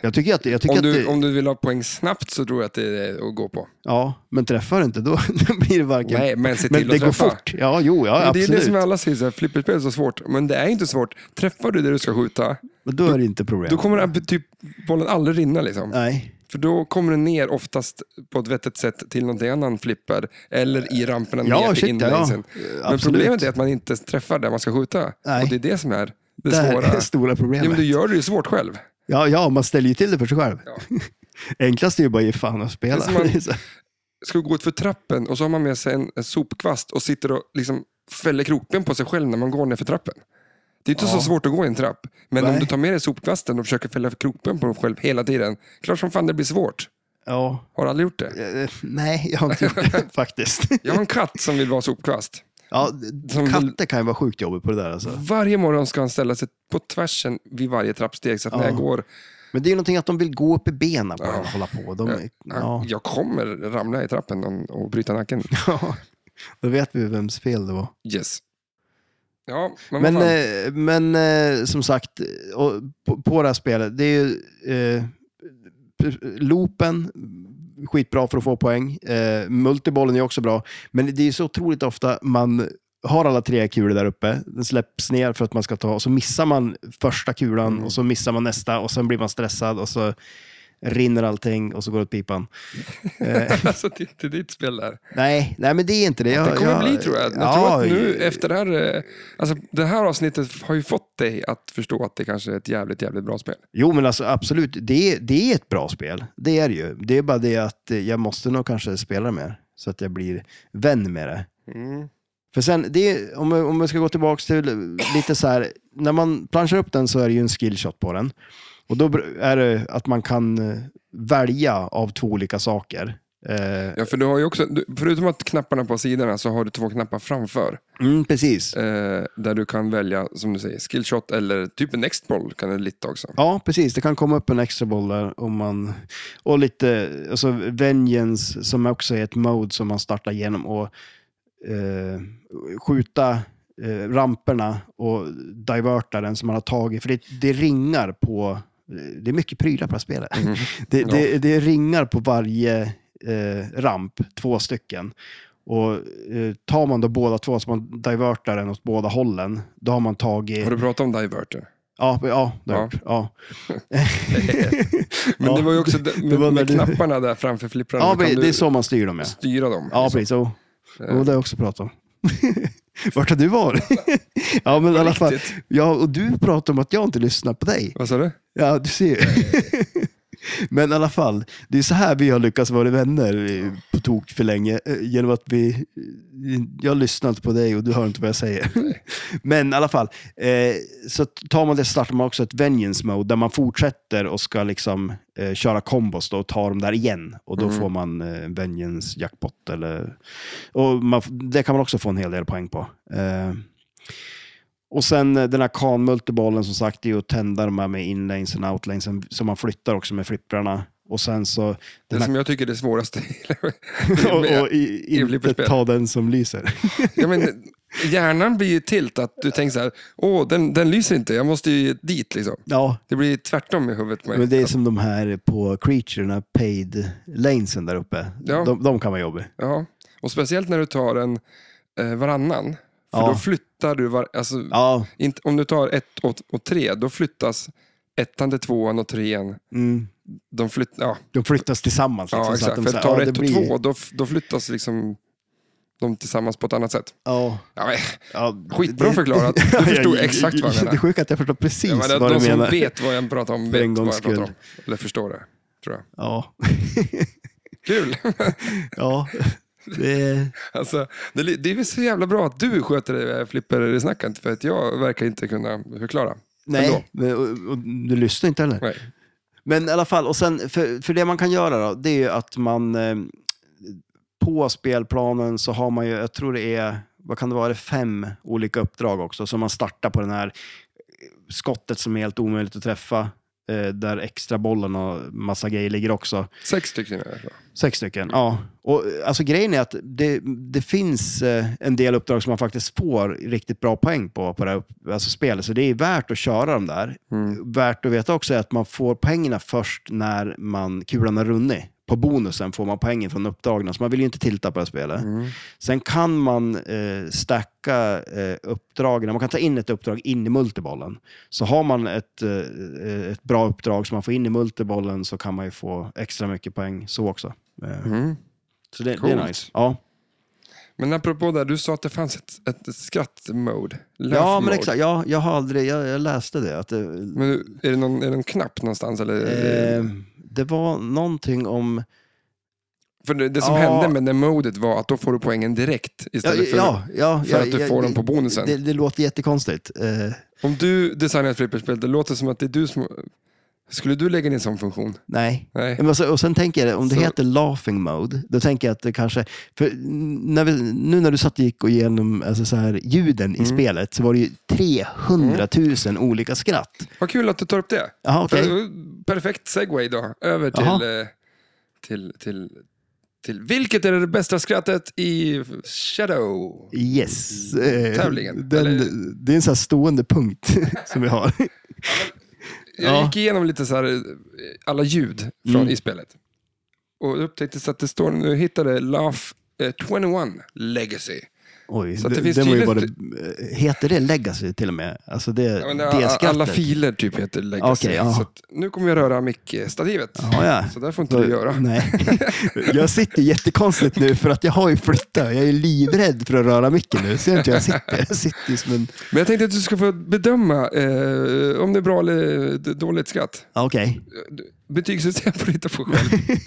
Speaker 2: Jag tycker att, jag tycker
Speaker 1: Om
Speaker 2: att
Speaker 1: du,
Speaker 2: det,
Speaker 1: om du vill ha poäng snabbt så tror jag att det är att gå på.
Speaker 2: ja, men träffar du inte då, då blir det varken...
Speaker 1: Nej, men se till
Speaker 2: men
Speaker 1: att
Speaker 2: det går
Speaker 1: träffa.
Speaker 2: fort. Ja, jo, ja,
Speaker 1: Men det är
Speaker 2: absolut.
Speaker 1: det som alla säger, så här, flipperspel är så svårt. Men det är inte svårt. Träffar du det du ska skjuta,
Speaker 2: Men Då är det inte problem.
Speaker 1: då kommer ab- typ, bollen aldrig rinna. Liksom.
Speaker 2: Nej,
Speaker 1: För då kommer den ner oftast på ett vettigt sätt till någonting annan flipper. Eller i ramperna
Speaker 2: Ja,
Speaker 1: ner
Speaker 2: shit,
Speaker 1: till inlanesen.
Speaker 2: ja. Eh,
Speaker 1: Men
Speaker 2: absolut.
Speaker 1: problemet är att man inte träffar där man ska skjuta.
Speaker 2: Nej.
Speaker 1: Och det är det som är det,
Speaker 2: det här är
Speaker 1: svåra.
Speaker 2: det stora problemet.
Speaker 1: Ja, men du gör det ju svårt själv.
Speaker 2: Ja, ja, man ställer ju till det för sig själv. Enklast är ju bara att ge fan och spela.
Speaker 1: Det är som man-
Speaker 2: Det är så-
Speaker 1: ska gå ut för trappen och så har man med sig en, en sopkvast och sitter och liksom fäller krokben på sig själv när man går ner för trappen. Det är inte så
Speaker 2: Ja.
Speaker 1: svårt att gå i en trapp. Men om
Speaker 2: Nej.
Speaker 1: du tar med dig sopkvasten och försöker fälla krokben på dig själv hela tiden. Klart som fan det blir svårt.
Speaker 2: Ja.
Speaker 1: Har du aldrig gjort det?
Speaker 2: Eh, Nej, jag har inte gjort det faktiskt.
Speaker 1: Jag har en katt som vill vara sopkvast.
Speaker 2: Ja,
Speaker 1: Som-
Speaker 2: katter kan ju vara sjukt jobbigt på det där alltså.
Speaker 1: Varje morgon ska han ställa sig på tvärsen vid varje trappsteg. Så att när
Speaker 2: Ja.
Speaker 1: jag går,
Speaker 2: Men det är ju någonting att de vill gå upp i benen på
Speaker 1: Ja.
Speaker 2: en och hålla på. De, är- ja.
Speaker 1: jag kommer ramla i trappen och, och bryta nacken.
Speaker 2: Ja. Då vet vi vems fel det var.
Speaker 1: Yes. Ja, men,
Speaker 2: Men,
Speaker 1: vad fan.
Speaker 2: eh, men eh, som sagt, och, på, på det här spelet, det är ju eh, p- loopen, skitbra för att få poäng. Eh, multibollen är också bra, men det är ju så otroligt ofta man har alla tre kulor där uppe, den släpps ner för att man ska ta, och så missar man första kulan
Speaker 1: Mm.
Speaker 2: och så missar man nästa och sen blir man stressad och så rinner allting och så går det åt pipan. Eh,
Speaker 1: alltså, det är inte ditt spel där.
Speaker 2: nej, nej, men det är inte det. Jag,
Speaker 1: Det kommer
Speaker 2: jag-
Speaker 1: bli tror jag. Jag tror att nu efter det här, eh, alltså, det här avsnittet har ju fått dig att förstå att det kanske är ett jävligt, jävligt bra spel.
Speaker 2: Jo, men alltså absolut. Det, det är ett bra spel. Det är det ju. Det är bara det att eh, jag måste nog kanske spela mer. Så att jag blir vän med det. Mm. För sen, det är, om, jag- om jag ska gå tillbaka till lite så här. När man planschar upp den så är det ju en skillshot på den. Och då br- är det att man kan eh, välja av två olika saker. Eh,
Speaker 1: Ja, för du har ju också, du, förutom att knapparna på sidorna så har du två knappar framför.
Speaker 2: mm, precis.
Speaker 1: Eh, där du kan välja, som du säger, skillshot eller typ en next ball kan det lite också.
Speaker 2: Ja, precis. Det kan komma upp en extra boll där. Om man, och lite alltså Vengeance, som också är ett mode som man startar genom att eh, skjuta eh, ramperna och diverta den som man har tagit. För det, det ringar på... eh, Det är mycket prylar på det här spelet. Det, det, det ringar på varje eh, ramp, två stycken. Och eh, Tar man då båda två, så man divertar den åt båda hållen, då har man tagit...
Speaker 1: Har du pratat om diverter?
Speaker 2: Ja, ja, det har
Speaker 1: Ja.
Speaker 2: jag gjort. Ja.
Speaker 1: Men
Speaker 2: Ja,
Speaker 1: det var ju också d- med,
Speaker 2: var när
Speaker 1: med
Speaker 2: du-
Speaker 1: knapparna där framför flipprarna.
Speaker 2: Ja,
Speaker 1: då kan
Speaker 2: men det
Speaker 1: du
Speaker 2: är så man styr dem. Ja,
Speaker 1: styra dem.
Speaker 2: ja
Speaker 1: liksom.
Speaker 2: precis. Och, och det har jag också pratat om. Vart har du varit? ja, men i alla fall.
Speaker 1: Riktigt.
Speaker 2: Ja, och du pratar om att jag inte lyssnar på dig.
Speaker 1: Vad sa du?
Speaker 2: Ja, du ser ju. Men i alla fall, det är så här vi har lyckats vara vänner eh, på tok för länge. eh, Genom att vi... eh, Jag lyssnar inte på dig och du hör inte vad jag säger. Men i alla fall, eh, så tar man det så startar man också ett vengeance mode där man fortsätter och ska liksom eh, köra kombos då och ta dem där igen. Och då får man eh, en vengeance jackpot. Eller, och man, f- det kan man också få en hel del poäng på. Eh, och sen eh, den här kanmultibollen som sagt, det är ju att tända de här med inlanes och outlanesen som man flyttar också med flipprarna. Och sen så...
Speaker 1: Det
Speaker 2: Den här,
Speaker 1: som jag tycker är det svåraste.
Speaker 2: och, och i, inte
Speaker 1: flipperspel.
Speaker 2: ta den som lyser.
Speaker 1: ja, men, hjärnan blir ju tilt att du tänker så här, åh den, den lyser inte, jag måste ju dit liksom.
Speaker 2: ja,
Speaker 1: Det blir tvärtom i huvudet på mig.
Speaker 2: men det är som de här på Creature, den här paid lanesen där uppe.
Speaker 1: Ja.
Speaker 2: De, de kan vara jobbiga.
Speaker 1: ja. Och speciellt när du tar en eh, varannan. För
Speaker 2: Ja.
Speaker 1: då flyttar du, var, alltså,
Speaker 2: Ja,
Speaker 1: inte, om du tar ett och, och tre, då flyttas ettan till tvåan och trean.
Speaker 2: mm.
Speaker 1: De flytt, ja,
Speaker 2: de flyttas tillsammans.
Speaker 1: ja,
Speaker 2: liksom, så att
Speaker 1: exakt.
Speaker 2: de
Speaker 1: För
Speaker 2: så här,
Speaker 1: tar
Speaker 2: ja,
Speaker 1: ett
Speaker 2: det
Speaker 1: och
Speaker 2: blir-
Speaker 1: två, då, f- då flyttas liksom de tillsammans på ett annat sätt.
Speaker 2: Ja,
Speaker 1: Ja, men,
Speaker 2: ja,
Speaker 1: Skitbra
Speaker 2: det-
Speaker 1: förklarat. Du
Speaker 2: Ja,
Speaker 1: förstod
Speaker 2: jag-
Speaker 1: exakt vad jag
Speaker 2: jag-
Speaker 1: menar.
Speaker 2: Det är sjukt att jag förstår precis
Speaker 1: jag menar,
Speaker 2: vad
Speaker 1: de
Speaker 2: du
Speaker 1: som
Speaker 2: menar.
Speaker 1: vet vad jag pratar om
Speaker 2: För
Speaker 1: vet
Speaker 2: en
Speaker 1: vad
Speaker 2: gångs
Speaker 1: jag pratar
Speaker 2: skull.
Speaker 1: om. Eller förstår det, tror jag.
Speaker 2: Ja,
Speaker 1: Kul!
Speaker 2: ja. Det är...
Speaker 1: Alltså, det, li- det är väl så jävla bra att du sköter det eh, flipper-snacket, för att jag verkar inte kunna förklara. Ändå.
Speaker 2: Nej, men, och, och, du lyssnar inte heller.
Speaker 1: Nej.
Speaker 2: Men i alla fall, och sen, för, för det man kan göra då, det är ju att man eh, på spelplanen så har man ju, jag tror det är, vad kan det vara, det är fem olika uppdrag också. Så man startar på den här skottet som är helt omöjligt att träffa, eh, där extra bollen och massa grejer ligger också.
Speaker 1: Sex stycken är det. så.
Speaker 2: Sex stycken, ja. Och, eh, alltså, grejen är att det, det finns eh, en del uppdrag som man faktiskt får riktigt bra poäng på, på det här upp, alltså spelet. Så det är värt att köra dem där.
Speaker 1: Mm.
Speaker 2: Mm. Värt att veta också är att man får poängerna först när man, kulan har runnit. På bonusen får man poängen från uppdragen, så man vill ju inte tilta på det här spelet. Sen kan man eh, stacka eh, uppdragen, man kan ta in ett uppdrag in i multibollen. Så har man ett, eh, eh, ett bra uppdrag som man får in i multibollen så kan man ju få extra mycket poäng så också. Eh,
Speaker 1: Mm.
Speaker 2: så det, det
Speaker 1: Coolt.
Speaker 2: är nice. Ja,
Speaker 1: Men apropå det, du sa att det fanns ett, ett skratt-mode. laugh
Speaker 2: ja men
Speaker 1: mode.
Speaker 2: exakt. Ja, jag har aldrig, jag, jag läste det. Att det
Speaker 1: Men är det Eh.
Speaker 2: Ehm,
Speaker 1: någon, är det någon knapp någonstans? Eller?
Speaker 2: eh, det var någonting om
Speaker 1: För det, det som
Speaker 2: Ja.
Speaker 1: hände med det modet var att då får du poängen direkt
Speaker 2: Ja,
Speaker 1: istället för...
Speaker 2: ja, ja,
Speaker 1: för att
Speaker 2: ja,
Speaker 1: du
Speaker 2: ja,
Speaker 1: får
Speaker 2: det-
Speaker 1: dem på bonusen.
Speaker 2: Det, det låter jättekonstigt. Eh,
Speaker 1: Om du designar ett flipperspel, det låter som att det är du som... Skulle du lägga in en sån funktion?
Speaker 2: nej.
Speaker 1: Nej.
Speaker 2: Men alltså, och sen tänker jag, om det
Speaker 1: Så-
Speaker 2: heter laughing mode, då tänker jag att det kanske... För när vi, nu när du satt och gick och igenom alltså så här, ljuden
Speaker 1: Mm.
Speaker 2: i spelet så var det ju 300 000 olika skratt.
Speaker 1: Vad kul att du tar upp det.
Speaker 2: Jaha, okej.
Speaker 1: Mm. För- Perfekt segway då, över
Speaker 2: Jaha.
Speaker 1: till, eh, till, till, till... Vilket är det bästa skrattet i Shadow?
Speaker 2: Yes. Eh,
Speaker 1: Tävlingen,
Speaker 2: Den,
Speaker 1: eller?
Speaker 2: det är en sån här stående punkt som vi har.
Speaker 1: Jag
Speaker 2: Ja. Mm.
Speaker 1: gick igenom lite så här, eh, alla ljud från i spelet. Och upptäckte så att det står, nu hittade Laugh eh, 21 Legacy.
Speaker 2: Oj,
Speaker 1: Så att det
Speaker 2: det,
Speaker 1: finns
Speaker 2: det var ju bara,
Speaker 1: tydligt-
Speaker 2: heter det legacy till och med? Alltså det,
Speaker 1: Ja, men
Speaker 2: det,
Speaker 1: det, alla, alla
Speaker 2: skrattet.
Speaker 1: filer typ heter Legacy.
Speaker 2: Okej, ja.
Speaker 1: så att, nu kommer jag röra mick-stativet.
Speaker 2: Ja, ja.
Speaker 1: Så där får inte du göra.
Speaker 2: Nej. Jag sitter jättekonstigt nu för att jag har ju flyttat. Jag är livrädd för att röra micken nu. Ser inte hur jag sitter? Jag sitter ju som en...
Speaker 1: Men jag tänkte att du ska få bedöma eh, om det är bra eller d- dåligt skratt.
Speaker 2: Ja, Okej.
Speaker 1: Betygssystem får du hitta på själv.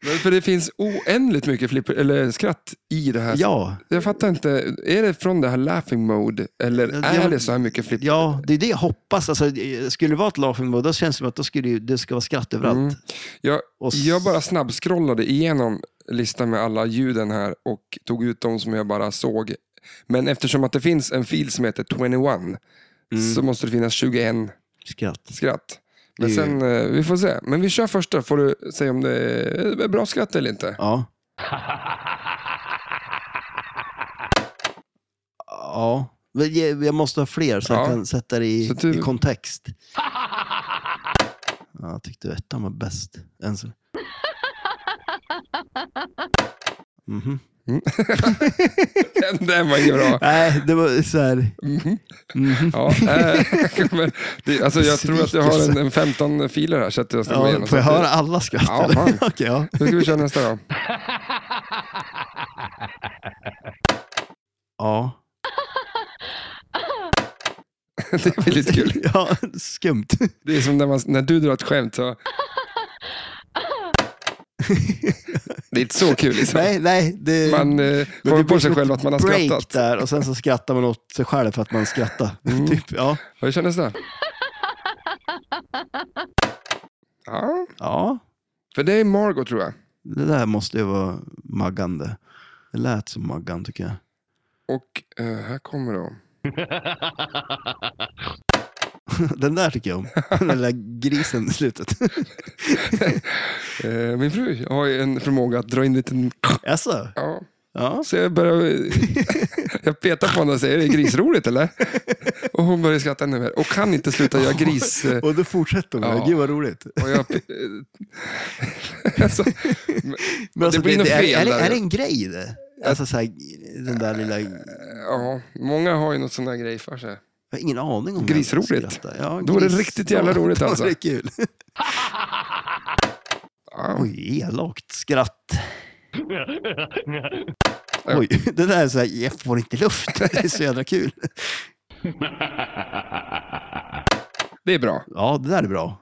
Speaker 1: Men för det finns oändligt mycket flipper, eller skratt i det här.
Speaker 2: Ja.
Speaker 1: Jag fattar inte, är det från det här laughing mode eller
Speaker 2: Ja,
Speaker 1: är
Speaker 2: ja.
Speaker 1: det så här mycket flipper?
Speaker 2: ja, det är det jag hoppas. Alltså, skulle det vara ett laughing mode, då känns det som att då skulle ju- det ska vara skratt överallt.
Speaker 1: Mm. Jag,
Speaker 2: Och s-
Speaker 1: jag bara snabbscrollade igenom listan med alla ljuden här och tog ut de som jag bara såg. Men eftersom att det finns en fil som heter 21 så måste det finnas 21
Speaker 2: Skratt.
Speaker 1: skratt. Men
Speaker 2: Mm. Det är ju-
Speaker 1: sen, eh, vi får se. Men vi kör första, får du säga om det är bra skratt eller inte.
Speaker 2: Ja. Ja. Men jag- Jag måste ha fler så jag
Speaker 1: Ja.
Speaker 2: kan sätta det i,
Speaker 1: Så du-
Speaker 2: i kontext. Ja, jag tyckte ettan var bäst. Än så. Mhm.
Speaker 1: Den, den var ju bra.
Speaker 2: Nej, det var så här.
Speaker 1: Mhm.
Speaker 2: Mhm.
Speaker 1: Ja, eh, men det, alltså jag tror att jag har en, en 15 filer här så att jag ska gå
Speaker 2: Ja,
Speaker 1: igenom.
Speaker 2: får jag
Speaker 1: Så att
Speaker 2: höra alla skratt?
Speaker 1: Ja,
Speaker 2: eller?
Speaker 1: fan.
Speaker 2: Okej, ja.
Speaker 1: det- Nu ska vi köra nästa då.
Speaker 2: ja.
Speaker 1: Det är lite kul.
Speaker 2: Ja, skumt.
Speaker 1: Det är som när, man, när du drar ett skämt. Så... Det är inte så kul. Liksom.
Speaker 2: Nej, nej. Det...
Speaker 1: Man eh,
Speaker 2: Men
Speaker 1: kommer
Speaker 2: det blir
Speaker 1: på sig
Speaker 2: som
Speaker 1: själv
Speaker 2: ett
Speaker 1: att man har
Speaker 2: break
Speaker 1: skrattat. Mm.
Speaker 2: Där, och sen så skrattar man åt sig själv för att man skrattar. typ, ja.
Speaker 1: Hur kändes det? Ja,
Speaker 2: ja,
Speaker 1: för det är Margot tror jag.
Speaker 2: det där måste ju vara maggande. Det lät som maggan tycker jag.
Speaker 1: Och eh, här kommer de.
Speaker 2: Den där tycker jag om. Den där lilla grisen i slutet.
Speaker 1: Eh, min fru har ju en förmåga att dra in en liten...
Speaker 2: Jaså?
Speaker 1: Ja,
Speaker 2: Ja.
Speaker 1: så jag börjar... Jag petar på henne och säger, är det grisroligt eller? Och hon börjar skratta ännu mer. Och kan inte sluta göra gris... eh,
Speaker 2: Och då fortsätter man.
Speaker 1: Ja.
Speaker 2: Gud vad roligt.
Speaker 1: Och jag... eh, Alltså,
Speaker 2: Men alltså,
Speaker 1: blir något
Speaker 2: är,
Speaker 1: fel
Speaker 2: är, det,
Speaker 1: där.
Speaker 2: är det en grej det? Alltså så här, den där lilla...
Speaker 1: Ja, många har ju något sån där grej för sig.
Speaker 2: Jag har ingen aning om
Speaker 1: Grisroligt.
Speaker 2: vem som skrattar. Ja,
Speaker 1: Då är det riktigt jävla
Speaker 2: Ja,
Speaker 1: roligt
Speaker 2: då är
Speaker 1: alltså.
Speaker 2: det kul.
Speaker 1: Ja.
Speaker 2: Oj, elakt skratt. Oj, det där är så här, jag får inte luft. Det är så jävla kul.
Speaker 1: Det är bra.
Speaker 2: Ja, det där är bra.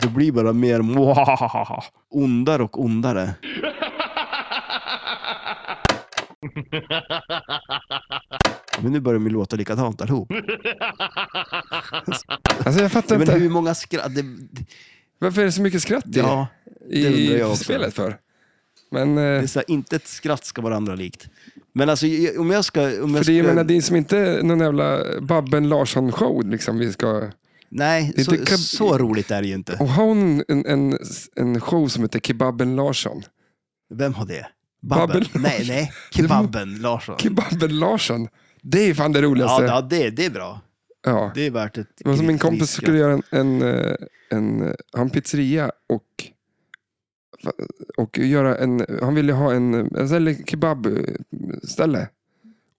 Speaker 2: Det blir bara mer mwahaha. ondare och ondare. Men nu börjar de ju låta likadant allihop.
Speaker 1: Alltså jag fattar
Speaker 2: Men
Speaker 1: inte.
Speaker 2: hur många skratt... Det,
Speaker 1: Varför är det så mycket skratt i,
Speaker 2: ja, det undrar
Speaker 1: i
Speaker 2: jag också.
Speaker 1: spelet för? Men,
Speaker 2: det
Speaker 1: eh,
Speaker 2: är så här, inte ett skratt ska vara andra likt. Men alltså jag- om jag ska... Om jag
Speaker 1: för det,
Speaker 2: ska
Speaker 1: jag menar, det är som inte någon jävla Babben Larsson-show. Liksom, vi ska...
Speaker 2: nej,
Speaker 1: det är
Speaker 2: så,
Speaker 1: inte kab-
Speaker 2: så roligt är det ju inte.
Speaker 1: Och har hon en, en, en show som heter Kebabben Larsson?
Speaker 2: Vem har det?
Speaker 1: Babben
Speaker 2: Babben?
Speaker 1: Larsson.
Speaker 2: Nej, nej. Kebabben Larsson.
Speaker 1: Kebabben Larsson? Det är fan det
Speaker 2: Ja,
Speaker 1: roligaste.
Speaker 2: ja det, det är bra.
Speaker 1: Ja.
Speaker 2: Det är värt ett
Speaker 1: Det var som min kompis
Speaker 2: grisskratt.
Speaker 1: skulle göra en, en, eh, en, eh, han pizzeria och, och göra en, han ville ha en, en sån här kebabställe.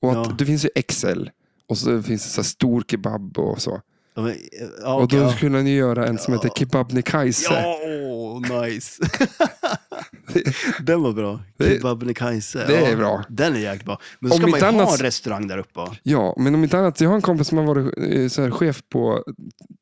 Speaker 1: Och att
Speaker 2: Ja.
Speaker 1: det finns ju XL och så finns det så här stor kebab och så.
Speaker 2: Ja, men, ja,
Speaker 1: och då
Speaker 2: okej, ja.
Speaker 1: skulle han ju göra en som heter Kebabnekaise.
Speaker 2: Ja, åh, nice. Den var bra.
Speaker 1: Det-
Speaker 2: Kebabnekaise.
Speaker 1: det är
Speaker 2: ja.
Speaker 1: bra.
Speaker 2: Den är jäkligt bra. Men så
Speaker 1: Om
Speaker 2: ska man ju
Speaker 1: inte
Speaker 2: ha
Speaker 1: annat-
Speaker 2: en restaurang där uppe. va?
Speaker 1: Ja, men om inte annat, jag har en kompis som har varit eh, så här chef på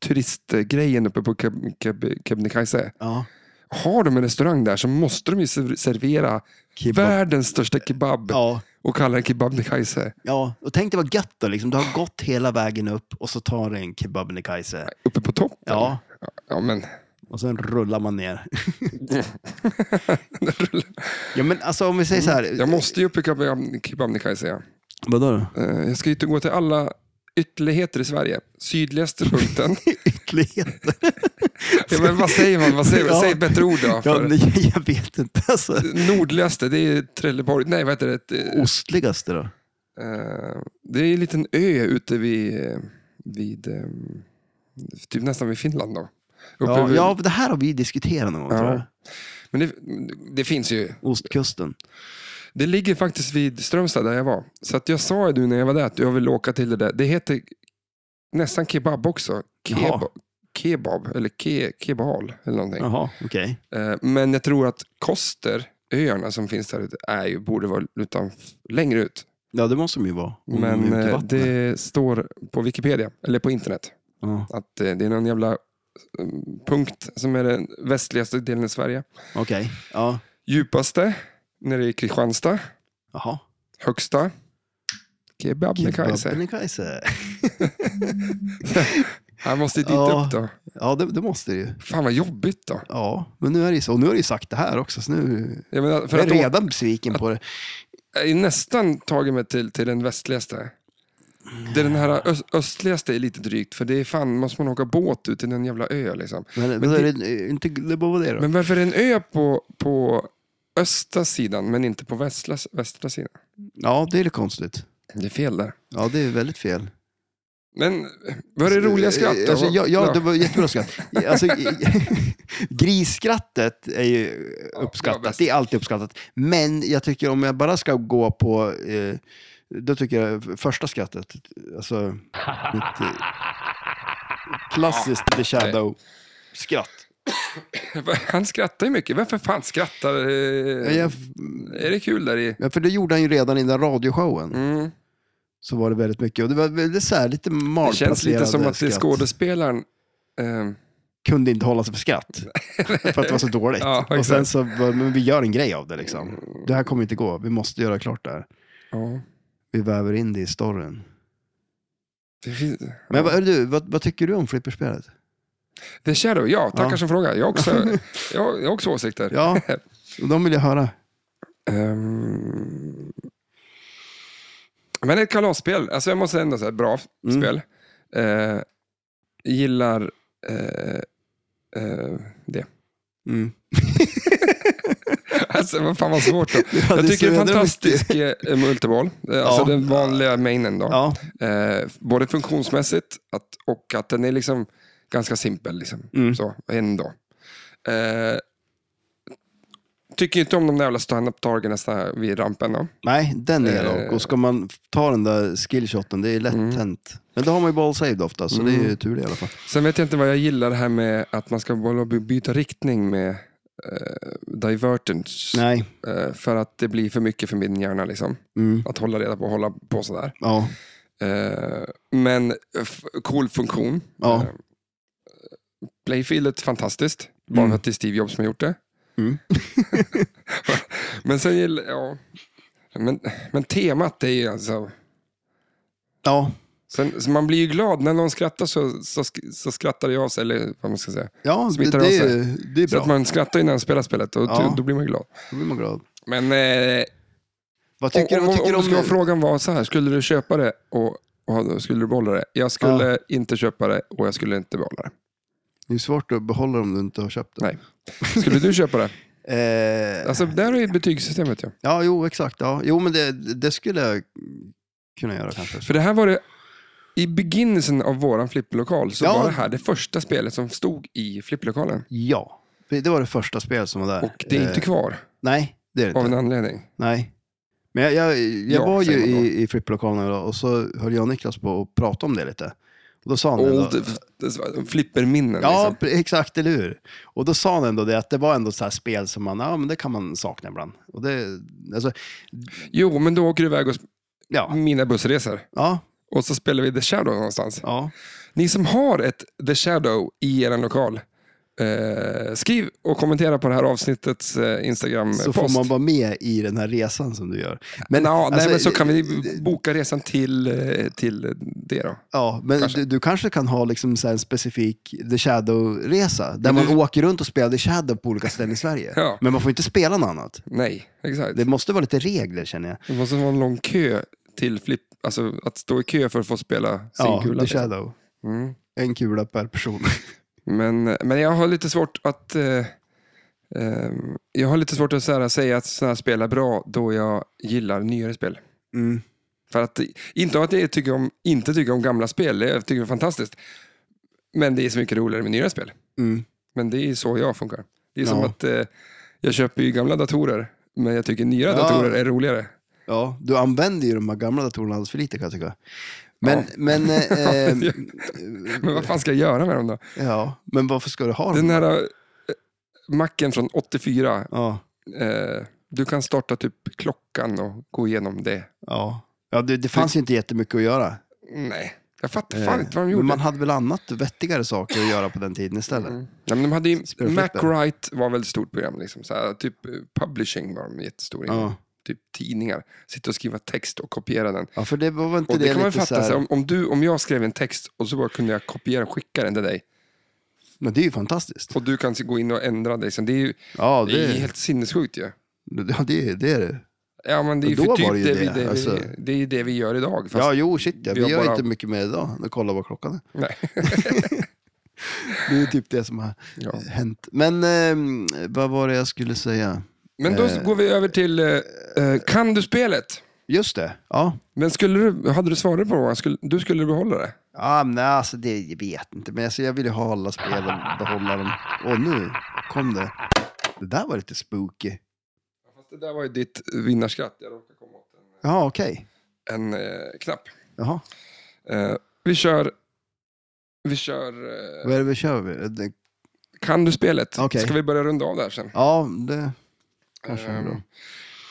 Speaker 1: turistgrejen uppe på Keb- Keb- Kebnekaise.
Speaker 2: Ja.
Speaker 1: har de en restaurang där så måste de ju serv- servera
Speaker 2: Kebab.
Speaker 1: världens största kebab
Speaker 2: Ja,
Speaker 1: och kalla den Kebabnekaise.
Speaker 2: ja, och tänk dig vad gött då. Liksom. Du har gått hela vägen upp och så tar du en kebabnekaise.
Speaker 1: Uppe på toppen.
Speaker 2: Ja,
Speaker 1: ja men.
Speaker 2: och sen rullar man ner. Ja, men alltså om vi säger så här.
Speaker 1: Jag måste ju upp i Kebab- Kebabnekaise. Ja.
Speaker 2: Vadå då?
Speaker 1: Eh, Jag ska ju inte gå till alla ytterligheter i Sverige. Sydligaste punkten.
Speaker 2: Ytterligheter.
Speaker 1: ja, men vad säger man? Vad säger man?
Speaker 2: Ja.
Speaker 1: Säg ett bättre ord då.
Speaker 2: Ja,
Speaker 1: För
Speaker 2: men jag, jag vet inte. Alltså.
Speaker 1: Nordligaste, det är Trelleborg. Nej, vad heter det? Eh,
Speaker 2: Ostligaste då?
Speaker 1: Eh, det är en liten ö ute vid, eh, vid eh, typ nästan vid Finland. Då. Uppe
Speaker 2: Ja,
Speaker 1: vid,
Speaker 2: ja, det här har vi diskuterat någon gång
Speaker 1: Ja.
Speaker 2: tror jag.
Speaker 1: Men det, det finns ju.
Speaker 2: Ostkusten.
Speaker 1: Det ligger faktiskt vid Strömstad där jag var. Så att jag sa ju nu när jag var där att jag vill åka till det där. Det heter nästan kebab också. Kebab,
Speaker 2: Jaha.
Speaker 1: kebab eller ke, kebal eller någonting.
Speaker 2: Jaha, okej.
Speaker 1: Eh, Men jag tror att Koster, öarna som finns där ute, är ju, borde vara utan, längre ut.
Speaker 2: Ja, det måste de ju vara. om de är
Speaker 1: Men
Speaker 2: Mm, ute i
Speaker 1: eh,
Speaker 2: vattnet.
Speaker 1: det står på Wikipedia, eller på internet.
Speaker 2: Ja,
Speaker 1: Att eh, det är någon jävla eh, punkt som är den västligaste delen i Sverige.
Speaker 2: Okej, ja.
Speaker 1: Djupaste nere i Kristianstad.
Speaker 2: Jaha.
Speaker 1: Högsta Kebnekaise.
Speaker 2: Kebnekaise.
Speaker 1: Han måste dit
Speaker 2: Ja.
Speaker 1: upp då.
Speaker 2: Ja, det, det måste det ju.
Speaker 1: Fan vad jobbigt då.
Speaker 2: Ja, men nu är det ju så. Och nu har du ju sagt det här också, så nu
Speaker 1: Jag, menar, för
Speaker 2: jag
Speaker 1: att
Speaker 2: är
Speaker 1: å-
Speaker 2: redan besviken på det.
Speaker 1: jag är nästan tagit mig till, till den västligaste. Det är den här öst, östligaste är lite drygt för det är fan, måste man åka båt ut till en jävla ö liksom.
Speaker 2: Men, men då är det inte Glebo det då?
Speaker 1: Men varför är det en ö på, på östra sidan men inte på västra, västra sidan?
Speaker 2: ja, det är lite konstigt.
Speaker 1: Det är fel där.
Speaker 2: Ja, det är väldigt fel.
Speaker 1: Men vad är det roliga skratt då?
Speaker 2: Alltså, ja, ja,
Speaker 1: Ja.
Speaker 2: det var jättebra skratt. Alltså, grisskrattet är ju
Speaker 1: det var
Speaker 2: uppskattat.
Speaker 1: bäst.
Speaker 2: Det är alltid uppskattat. Men jag tycker om jag bara ska gå på, eh, då tycker jag första skrattet, alltså mitt eh, klassiskt The Shadow-skratt.
Speaker 1: Han skrattar ju mycket. Varför fan skrattar...
Speaker 2: Ja,
Speaker 1: Eh,
Speaker 2: jag-
Speaker 1: Är det kul där i...
Speaker 2: Ja, för det gjorde han ju redan i den radioshowen.
Speaker 1: Mm.
Speaker 2: Så var det väldigt mycket. Och det var väldigt så här, lite
Speaker 1: Det känns lite
Speaker 2: malplacerade
Speaker 1: som att det är
Speaker 2: skratt.
Speaker 1: skådespelaren... Eh,
Speaker 2: kunde inte hålla sig för skratt. för att det var så dåligt.
Speaker 1: Ja,
Speaker 2: och
Speaker 1: exakt. Mm.
Speaker 2: sen så, bara, men vi gör en grej av det liksom. Det här kommer inte gå, vi måste göra klart det här.
Speaker 1: ja,
Speaker 2: Vi väver in det i storyn.
Speaker 1: det finns...
Speaker 2: Men vad, du, vad, vad tycker du om flipperspelet?
Speaker 1: The Shadow, ja, tackar
Speaker 2: Ja.
Speaker 1: som frågar. Jag har också, jag, har- jag har också åsikter.
Speaker 2: Ja, och de vill jag höra.
Speaker 1: Ehm, men ett kalasspel. Alltså jag måste ändå säga, bra
Speaker 2: Mm.
Speaker 1: spel. Eh, gillar eh, eh, det.
Speaker 2: Mm.
Speaker 1: Alltså vad fan vad svårt då.
Speaker 2: Ja,
Speaker 1: Jag
Speaker 2: är
Speaker 1: tycker det
Speaker 2: så
Speaker 1: är
Speaker 2: jädra
Speaker 1: fantastisk eh, multiboll. Eh, Alltså
Speaker 2: Ja.
Speaker 1: den vanliga mainen då.
Speaker 2: mycket. Ja,
Speaker 1: Eh, både funktionsmässigt att, och att den är liksom ganska simpel. Liksom.
Speaker 2: Mm.
Speaker 1: Så, ändå. Eh, tycker inte om de där jävla stand-up-targarna vid rampen. Då.
Speaker 2: nej, den är
Speaker 1: Eh.
Speaker 2: jag dock. Och ska man ta den där skillshoten, det är lätt
Speaker 1: Mm.
Speaker 2: hänt. Men då har man ju ball saved ofta, så det är ju tur det i alla fall.
Speaker 1: Sen vet jag inte vad jag gillar det här med att man ska bara by- byta riktning med eh, divertence.
Speaker 2: Nej,
Speaker 1: Eh, för att det blir för mycket för min hjärna. Liksom.
Speaker 2: mm.
Speaker 1: Att hålla reda på och hålla på sådär.
Speaker 2: ja.
Speaker 1: Eh, men f- cool funktion.
Speaker 2: Ja.
Speaker 1: Eh, Playfieldet fantastiskt. Bara
Speaker 2: Mm.
Speaker 1: för att det är Steve Jobs som har gjort det.
Speaker 2: Mm.
Speaker 1: men sen gillar ja. men, men temat är ju alltså...
Speaker 2: ja.
Speaker 1: Sen, så man blir ju glad när någon skrattar så, så, sk- så skrattar jag av sig. Eller vad man ska säga.
Speaker 2: Ja, det,
Speaker 1: Smittar av
Speaker 2: det,
Speaker 1: sig.
Speaker 2: är, det är
Speaker 1: Så att
Speaker 2: bra.
Speaker 1: man skrattar ju när man spelar spelet och
Speaker 2: Ja.
Speaker 1: då blir man ju glad.
Speaker 2: Då blir man glad.
Speaker 1: Men eh,
Speaker 2: Vad tycker,
Speaker 1: om,
Speaker 2: vad
Speaker 1: om,
Speaker 2: tycker
Speaker 1: om,
Speaker 2: du
Speaker 1: om skulle
Speaker 2: om...
Speaker 1: frågan var så här, skulle du köpa det och, och skulle du behålla det? Jag skulle inte köpa det och jag skulle inte behålla det.
Speaker 2: Det är svårt att behålla om du inte har köpt det.
Speaker 1: Nej. Skulle du köpa det?
Speaker 2: Eh,
Speaker 1: Alltså, där är ju betygssystemet ju.
Speaker 2: Ja, jo, exakt. Ja. Jo, men det, det skulle jag kunna göra kanske.
Speaker 1: För det här var det, i begynnelsen av våran flipplokal så
Speaker 2: Ja.
Speaker 1: var det här det första spelet som stod i flipplokalen.
Speaker 2: Ja, För det var det första spelet som var där.
Speaker 1: Och det är inte
Speaker 2: eh,
Speaker 1: kvar
Speaker 2: Nej, det är det
Speaker 1: av
Speaker 2: inte.
Speaker 1: en anledning.
Speaker 2: Nej. Men jag, jag, jag
Speaker 1: Ja,
Speaker 2: var ju
Speaker 1: säger man då.
Speaker 2: i, i flipplokalen idag och så höll jag och Niklas på att prata om det lite. Och då sa han ändå-
Speaker 1: Old f- flipperminnen.
Speaker 2: Ja,
Speaker 1: liksom.
Speaker 2: pre- exakt, eller hur? Och då sa han ändå det, att det var ändå så här spel som man, ja men det kan man sakna ibland. Och det, alltså,
Speaker 1: Jo, men då åker du iväg och sp-
Speaker 2: ja,
Speaker 1: mina bussresor.
Speaker 2: ja,
Speaker 1: Och så spelar vi The Shadow någonstans.
Speaker 2: ja.
Speaker 1: Ni som har ett The Shadow i er lokal, Eh, skriv och kommentera på det här avsnittets eh, Instagram-post.
Speaker 2: Så får man vara med i den här resan som du gör. Men,
Speaker 1: Nå, nej,
Speaker 2: alltså,
Speaker 1: men så kan vi boka resan till, eh, till det då.
Speaker 2: Ja, men
Speaker 1: Kanske.
Speaker 2: Du, du kanske kan ha liksom så här en specifik The Shadow-resa. Där
Speaker 1: Men
Speaker 2: man
Speaker 1: du-
Speaker 2: åker runt och spelar The Shadow på olika ställen i Sverige.
Speaker 1: Mm. Ja.
Speaker 2: Men man får inte spela något annat.
Speaker 1: Nej, exakt.
Speaker 2: Det
Speaker 1: Det,
Speaker 2: måste vara lite regler känner jag.
Speaker 1: måste vara en lång kö till flipp, alltså att stå i kö för att få spela sin
Speaker 2: Ja,
Speaker 1: kula.
Speaker 2: The Shadow.
Speaker 1: Mm.
Speaker 2: En kula per person.
Speaker 1: Men, men jag har lite svårt att eh, ehm, jag har lite svårt att så här, säga att sådana här spel är bra då jag gillar nyare spel.
Speaker 2: Mm.
Speaker 1: För att, inte av att jag tycker om, inte tycker om gamla spel, jag tycker det är fantastiskt. Men det är så mycket roligare med nyare spel.
Speaker 2: Mm.
Speaker 1: Men det är så jag funkar. Det är som
Speaker 2: Ja.
Speaker 1: att eh, jag köper ju gamla datorer, men jag tycker nyare
Speaker 2: Ja.
Speaker 1: datorer är roligare.
Speaker 2: Ja, du använder ju de här gamla datorerna alldeles för lite kan jag tycka. Men,
Speaker 1: Ja.
Speaker 2: men, eh, eh,
Speaker 1: Men vad fan ska jag göra med dem då?
Speaker 2: ja, men varför ska du ha dem?
Speaker 1: Den här eh, macken från 84,
Speaker 2: Ja,
Speaker 1: eh, du kan starta typ klockan och gå igenom det.
Speaker 2: ja. ja det, det fanns ju inte jättemycket att göra.
Speaker 1: Nej, jag fattar fan inte vad de gjorde.
Speaker 2: Eh, Men man hade väl annat vettigare saker att göra på den tiden istället.
Speaker 1: Mm. Nej, men de hade ju,
Speaker 2: Spelar
Speaker 1: Mac
Speaker 2: flipper.
Speaker 1: Wright var väl ett stort program. Liksom, så här, typ eh, publishing var de jättestora inom.
Speaker 2: Ja.
Speaker 1: Typ tidningar. Sitta och skriva text och kopiera den.
Speaker 2: ja, för det var väl inte
Speaker 1: Och det,
Speaker 2: det
Speaker 1: kan man
Speaker 2: lite
Speaker 1: ju
Speaker 2: så
Speaker 1: fatta.
Speaker 2: här-
Speaker 1: Så här, om, om, du, om jag skrev en text och så bara kunde jag kopiera och skicka den till dig.
Speaker 2: Men det är ju fantastiskt.
Speaker 1: Och du kan gå in och ändra dig. sen. Det är ju
Speaker 2: Ja,
Speaker 1: det är
Speaker 2: det,
Speaker 1: helt sinnessjukt ju.
Speaker 2: ja, det, det är det.
Speaker 1: Ja, men det är ju
Speaker 2: Och
Speaker 1: för
Speaker 2: då
Speaker 1: typ
Speaker 2: var
Speaker 1: det,
Speaker 2: det ju
Speaker 1: vi,
Speaker 2: det,
Speaker 1: det,
Speaker 2: alltså.
Speaker 1: vi, det, är ju det vi gör idag. Fast,
Speaker 2: Ja, jo, shit ja.
Speaker 1: vi
Speaker 2: Vi,
Speaker 1: har
Speaker 2: gör
Speaker 1: bara-
Speaker 2: inte mycket mer idag. Nu kollar vad klockan är.
Speaker 1: nej.
Speaker 2: Det är ju typ det som har
Speaker 1: Ja.
Speaker 2: hänt. Men ehm, vad var det jag skulle säga?
Speaker 1: Men då
Speaker 2: Eh.
Speaker 1: går vi över till eh, eh, Kan du spelet?
Speaker 2: Just det. Ja. Men...
Speaker 1: Men skulle du, hade du svarat på det? Skulle, du skulle behålla det?
Speaker 2: Ja, men nej, alltså det jag vet inte. Men alltså, jag vill ju ha alla spelen, behålla dem. Och nu kom det. Det där var lite spooky.
Speaker 1: Ja, Fast det där var ju ditt vinnarskratt. Jag råkade komma åt
Speaker 2: Jaha, okej.
Speaker 1: en, en eh, knapp.
Speaker 2: Jaha,
Speaker 1: Eh, vi kör... Vi kör... Eh,
Speaker 2: vad är det vi kör? vi? Det-
Speaker 1: kan du spelet?
Speaker 2: Okej.
Speaker 1: Ska vi börja runda av där sen?
Speaker 2: Ja, det kanske är
Speaker 1: Eh,
Speaker 2: bra.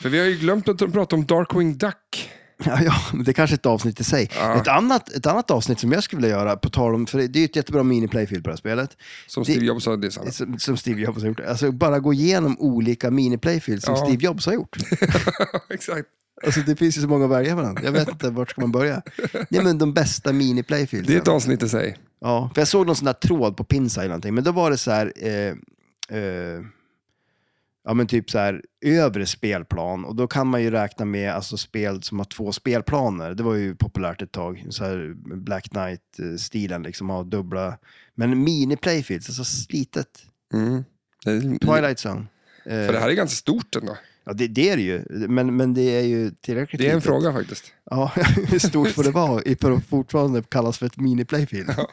Speaker 1: för vi har ju glömt att prata om Darkwing Duck.
Speaker 2: Ja, ja, men det är kanske är ett avsnitt i sig.
Speaker 1: Ja.
Speaker 2: Ett, annat, ett annat avsnitt som jag skulle vilja göra, på tal om, för det är ju ett jättebra miniplayfield på det här spelet,
Speaker 1: Som
Speaker 2: Det-
Speaker 1: Steve Jobs sa, det är sant.
Speaker 2: som, som Steve Jobs har gjort. Alltså bara gå igenom olika miniplayfields som
Speaker 1: Ja.
Speaker 2: Steve Jobs har gjort.
Speaker 1: Exakt.
Speaker 2: Alltså det finns ju så många att välja mellan. Jag vet inte, vart ska man börja? Nej men de bästa miniplayfields.
Speaker 1: Det är ett avsnitt i sig.
Speaker 2: Ja, för jag såg någon sån där tråd på Pinsa eller någonting, men då var det så här, eh, eh, ja men typ så här övre spelplan och då kan man ju räkna med alltså spel som har två spelplaner. Det var ju populärt ett tag, så här Black Knight-stilen liksom, ha dubbla, men mini playfields, alltså litet.
Speaker 1: Mm. Det är-
Speaker 2: Twilight Zone. Eh,
Speaker 1: För det här är ganska stort ändå.
Speaker 2: Ja, det, det är det ju, men, men det är ju tillräckligt
Speaker 1: Det är en
Speaker 2: litet.
Speaker 1: fråga faktiskt.
Speaker 2: Ja, hur stort får det vara i- för att fortfarande kallas för ett mini playfield?
Speaker 1: Ja.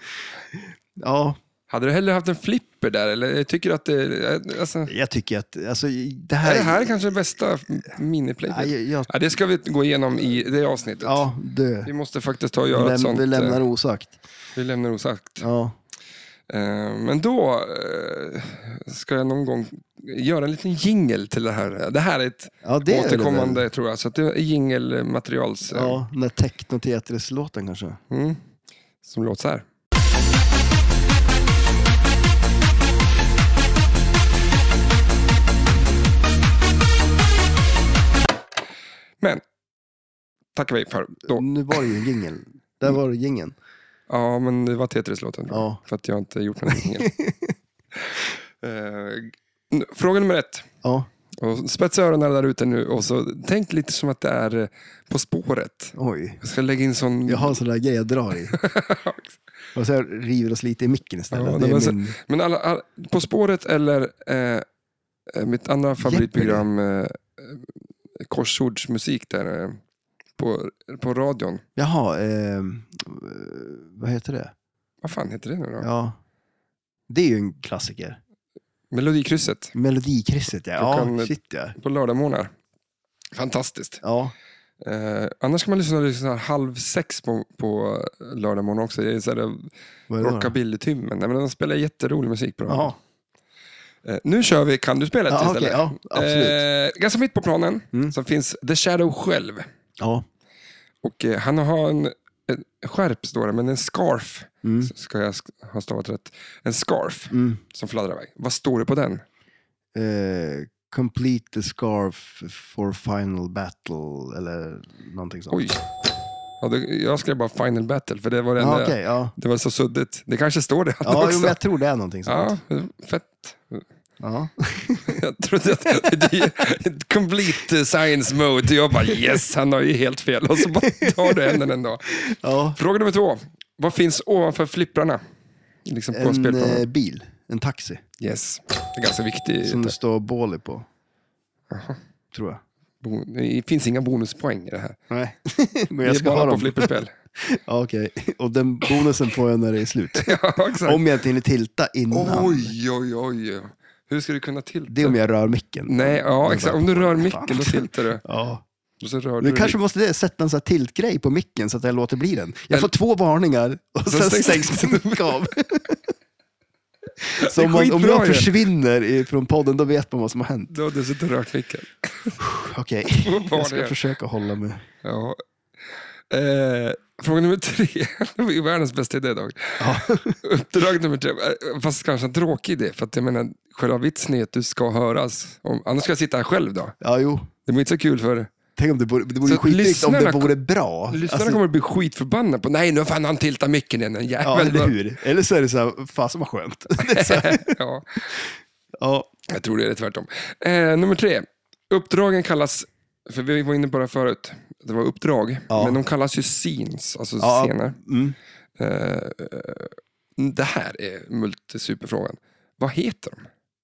Speaker 2: ja.
Speaker 1: Hade du hellre haft en flipper där? Eller jag tycker att det... eh, Alltså,
Speaker 2: Jag tycker att, alltså det
Speaker 1: är
Speaker 2: här...
Speaker 1: det här kanske det bästa
Speaker 2: Ja,
Speaker 1: miniplayet?
Speaker 2: jag, jag,
Speaker 1: Ja, det ska vi gå igenom i det avsnittet.
Speaker 2: ja dö.
Speaker 1: Vi måste faktiskt ta och
Speaker 2: Vi,
Speaker 1: göra ett
Speaker 2: läm,
Speaker 1: sånt.
Speaker 2: vi lämnar
Speaker 1: eh,
Speaker 2: osagt.
Speaker 1: vi lämnar osagt.
Speaker 2: Ja.
Speaker 1: Eh, Men då eh, ska jag någon gång göra en liten jingle till det här. Det här är ett
Speaker 2: ja, det är det
Speaker 1: återkommande
Speaker 2: väl.
Speaker 1: tror jag. Så att det är jingelmaterials eh,
Speaker 2: Ja, den där Techno-Tetris-låten kanske.
Speaker 1: mm, som låter så här. Men tackar vi för då.
Speaker 2: Nu var det ju gingen. Där var det gingen.
Speaker 1: Ja, men det var Tetris-låten. tror jag.
Speaker 2: Ja.
Speaker 1: För att jag inte gjort någon jingel. Eh, n- Fråga nummer ett.
Speaker 2: ja.
Speaker 1: Och spetsa öronen där ute nu och så tänk lite som att det är eh, På spåret.
Speaker 2: Oj.
Speaker 1: Jag ska lägga in sån...
Speaker 2: Jag har en sån där grej jag drar i. Och så här river oss lite i micken istället.
Speaker 1: Ja,
Speaker 2: det
Speaker 1: men så-
Speaker 2: är min...
Speaker 1: Men alla, all, På spåret eller eh, eh, mitt andra favoritprogram eh, eh, Korsordsmusik där eh, på, på radion.
Speaker 2: Jaha, ehm, eh, vad heter det?
Speaker 1: Vad fan heter det nu då?
Speaker 2: Ja. Det är ju en klassiker.
Speaker 1: Melodikrysset
Speaker 2: Melodikrysset ja.
Speaker 1: Klockan-
Speaker 2: Ja, shit ja.
Speaker 1: på lördagmorgnar. Fantastiskt.
Speaker 2: Ja,
Speaker 1: Eh, annars kan man lyssna, lyssna halv sex på, på lördagmorgnar också. Det är så här,
Speaker 2: vad är det då?
Speaker 1: rockabilly-timmen. Nej, men De spelar jätterolig musik på radion.
Speaker 2: Jaha.
Speaker 1: Eh, Nu kör vi Kan du spelet
Speaker 2: Ja, okej,
Speaker 1: istället.
Speaker 2: ja, absolut.
Speaker 1: Eh, ganska mitt på planen
Speaker 2: Mm.
Speaker 1: så finns The Shadow själv.
Speaker 2: Ja.
Speaker 1: Och eh, han har en, en skärp står det, men en scarf
Speaker 2: Mm.
Speaker 1: s- ska jag sk- ha stavat rätt. En scarf
Speaker 2: Mm.
Speaker 1: som fladdrar iväg. Vad står det på den?
Speaker 2: Eh, complete the scarf for final battle eller någonting sånt.
Speaker 1: Oj. Ja, det, jag skrev bara final battle, för det var det
Speaker 2: ja,
Speaker 1: enda.
Speaker 2: okej, ja.
Speaker 1: Det var så suddigt. Det kanske står det
Speaker 2: Ja,
Speaker 1: också.
Speaker 2: jo, men jag tror det är någonting sånt.
Speaker 1: ja, fett.
Speaker 2: Ja.
Speaker 1: Jag trodde att det är complete eh, science mode. Jag bara yes, han har ju helt fel. Och så bara tar du händerna ändå.
Speaker 2: Ja.
Speaker 1: Fråga nummer två. Vad finns ovanför flipprarna? Liksom på
Speaker 2: En eh,
Speaker 1: spelplanen.
Speaker 2: bil, en taxi,
Speaker 1: Yes. Det är ganska viktigt.
Speaker 2: som det står Bali på. Tror jag.
Speaker 1: Bo- Det finns inga bonuspoäng i det här.
Speaker 2: Nej, men
Speaker 1: Det är
Speaker 2: jag ska ha
Speaker 1: bara på
Speaker 2: dem.
Speaker 1: flipperspel.
Speaker 2: Ja, Okej, och den bonusen får jag när det är slut.
Speaker 1: ja, exakt.
Speaker 2: Om jag inte hinner tilta innan.
Speaker 1: Oj, oj, oj. Hur ska du kunna tilta?
Speaker 2: Det är om jag rör micken.
Speaker 1: Nej, ja,
Speaker 2: bara-
Speaker 1: exakt. Om du rör
Speaker 2: Fan.
Speaker 1: micken, då tiltar du.
Speaker 2: Ja.
Speaker 1: Och så rör du
Speaker 2: Du
Speaker 1: dig.
Speaker 2: kanske måste det, sätta en sån här tiltgrej på micken så att jag låter bli den. Jag får två varningar och sen
Speaker 1: stängs-
Speaker 2: stängs min mick av. Så om, man, om
Speaker 1: skitbra
Speaker 2: jag
Speaker 1: ju.
Speaker 2: försvinner i- från podden, då vet man vad som har hänt.
Speaker 1: Då har du suttit och rört micken.
Speaker 2: Okej,
Speaker 1: Vad var
Speaker 2: jag ska
Speaker 1: det?
Speaker 2: försöka hålla mig.
Speaker 1: Ja. Eh, fråga nummer tre. Det var ju världens bästa idé idag.
Speaker 2: Ja.
Speaker 1: Uppdrag nummer tre. Eh, Fast kanske en tråkig idé. För att jag menar, själva vitsen är att du ska höras. Om, annars ska jag sitta här själv då.
Speaker 2: Ja, jo.
Speaker 1: Det blir inte så kul för...
Speaker 2: Tänk om det vore, det vore
Speaker 1: Så
Speaker 2: ju skitnytt om det
Speaker 1: lyssnarna-
Speaker 2: vore bra.
Speaker 1: Lyssnarna
Speaker 2: Alltså,
Speaker 1: kommer att bli skitförbannade på nej, nu har fan han tiltat micken igen, den
Speaker 2: ja,
Speaker 1: jäveln.
Speaker 2: eller hur? Eller så är det så här, fasen vad skönt. Det är så här,
Speaker 1: ja,
Speaker 2: ja.
Speaker 1: jag tror det är det tvärtom. Eh, nummer tre. Uppdragen kallas, för vi var inne på det här förut, det var uppdrag,
Speaker 2: Ja.
Speaker 1: men de kallas ju scenes, alltså
Speaker 2: Ja.
Speaker 1: scener.
Speaker 2: Mm.
Speaker 1: Eh, eh, det här är multisuperfrågan. Vad heter de?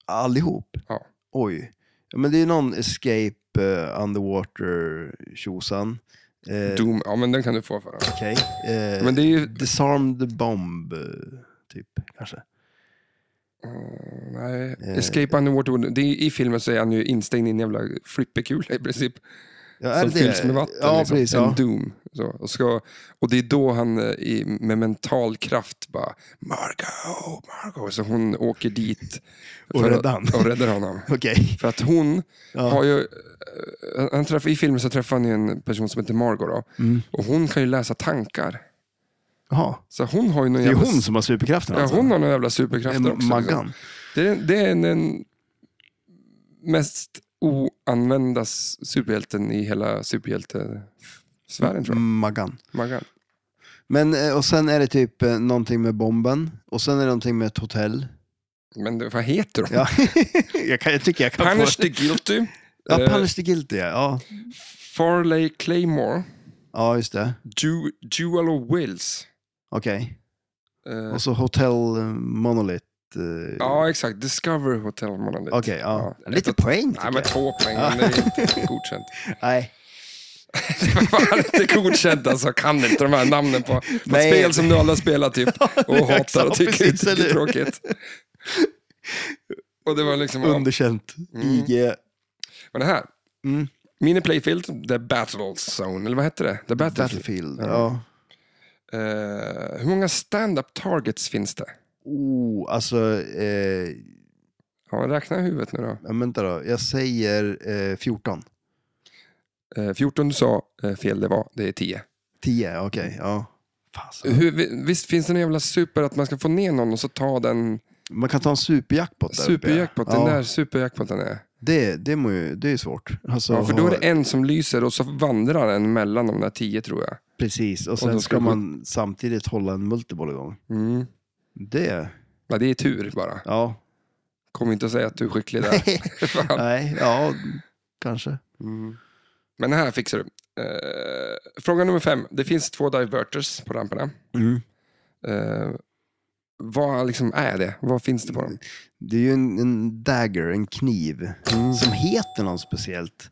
Speaker 2: Allihop?
Speaker 1: Ja.
Speaker 2: Oj. Ja, Men det är någon escape eh, underwater tjosan. Eh,
Speaker 1: Doom, ja men den kan du få för den.
Speaker 2: Okej. Eh,
Speaker 1: Men det är ju,
Speaker 2: Disarm the bomb, eh, typ kanske.
Speaker 1: nej, Escape Underwater, det är, i filmen så är han ju instängd i en jävla flipperkula i princip.
Speaker 2: Ja,
Speaker 1: som
Speaker 2: det det?
Speaker 1: fylls med vatten.
Speaker 2: Ja,
Speaker 1: liksom.
Speaker 2: precis.
Speaker 1: en
Speaker 2: Ja.
Speaker 1: doom. Så, och, ska, och det är då han eh, i, med mental kraft bara Margot, Margot. Så hon åker dit.
Speaker 2: Och
Speaker 1: för att-
Speaker 2: räddar han.
Speaker 1: Och räddar honom.
Speaker 2: Okej.
Speaker 1: För att hon
Speaker 2: Ja.
Speaker 1: har ju, eh, han träff, i filmen så träffar han ju en person som heter Margot då.
Speaker 2: Mm.
Speaker 1: Och hon kan ju läsa tankar.
Speaker 2: Jaha.
Speaker 1: Så hon har ju någon
Speaker 2: Det är
Speaker 1: jävla,
Speaker 2: hon som har superkrafterna
Speaker 1: ja,
Speaker 2: alltså?
Speaker 1: hon har någon jävla superkraft
Speaker 2: Eh,
Speaker 1: också. liksom.
Speaker 2: Maggan?
Speaker 1: Det är, det är den mest oanvända s- superhjälten i hela superhjältesfären tror jag.
Speaker 2: Maggan.
Speaker 1: Maggan.
Speaker 2: Men, eh, och sen är det typ eh, någonting med bomben och sen är det någonting med ett hotell.
Speaker 1: Men det- vad heter de?
Speaker 2: Ja. jag, kan, jag tycker jag kan
Speaker 1: Punish
Speaker 2: få...
Speaker 1: the Guilty,
Speaker 2: Ja,
Speaker 1: eh,
Speaker 2: Punish the Guilty, ja. ja.
Speaker 1: Farley Claymore,
Speaker 2: Ja, just det.
Speaker 1: du, Duel of Wills.
Speaker 2: Okej.
Speaker 1: Eh,
Speaker 2: Och så Hotel eh, Monolith. eh,
Speaker 1: ja, exakt. Discover Hotel Monolith.
Speaker 2: Okej, ja.
Speaker 1: Ja.
Speaker 2: Lite
Speaker 1: Ett-
Speaker 2: poäng
Speaker 1: Nej,
Speaker 2: tycker
Speaker 1: men
Speaker 2: jag.
Speaker 1: två poäng,
Speaker 2: Ja.
Speaker 1: men det är inte godkänt.
Speaker 2: Nej.
Speaker 1: Det var fan inte godkänt alltså. Kan inte de här namnen på, på ett
Speaker 2: Nej.
Speaker 1: spel som du aldrig har spelat typ. Och hatar och
Speaker 2: exakt,
Speaker 1: tycker,
Speaker 2: precis,
Speaker 1: tycker
Speaker 2: eller
Speaker 1: är
Speaker 2: hur?
Speaker 1: tråkigt. Och det var liksom... ja.
Speaker 2: Underkänt.
Speaker 1: Mm.
Speaker 2: IG.
Speaker 1: Men det här.
Speaker 2: Mm.
Speaker 1: Mini Playfield, The Battle Zone, eller vad hette det? The Battlefield.
Speaker 2: Battlefield.
Speaker 1: Ja.
Speaker 2: Ja.
Speaker 1: Eh, hur många stand-up targets finns det?
Speaker 2: Oh, alltså, eh,
Speaker 1: Ja, räkna i huvudet nu då.
Speaker 2: ja, vänta då. Jag säger eh, 14.
Speaker 1: Eh, 14 du sa eh, fel, det var. Det är 10.
Speaker 2: 10, okej. ja. Fasen.
Speaker 1: Mm. Hur, vi- visst finns det en jävla super att man ska få ner någon och så ta den
Speaker 2: Man kan ta en superjackpot där uppe, ja.
Speaker 1: superjackpot,
Speaker 2: ja.
Speaker 1: den där superjackpoten är.
Speaker 2: Det, det, må ju, det är svårt. Alltså,
Speaker 1: Ja, för då är det en som lyser och så vandrar den mellan de där 10 tror jag.
Speaker 2: Precis, och
Speaker 1: då
Speaker 2: sen
Speaker 1: ska
Speaker 2: ska
Speaker 1: du-
Speaker 2: man samtidigt hålla en multiboll igång.
Speaker 1: Mm.
Speaker 2: Det,
Speaker 1: Ja, det är tur bara.
Speaker 2: ja.
Speaker 1: Kom inte och säga att du är skicklig där. Fan.
Speaker 2: Nej, ja, kanske.
Speaker 1: Mm. Men här fixar du. Eh, fråga nummer fem. Det finns två diverters på ramperna.
Speaker 2: Mm.
Speaker 1: Eh, vad liksom är det? Vad finns det på dem?
Speaker 2: Det är ju en, en dagger, en kniv, som heter något speciellt.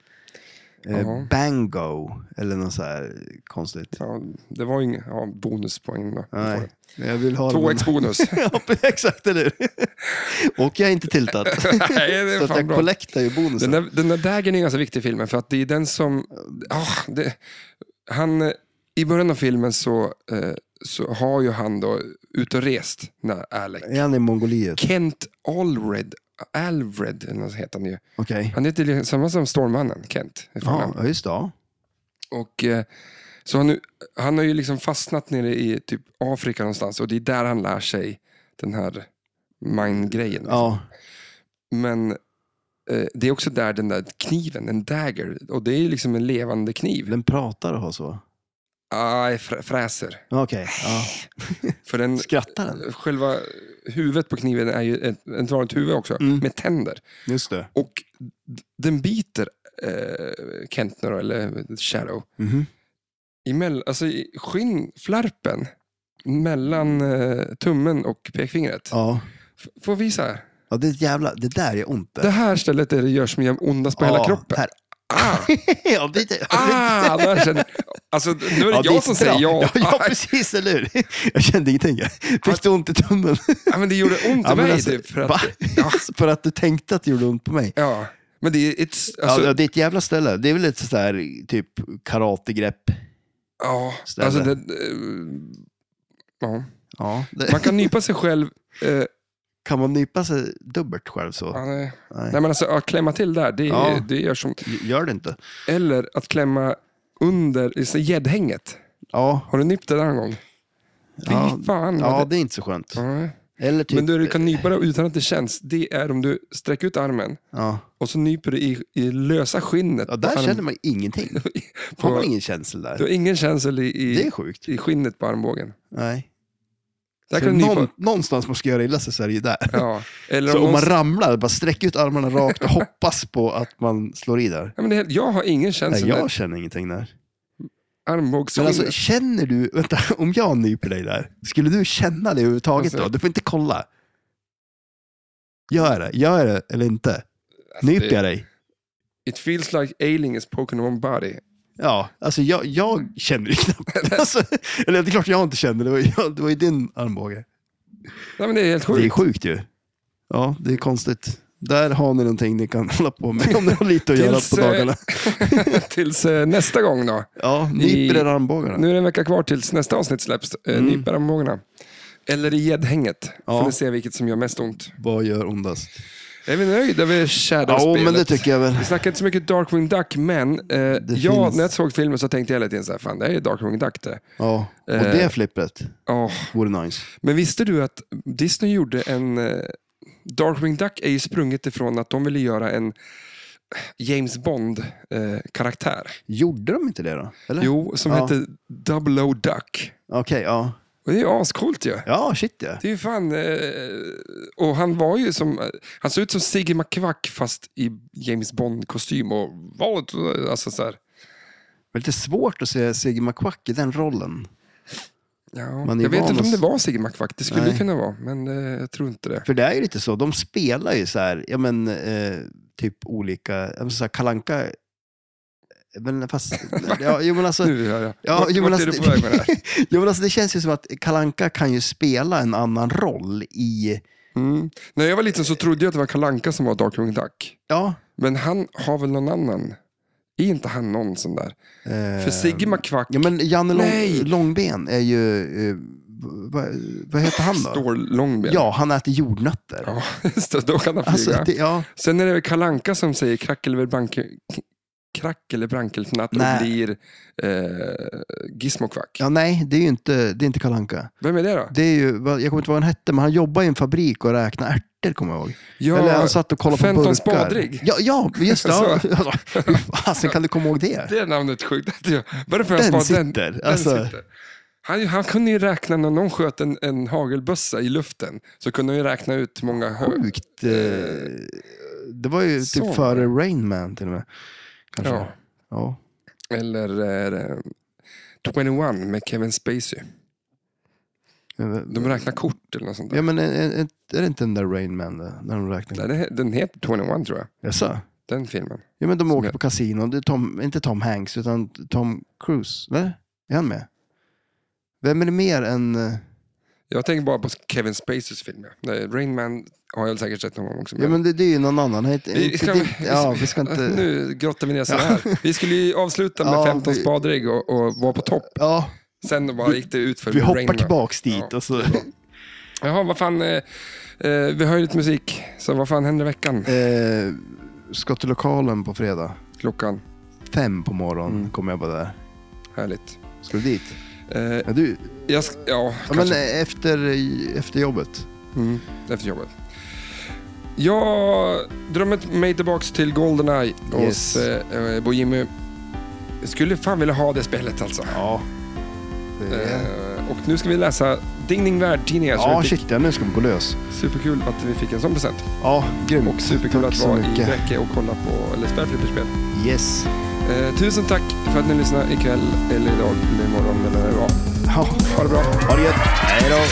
Speaker 1: Mm. Jaha.
Speaker 2: Eh, bango, eller något så här konstigt.
Speaker 1: Ja, det var ju inga ja, bonuspoäng då.
Speaker 2: Nej, men jag vill ha
Speaker 1: Två
Speaker 2: den.
Speaker 1: x bonus.
Speaker 2: Ja, exakt, eller hur? Och jag är inte tiltat.
Speaker 1: Nej, det är
Speaker 2: så att
Speaker 1: fan
Speaker 2: jag
Speaker 1: bra.
Speaker 2: collectar ju bonusen.
Speaker 1: Den där, den där dagen är ganska viktig i filmen för att det är den som... ah, det, han, eh, I början av filmen så, eh, så har ju han då ut och rest när Alec.
Speaker 2: Är han i Mongoliet?
Speaker 1: Kent Allred, Alvred eller något heter han ju.
Speaker 2: Okej.
Speaker 1: Han heter liksom samma som Stormmannen, Kent. i
Speaker 2: Ja,
Speaker 1: förnamn.
Speaker 2: just det. ja.
Speaker 1: Och eh, Så han, nu, han har ju liksom fastnat nere i typ Afrika någonstans och det är där han lär sig den här mind-grejen.
Speaker 2: Ja,
Speaker 1: Men eh, det är också där den där kniven, en dagger, och det är ju liksom en levande kniv.
Speaker 2: den pratar och har så.
Speaker 1: Ah, frä- fräser.
Speaker 2: Ja, Okej. Ja.
Speaker 1: För den,
Speaker 2: Skrattar den?
Speaker 1: själva huvudet på kniven är ju ett, ett vanligt huvud också,
Speaker 2: Mm.
Speaker 1: med tänder.
Speaker 2: Just det.
Speaker 1: Och d- den biter eh, Kentner, då, eller Shadow,
Speaker 2: Mhm.
Speaker 1: emell- alltså i skinnflärpen mellan eh, tummen och pekfingret.
Speaker 2: Ja.
Speaker 1: F- Får jag visa? här?
Speaker 2: ja, det är jävla... Det där är ont.
Speaker 1: Det här stället är det gör som gör ondast på
Speaker 2: ja,
Speaker 1: hela kroppen.
Speaker 2: Här.
Speaker 1: Ah,
Speaker 2: ja, det, det,
Speaker 1: ah, där känner, alltså, nu är det
Speaker 2: Ja,
Speaker 1: jag
Speaker 2: gick
Speaker 1: som
Speaker 2: bra.
Speaker 1: säger ja.
Speaker 2: Ja, ja precis, eller hur? Jag kände ingenting. Fick du ont i tummen?
Speaker 1: Ah, men det gjorde ont i
Speaker 2: men
Speaker 1: mig.
Speaker 2: alltså,
Speaker 1: typ, för
Speaker 2: va?
Speaker 1: att, ja,
Speaker 2: för att du tänkte att det gjorde ont på mig?
Speaker 1: ja. Men det är ett, alltså,
Speaker 2: ja, det är ett jävla ställe. Det är väl ett sånt där typ karategrepp.
Speaker 1: Ja,
Speaker 2: Ställe.
Speaker 1: alltså det, eh, ja.
Speaker 2: Ja. Det,
Speaker 1: Man kan nypa sig själv. Eh,
Speaker 2: Kan man nypa sig dubbelt själv så?
Speaker 1: ja, nej.
Speaker 2: Nej.
Speaker 1: nej, men alltså att klämma till där, det,
Speaker 2: Ja.
Speaker 1: det gör som...
Speaker 2: Gör det inte?
Speaker 1: Eller att klämma under så gäddhänget.
Speaker 2: Ja.
Speaker 1: Har du nypt det där någon gång? Fy
Speaker 2: Ja.
Speaker 1: fan. vad
Speaker 2: Ja,
Speaker 1: det-
Speaker 2: det är inte så skönt.
Speaker 1: Nej.
Speaker 2: Eller typ...
Speaker 1: Men du, du kan nypa det utan att det känns. Det är om du sträcker ut armen
Speaker 2: ja.
Speaker 1: och så nyper du i, i lösa skinnet.
Speaker 2: ja,
Speaker 1: på
Speaker 2: där
Speaker 1: arm-
Speaker 2: känner man ingenting.
Speaker 1: på,
Speaker 2: Får man ingen känsla
Speaker 1: Du
Speaker 2: där?
Speaker 1: har ingen känsel i,
Speaker 2: Det
Speaker 1: i,
Speaker 2: är sjukt.
Speaker 1: i skinnet på armbågen.
Speaker 2: Nej.
Speaker 1: Där
Speaker 2: Så
Speaker 1: kan du nypa.
Speaker 2: någon, någonstans man ska göra illa sig så är det ju där.
Speaker 1: Ja. Eller
Speaker 2: Så
Speaker 1: om
Speaker 2: om man
Speaker 1: någon...
Speaker 2: ramlar, bara sträck ut armarna rakt och hoppas på att man slår i där.
Speaker 1: ja, men det, är helt- jag har ingen
Speaker 2: Nej,
Speaker 1: känsel.
Speaker 2: jag känner ingenting där. Men
Speaker 1: Armbågsskinnet.
Speaker 2: alltså, känner du, vänta, om jag nyper dig där, skulle du känna det överhuvudtaget
Speaker 1: Alltså-
Speaker 2: då? Du får inte kolla. Gör det, gör det eller inte.
Speaker 1: Alltså,
Speaker 2: Nyper jag dig?
Speaker 1: It feels like ailing is poking on body.
Speaker 2: Ja, alltså jag, jag känner ju knappt. Alltså, eller det är klart jag inte känner, det var, ju- det var ju din armbåge.
Speaker 1: Nej, men det är helt
Speaker 2: Det är
Speaker 1: sjukt.
Speaker 2: sjukt ju. Ja, det är konstigt. Där har ni någonting ni kan hålla på med om ni har lite att göra
Speaker 1: Tills,
Speaker 2: på dagarna.
Speaker 1: tills eh, nästa gång då.
Speaker 2: Ja,
Speaker 1: ni-
Speaker 2: nyper er armbågarna.
Speaker 1: Nu är det en vecka kvar tills nästa avsnitt släpps. Eh,
Speaker 2: Mm.
Speaker 1: Nypa armbågarna. Eller i gäddhänget.
Speaker 2: Ja.
Speaker 1: Får ni se vilket som gör mest ont.
Speaker 2: Vad gör ondast?
Speaker 1: Är vi nöjda över
Speaker 2: Ja,
Speaker 1: Shadow-spelet?
Speaker 2: men det tycker jag väl.
Speaker 1: Vi snackade inte så mycket Darkwing Duck, men eh, jag,
Speaker 2: finns.
Speaker 1: när jag såg filmen så tänkte jag hela tiden så här, fan det här är Darkwing Duck det.
Speaker 2: Ja, och
Speaker 1: Eh.
Speaker 2: det flippet
Speaker 1: Ja.
Speaker 2: vore nice.
Speaker 1: Men visste du att Disney gjorde en... eh, Darkwing Duck är ju sprunget ifrån att de ville göra en eh, James Bond-karaktär.
Speaker 2: Gjorde de inte det då? Eller?
Speaker 1: Jo, som
Speaker 2: Ja.
Speaker 1: hette Double O Duck.
Speaker 2: Okej, ja.
Speaker 1: Och det är ju ascoolt ju.
Speaker 2: Ja, shit ja.
Speaker 1: Det är ju fan... Eh, och han var ju som... eh, Han såg ut som Sigge McQuack fast i James Bond-kostym och valet... Alltså så här.
Speaker 2: Det är lite svårt att se Sigge McQuack i den rollen.
Speaker 1: Ja,
Speaker 2: Man är
Speaker 1: jag vet
Speaker 2: van
Speaker 1: inte om
Speaker 2: att-
Speaker 1: det var Sigge McQuack. Det skulle
Speaker 2: Nej.
Speaker 1: det kunna vara, men eh, jag tror inte det.
Speaker 2: För det är ju lite så, de spelar ju så här, ja men eh, typ olika, ja, men så här Kalanka men fast, ja, jo, men alltså,
Speaker 1: Nu hör jag.
Speaker 2: Ja,
Speaker 1: vart
Speaker 2: jo, men
Speaker 1: vart är du
Speaker 2: alltså-
Speaker 1: på väg med det här?
Speaker 2: jo, men alltså det känns ju som att Kalanka kan ju spela en annan roll i,
Speaker 1: Mm. När jag var liten så trodde jag att det var Kalanka som var Darkwing Duck.
Speaker 2: ja.
Speaker 1: Men han har väl någon annan? Är inte han någon sån där?
Speaker 2: Eh,
Speaker 1: För Sigge McQuack
Speaker 2: Ja, men Janne
Speaker 1: Nej!
Speaker 2: Lång, Långben är ju, eh, vad, vad heter han då?
Speaker 1: står långben.
Speaker 2: Ja, han äter jordnötter.
Speaker 1: Ja, just det, då kan han
Speaker 2: Alltså,
Speaker 1: flyga.
Speaker 2: det, ja,
Speaker 1: Sen är det väl Kalanka som säger krack eller branke, k- krack eller brankelfnatt och
Speaker 2: Nej.
Speaker 1: blir eh, Gizmokvack.
Speaker 2: ja, nej, det är ju inte, det är inte Kalanka.
Speaker 1: Vem är det då?
Speaker 2: Det är ju, vad- jag kommer inte ihåg vad han hette, men han jobbar i en fabrik och räknar ärtor, kommer jag ihåg.
Speaker 1: Ja,
Speaker 2: Eller alltså- han satt och kollade på
Speaker 1: Fenton
Speaker 2: burkar.
Speaker 1: Spadrig.
Speaker 2: Ja, ja just det. Ja. Hur fasen kan du komma ihåg det?
Speaker 1: Det är namnet sjukt. Att jag- Varför har jag
Speaker 2: Den
Speaker 1: sparat den?
Speaker 2: sitter.
Speaker 1: Den
Speaker 2: Alltså,
Speaker 1: sitter. Han, han kunde ju räkna när någon sköt en, en hagelbössa i luften. Så kunde han ju räkna ut hur många hö-
Speaker 2: sjukt. eh, Det var ju
Speaker 1: Så.
Speaker 2: typ före Rain Man till och med. Kanske.
Speaker 1: Ja.
Speaker 2: Ja.
Speaker 1: Eller eh, 21 med Kevin Spacey. De räknar kort eller något sånt där.
Speaker 2: Ja, men är, är är det inte den där Rain Man där, när de räknar?
Speaker 1: Den, den heter 21 tror jag,
Speaker 2: Jaså?
Speaker 1: den filmen.
Speaker 2: Ja, men de åker
Speaker 1: jag-
Speaker 2: på kasino. Det är Tom, inte Tom Hanks, utan Tom Cruise. Nej, är han med? Vem är det mer än... eh,
Speaker 1: Jag tänker bara på Kevin Spaceys film. ja. Nej, Rain Man har jag säkert sett någon gång också.
Speaker 2: Ja, men det, det är ju någon annan. Hej,
Speaker 1: Vi
Speaker 2: inte
Speaker 1: ska-
Speaker 2: din- ja, vi ska inte...
Speaker 1: Nu grottar vi ner så här. Vi skulle ju avsluta med
Speaker 2: Ja,
Speaker 1: 15
Speaker 2: vi-
Speaker 1: spadrygg och, och vara på topp.
Speaker 2: Ja,
Speaker 1: Sen bara gick det ut för
Speaker 2: vi
Speaker 1: Rain
Speaker 2: hoppar
Speaker 1: Man.
Speaker 2: tillbaks dit. alltså.
Speaker 1: Ja.
Speaker 2: Och så.
Speaker 1: Jaha, vad fan. Eh, eh, vi har ju lite musik, så vad fan händer i veckan?
Speaker 2: Eh, ska till lokalen på fredag.
Speaker 1: Klockan,
Speaker 2: Fem på morgonen
Speaker 1: Mm.
Speaker 2: kommer jag vara där.
Speaker 1: härligt.
Speaker 2: Ska du dit?
Speaker 1: Eh,
Speaker 2: Ja, du,
Speaker 1: jag sk- ja,
Speaker 2: ja, men
Speaker 1: kanske
Speaker 2: eh, efter, efter jobbet.
Speaker 1: mm, efter jobbet. Jag drömmer mig tillbaks till Goldeneye
Speaker 2: Yes.
Speaker 1: hos eh, eh, Bo Jimmy. Jag skulle fan vilja ha det spelet alltså.
Speaker 2: Ja. Det är...
Speaker 1: Eh, och nu ska vi läsa Ding Ding Värld-tidningar. så
Speaker 2: Ja,
Speaker 1: vi fick-
Speaker 2: shit ja, nu ska vi gå lös.
Speaker 1: Superkul att vi fick en sån present.
Speaker 2: Ja, grymt.
Speaker 1: Och superkul
Speaker 2: Tack
Speaker 1: att
Speaker 2: så
Speaker 1: vara i
Speaker 2: mycket.
Speaker 1: Bräcke och kolla på, eller spela flipperspel.
Speaker 2: Yes.
Speaker 1: Eh, tusen tack för att ni lyssnade ikväll, eller idag, eller imorgon, eller när det var.
Speaker 2: Ja,
Speaker 1: Ha det bra.
Speaker 2: ha det gött. Hej då.